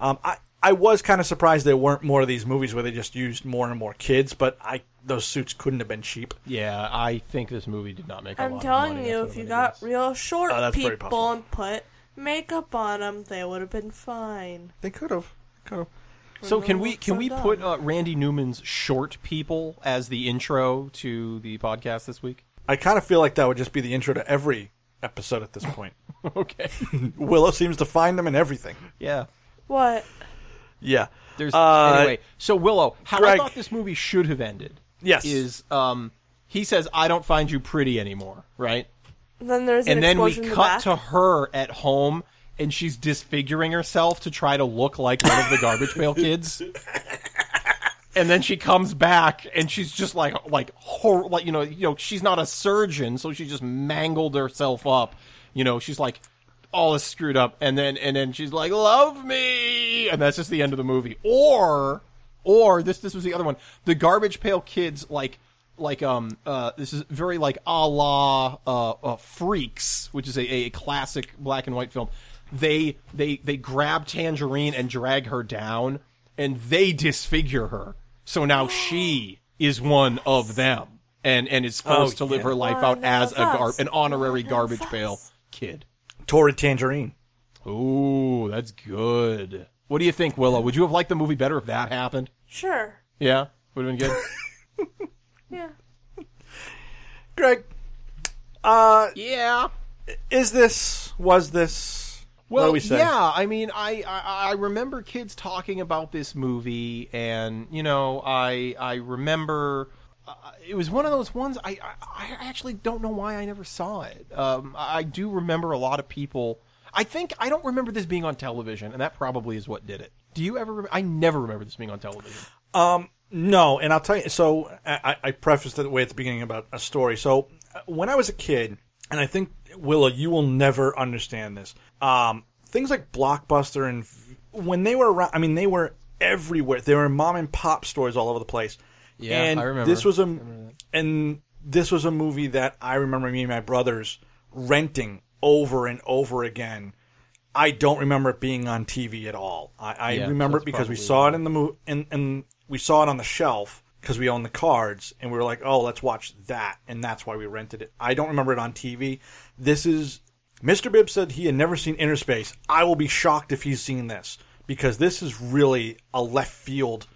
Speaker 6: Um, I, I was kind of surprised there weren't more of these movies where they just used more and more kids, but I those suits couldn't have been cheap.
Speaker 7: Yeah, I think this movie did not make. a
Speaker 8: I'm
Speaker 7: lot of
Speaker 8: telling
Speaker 7: money.
Speaker 8: you, if
Speaker 7: That's what
Speaker 8: you
Speaker 7: I'm
Speaker 8: got
Speaker 7: gonna
Speaker 8: real short
Speaker 6: Oh, that's very possible.
Speaker 8: people and put makeup on them, they would have been fine.
Speaker 6: They could have. Could have.
Speaker 7: guess. So can we
Speaker 8: It's
Speaker 7: can
Speaker 8: so
Speaker 7: we
Speaker 8: dumb.
Speaker 7: put uh, Randy Newman's short people as the intro to the podcast this week?
Speaker 6: I kind of feel like that would just be the intro to every episode at this point.
Speaker 7: okay.
Speaker 6: Willow seems to find them in everything.
Speaker 7: yeah.
Speaker 8: What?
Speaker 6: Yeah.
Speaker 7: There's
Speaker 6: Uh,
Speaker 7: anyway. So Willow, how I
Speaker 6: Greg-
Speaker 7: thought this movie should have ended.
Speaker 6: Yes.
Speaker 7: Is um he says I don't find you pretty anymore, right?
Speaker 8: Then there's an
Speaker 7: and then we
Speaker 8: explosion in the
Speaker 7: cut
Speaker 8: back.
Speaker 7: to her at home and she's disfiguring herself to try to look like one of the garbage pail kids and then she comes back and she's just like like hor- like you know you know she's not a surgeon so she just mangled herself up you know she's like all is screwed up and then and then she's like love me and that's just the end of the movie or or this this was the other one the garbage pail kids like like um uh this is very like a la uh, uh freaks which is a, a classic black and white film they they they grab tangerine and drag her down and they disfigure her. So now she is one of them and and is forced to live her life out
Speaker 8: One
Speaker 7: as a
Speaker 8: of us.
Speaker 7: gar- an
Speaker 8: One
Speaker 7: honorary
Speaker 8: of
Speaker 7: garbage
Speaker 8: us.
Speaker 7: pail kid.
Speaker 6: Torrid Tangerine.
Speaker 7: Ooh, that's good. What do you think, Willow? Would you have liked the movie better if that happened?
Speaker 8: Sure.
Speaker 7: Yeah, would have been good.
Speaker 8: Yeah.
Speaker 6: Greg, uh,
Speaker 7: yeah.
Speaker 6: is this, was this, what
Speaker 7: Well,
Speaker 6: do we say?
Speaker 7: yeah. I mean, I, I I remember kids talking about this movie, and you know, I I remember uh, it was one of those ones. I, I I actually don't know why I never saw it. Um, I I do remember a lot of people. I think I don't remember this being on television, and that probably is what did it. Do you ever? Rem- I never remember this being on television.
Speaker 6: No, and I'll tell you, so I, I I prefaced it way at the beginning about a story. So uh, when I was a kid, and I think, Willow, you will never understand this. Um, things like Blockbuster and v- when they were around, I mean, they were everywhere. They were in mom and pop stores all over the place.
Speaker 7: Yeah,
Speaker 6: and
Speaker 7: I remember.
Speaker 6: This was a, and this was a movie that I remember me and my brothers renting over and over again. I don't remember it being on TV at all. I, I
Speaker 7: Yeah,
Speaker 6: remember
Speaker 7: that's
Speaker 6: it because we
Speaker 7: probably
Speaker 6: saw it in the movie, and, and we saw it on the shelf because we owned the cards, and we were like, "Oh, let's watch that," and that's why we rented it. I don't remember it on TV. This is Mr. Bibb said he had never seen Inner Space. I will be shocked if he's seen this because this is really a left field.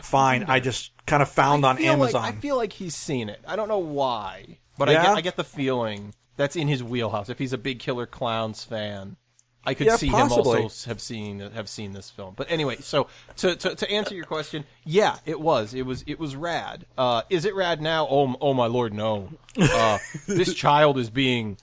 Speaker 6: Fine, I just kind of found on
Speaker 7: feel
Speaker 6: Amazon.
Speaker 7: Like, I feel like he's seen it. I don't know why, but I,
Speaker 6: Yeah?
Speaker 7: get, I get the feeling that's in his wheelhouse. If he's a big Killer Clowns fan, I could
Speaker 6: Yeah,
Speaker 7: see
Speaker 6: possibly.
Speaker 7: him also have seen have seen this film. But anyway, so to, to, to answer your question, yeah, it was it was it was rad. Uh, is it rad now? Oh, m- oh my lord, no. Uh, this child is being.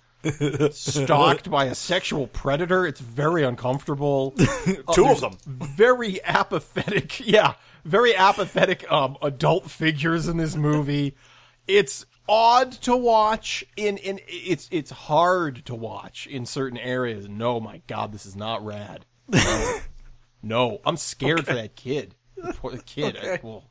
Speaker 7: Stalked by a sexual predator. It's very uncomfortable. Uh,
Speaker 6: Two of
Speaker 7: there's
Speaker 6: them.
Speaker 7: very apathetic. Yeah, very apathetic um, adult figures in this movie. It's odd to watch. In in it's it's hard to watch in certain areas. No, my God, this is not rad. No, No, I'm scared for that kid. The Poor kid. I- well,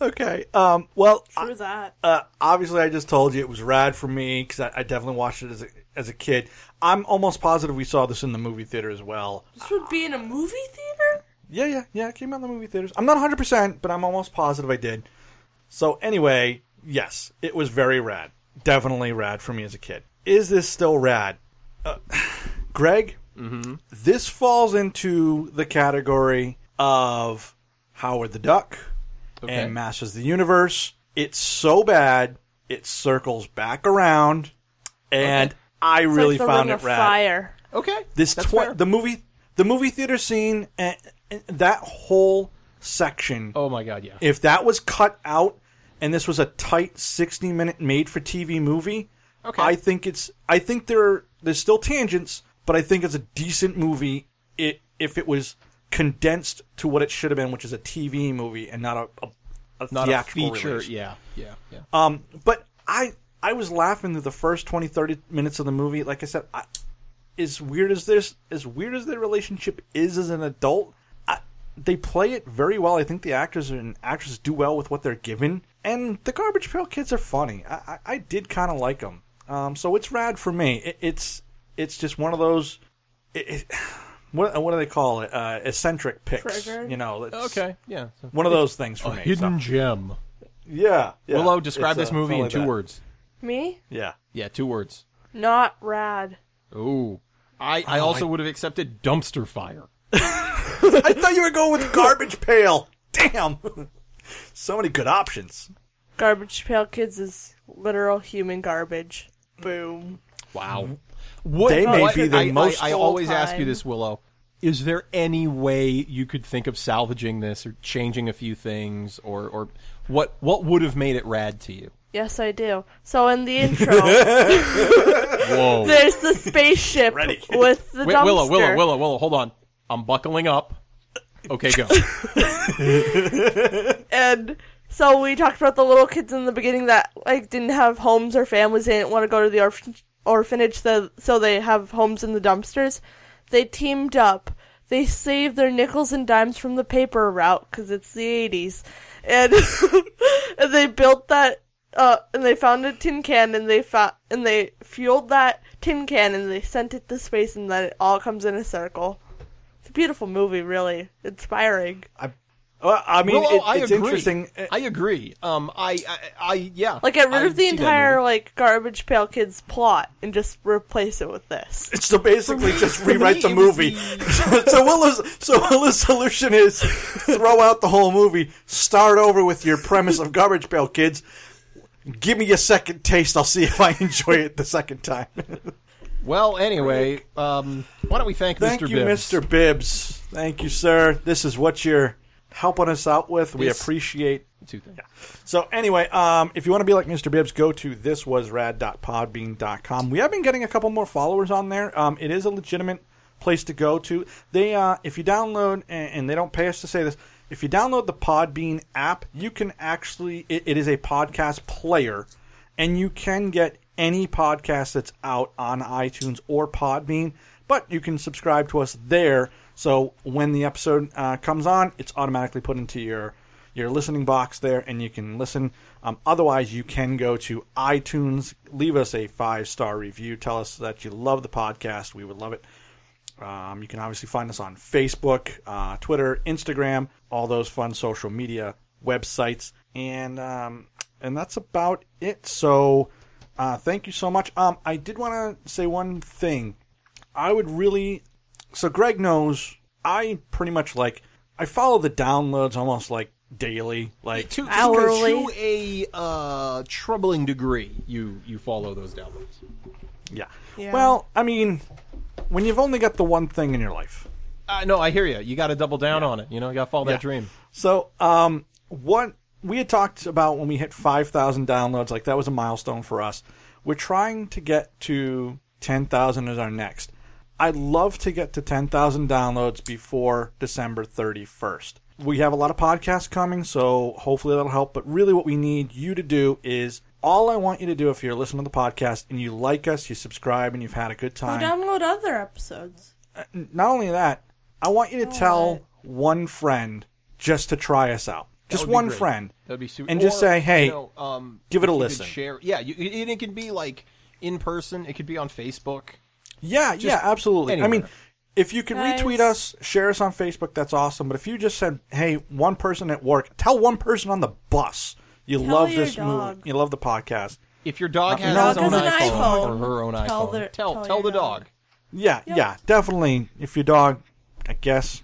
Speaker 6: Okay. Um, well,
Speaker 8: True that.
Speaker 6: uh, obviously, I just told you it was rad for me because I, I definitely watched it as a, as a kid. I'm almost positive we saw this in the movie theater as well.
Speaker 8: This would be in a movie theater?
Speaker 6: Yeah, yeah, yeah. It came out in the movie theaters. I'm not 100, percent but I'm almost positive I did. So anyway, yes, it was very rad. Definitely rad for me as a kid. Is this still rad? Uh, Greg, this falls into the category of Howard the Duck
Speaker 7: Okay.
Speaker 6: and Masters of the Universe. It's so bad, it circles back around, and I really
Speaker 8: It's like the Ring
Speaker 6: found it
Speaker 8: of
Speaker 6: rad
Speaker 8: Fire.
Speaker 7: Okay.
Speaker 6: this
Speaker 7: that's
Speaker 6: twi-
Speaker 7: fair.
Speaker 6: the movie the movie theater scene and, and that whole section
Speaker 7: Oh my god, yeah.
Speaker 6: if that was cut out and this was a tight 60 minute made for TV movie
Speaker 7: Okay.
Speaker 6: I think it's I think there there's still tangents but I think it's a decent movie it if it was condensed to what it should have been which is a TV movie and not a, a, a
Speaker 7: Not a
Speaker 6: theatrical
Speaker 7: feature.
Speaker 6: release.
Speaker 7: Yeah. Yeah. Yeah.
Speaker 6: Um, but I I was laughing through the first 20, 30 minutes of the movie. Like I said, I, as weird as this, as weird as their relationship is as an adult, I, they play it very well. I think the actors and actresses do well with what they're given, and the Garbage Pail Kids are funny. I, I, I did kind of like them. Um, so it's rad for me. It, it's it's just one of those. It, it, what what do they call it? Uh, eccentric picks.
Speaker 8: Triggered?
Speaker 6: You know. It's
Speaker 7: okay. Yeah. So-
Speaker 6: One of those things for
Speaker 7: a
Speaker 6: me.
Speaker 7: hidden
Speaker 6: so-
Speaker 7: gem.
Speaker 6: yeah, yeah.
Speaker 7: Willow, describe
Speaker 6: It's, uh,
Speaker 7: this
Speaker 6: something
Speaker 7: movie in
Speaker 6: like
Speaker 7: two
Speaker 6: that.
Speaker 7: words.
Speaker 8: Me?
Speaker 6: Yeah.
Speaker 7: Yeah, two words.
Speaker 8: Not rad.
Speaker 7: Ooh. I, oh, I also would have accepted dumpster fire.
Speaker 6: I thought you were going with garbage pail. Damn. so many good options.
Speaker 8: Garbage Pail Kids is literal human garbage. Boom.
Speaker 7: Wow. What,
Speaker 6: They may
Speaker 7: what-
Speaker 6: be the
Speaker 7: I, I-
Speaker 6: most
Speaker 7: I, always ask you
Speaker 8: full-time.
Speaker 7: this, Willow. Is there any way you could think of salvaging this or changing a few things or, or what what would have made it rad to you?
Speaker 8: Yes, I do. So in the intro,
Speaker 7: Whoa.
Speaker 8: there's the spaceship
Speaker 6: Ready.
Speaker 8: with the
Speaker 7: Wait,
Speaker 8: dumpster.
Speaker 7: Willow, Willow, Willow, Willow, hold on. I'm buckling up. Okay, go.
Speaker 8: And so we talked about the little kids in the beginning that like didn't have homes or families. They didn't want to go to the orphan- orphanage, so so they have homes in the dumpsters. They teamed up. They saved their nickels and dimes from the paper route because it's the '80s, and, and they built that. Uh, and they found a tin can and they fa- and they fueled that tin can and they sent it to space and then it all comes in a circle. It's a beautiful movie, really inspiring.
Speaker 6: Well, I mean,
Speaker 7: Willow,
Speaker 6: it-
Speaker 7: I
Speaker 6: it's
Speaker 7: agree.
Speaker 6: interesting. Uh,
Speaker 7: I agree. Um, I, I, I yeah.
Speaker 8: Like get rid
Speaker 7: I
Speaker 8: of the
Speaker 7: see that
Speaker 8: entire
Speaker 7: movie.
Speaker 8: like garbage pail kids plot and just replace it with this.
Speaker 6: It's to basically just rewrite the
Speaker 7: it was
Speaker 6: movie. so Willow's so Willow's solution is throw out the whole movie, start over with your premise of garbage pail kids. Give me a second taste. I'll see if I enjoy it the second time.
Speaker 7: Well, anyway, um, why don't we thank,
Speaker 6: Thank
Speaker 7: Mr.
Speaker 6: you,
Speaker 7: Bibbs?
Speaker 6: Mr. Bibbs. Thank you, sir. This is what you're helping us out with. We
Speaker 7: This-
Speaker 6: appreciate
Speaker 7: Two things.
Speaker 6: So anyway, um, if you want to be like Mr. Bibbs, go to thiswasrad.podbean.com. We have been getting a couple more followers on there. Um, it is a legitimate place to go to. They, uh, if you download, and, and they don't pay us to say this, if you download the Podbean app, you can actually it, it is a podcast player, and you can get any podcast that's out on iTunes or Podbean. But you can subscribe to us there, so when the episode uh, comes on, it's automatically put into your your listening box there and you can listen. Um, otherwise, you can go to iTunes, leave us a five star review, tell us that you love the podcast. We would love it. Um, you can obviously find us on Facebook, uh, Twitter, Instagram, all those fun social media websites, and um, and that's about it. So, uh, thank you so much. Um, I did want to say one thing. I would really so Greg knows I pretty much like I follow the downloads almost like daily. Like
Speaker 7: To,
Speaker 8: Hourly.
Speaker 7: to a uh, troubling degree, you you follow those downloads.
Speaker 6: yeah. Well, I mean, when you've only got the one thing in your life.
Speaker 7: Uh, no, I hear you. You got to double down on it. You know, you got to follow
Speaker 6: Yeah.
Speaker 7: that dream.
Speaker 6: So, um, what we had talked about when we hit 5,000 downloads, like that was a milestone for us. We're trying to get to 10,000 as our next. I'd love to get to 10,000 downloads before December 31st. We have a lot of podcasts coming, so hopefully that'll help. But really, what we need you to do is all I want you to do if you're listening to the podcast and you like us, you subscribe, and you've had a good time
Speaker 8: download other episodes.
Speaker 6: not only that, I want you to tell one friend just to try us out. Just
Speaker 7: would be
Speaker 6: one
Speaker 7: great.
Speaker 6: friend.
Speaker 7: That'd be super.
Speaker 6: And just say, hey,
Speaker 7: you know, um,
Speaker 6: give it a
Speaker 7: you could
Speaker 6: listen.
Speaker 7: Share, yeah, you, and it can be like in person. It could be on Facebook.
Speaker 6: yeah, yeah, absolutely. I mean,
Speaker 7: anywhere.
Speaker 6: if you can
Speaker 8: Guys.
Speaker 6: retweet us, share us on Facebook, that's awesome. But if you just said, hey, one person at work, tell one person on the bus, You
Speaker 8: Tell
Speaker 6: love
Speaker 8: your
Speaker 6: this
Speaker 8: dog.
Speaker 6: movie. You love the podcast.
Speaker 7: If your
Speaker 6: uh,
Speaker 7: dog has
Speaker 8: dog
Speaker 7: his own
Speaker 8: has an
Speaker 7: iPhone,
Speaker 8: iPhone,
Speaker 7: or her own
Speaker 8: tell
Speaker 7: iPhone,
Speaker 8: their-
Speaker 7: tell
Speaker 8: tell
Speaker 7: tell,
Speaker 8: your
Speaker 7: the
Speaker 8: dog.
Speaker 7: dog.
Speaker 6: Yeah,
Speaker 8: Yep.
Speaker 6: yeah, definitely. If your dog, I guess,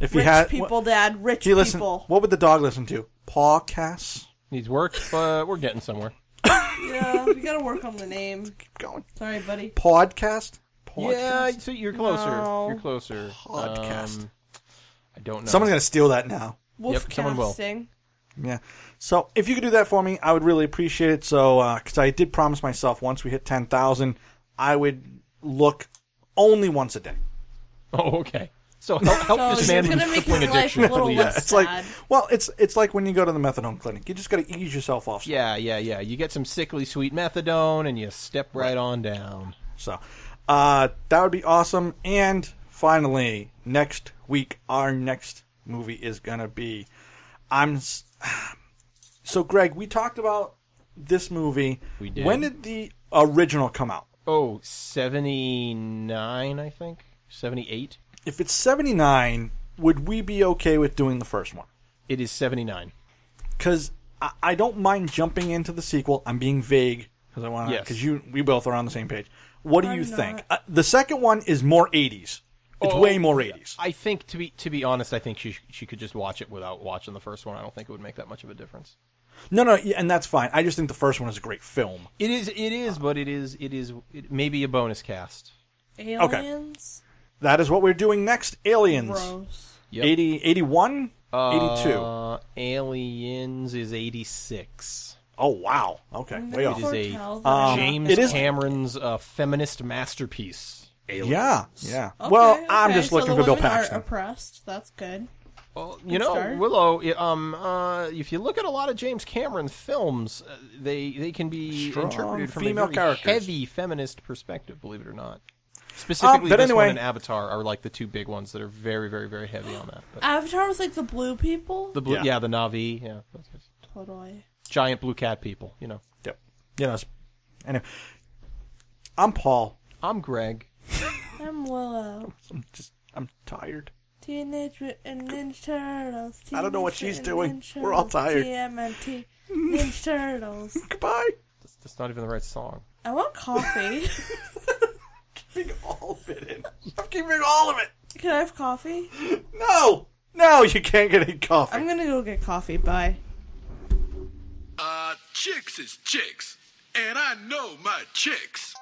Speaker 6: if you
Speaker 8: Rich
Speaker 6: had,
Speaker 8: people, Dad. Rich
Speaker 6: Gee, listen,
Speaker 8: people.
Speaker 6: what would the dog listen to? Podcasts.
Speaker 7: Needs work, but we're getting somewhere.
Speaker 8: Yeah, we gotta work on the name. Keep
Speaker 6: going.
Speaker 8: Sorry, buddy.
Speaker 6: Podcast. Podcast.
Speaker 7: Yeah, so you're closer.
Speaker 8: No.
Speaker 7: You're closer.
Speaker 6: Podcast.
Speaker 7: Um, I don't know.
Speaker 6: Someone's gonna steal that now.
Speaker 8: Wolf
Speaker 7: someone will.
Speaker 8: casting.
Speaker 6: Yeah. So if you could do that for me, I would really appreciate it. So because I did promise myself once we hit ten thousand, I would look only once a day.
Speaker 7: Oh, okay. So help, help
Speaker 8: So
Speaker 7: this
Speaker 8: it's
Speaker 7: man with
Speaker 8: Oh, gonna
Speaker 7: his
Speaker 8: make
Speaker 7: crippling
Speaker 8: his life a
Speaker 7: addiction,
Speaker 8: little
Speaker 7: please.
Speaker 8: less-
Speaker 6: It's like
Speaker 8: Sad.
Speaker 6: well, it's it's like when you go to the methadone clinic, you just got to ease yourself off.
Speaker 7: Yeah, yeah, yeah. You get some sickly sweet methadone, and you step right on down.
Speaker 6: So uh, that would be awesome. And finally, next week, our next movie is gonna be. I'm s- so Greg. We talked about this movie.
Speaker 7: We did.
Speaker 6: When did the original come out?
Speaker 7: Oh, 79, I think. 78?
Speaker 6: If it's seventy nine, would we be okay with doing the first one?
Speaker 7: It is 79.
Speaker 6: Because I, I don't mind jumping into the sequel. I'm being vague because I want to.
Speaker 7: Yes.
Speaker 6: Because you, we both are on the same page. What do
Speaker 8: I'm
Speaker 6: you
Speaker 8: not.
Speaker 6: think? Uh, the second one is more eighties. It's
Speaker 7: Oh,
Speaker 6: way more eighties.
Speaker 7: I think to be to be honest, I think she she could just watch it without watching the first one. I don't think it would make that much of a difference.
Speaker 6: No, no, yeah, and that's fine. I just think the first one is a great film.
Speaker 7: It is it
Speaker 8: Uh.
Speaker 7: is, but it is it is it may be a bonus cast.
Speaker 8: Aliens.
Speaker 6: That is what we're doing next. Aliens.
Speaker 8: Gross.
Speaker 7: Yep.
Speaker 6: eighty, eighty-one, eighty-two. 81, 82.
Speaker 7: Uh, Aliens is 86.
Speaker 6: Oh wow. Okay. Way off.
Speaker 7: It is a
Speaker 8: Foretell that
Speaker 6: Um,
Speaker 7: James
Speaker 6: it is-
Speaker 7: Cameron's uh, feminist masterpiece.
Speaker 6: Yeah. Yeah.
Speaker 8: Okay,
Speaker 6: well, I'm
Speaker 8: okay,
Speaker 6: just
Speaker 8: so
Speaker 6: looking
Speaker 8: the
Speaker 6: for Bill
Speaker 8: women are
Speaker 6: Paxton.
Speaker 8: oppressed. That's good.
Speaker 7: Well, you know,
Speaker 8: start.
Speaker 7: Willow. i- Um, uh, if you look at a lot of James Cameron films, uh, they they can be
Speaker 6: Strong
Speaker 7: interpreted from
Speaker 6: female
Speaker 7: a very
Speaker 6: characters. Um,
Speaker 7: heavy feminist perspective. Believe it or not. Specifically,
Speaker 6: but
Speaker 7: this
Speaker 6: anyway-
Speaker 7: one and Avatar are like the two big ones that are very, very, very heavy on that. But
Speaker 8: Avatar was like the blue people.
Speaker 7: the blue,
Speaker 6: Yeah.
Speaker 7: yeah. the Navi, yeah, that's good.
Speaker 8: totally.
Speaker 7: giant blue cat people. You know,
Speaker 6: Yep. You know. it's- Anyway, I'm Paul.
Speaker 7: I'm Greg.
Speaker 8: I'm Willow.
Speaker 6: Just I'm tired.
Speaker 8: Teenage Mutant Ninja Turtles.
Speaker 6: I don't know what
Speaker 8: Teenage
Speaker 6: she's
Speaker 8: Mutant
Speaker 6: doing. We're all
Speaker 8: Ninja Turtles,
Speaker 6: tired.
Speaker 8: TMNT Ninja Turtles.
Speaker 6: Goodbye.
Speaker 7: That's, that's not even the right song.
Speaker 8: I want coffee.
Speaker 6: Keeping all of it in. I'm keeping all of it.
Speaker 8: Can I have coffee?
Speaker 6: No. No, you can't get any coffee.
Speaker 8: I'm gonna go get coffee. Bye.
Speaker 5: Uh, chicks is chicks, and I know my chicks.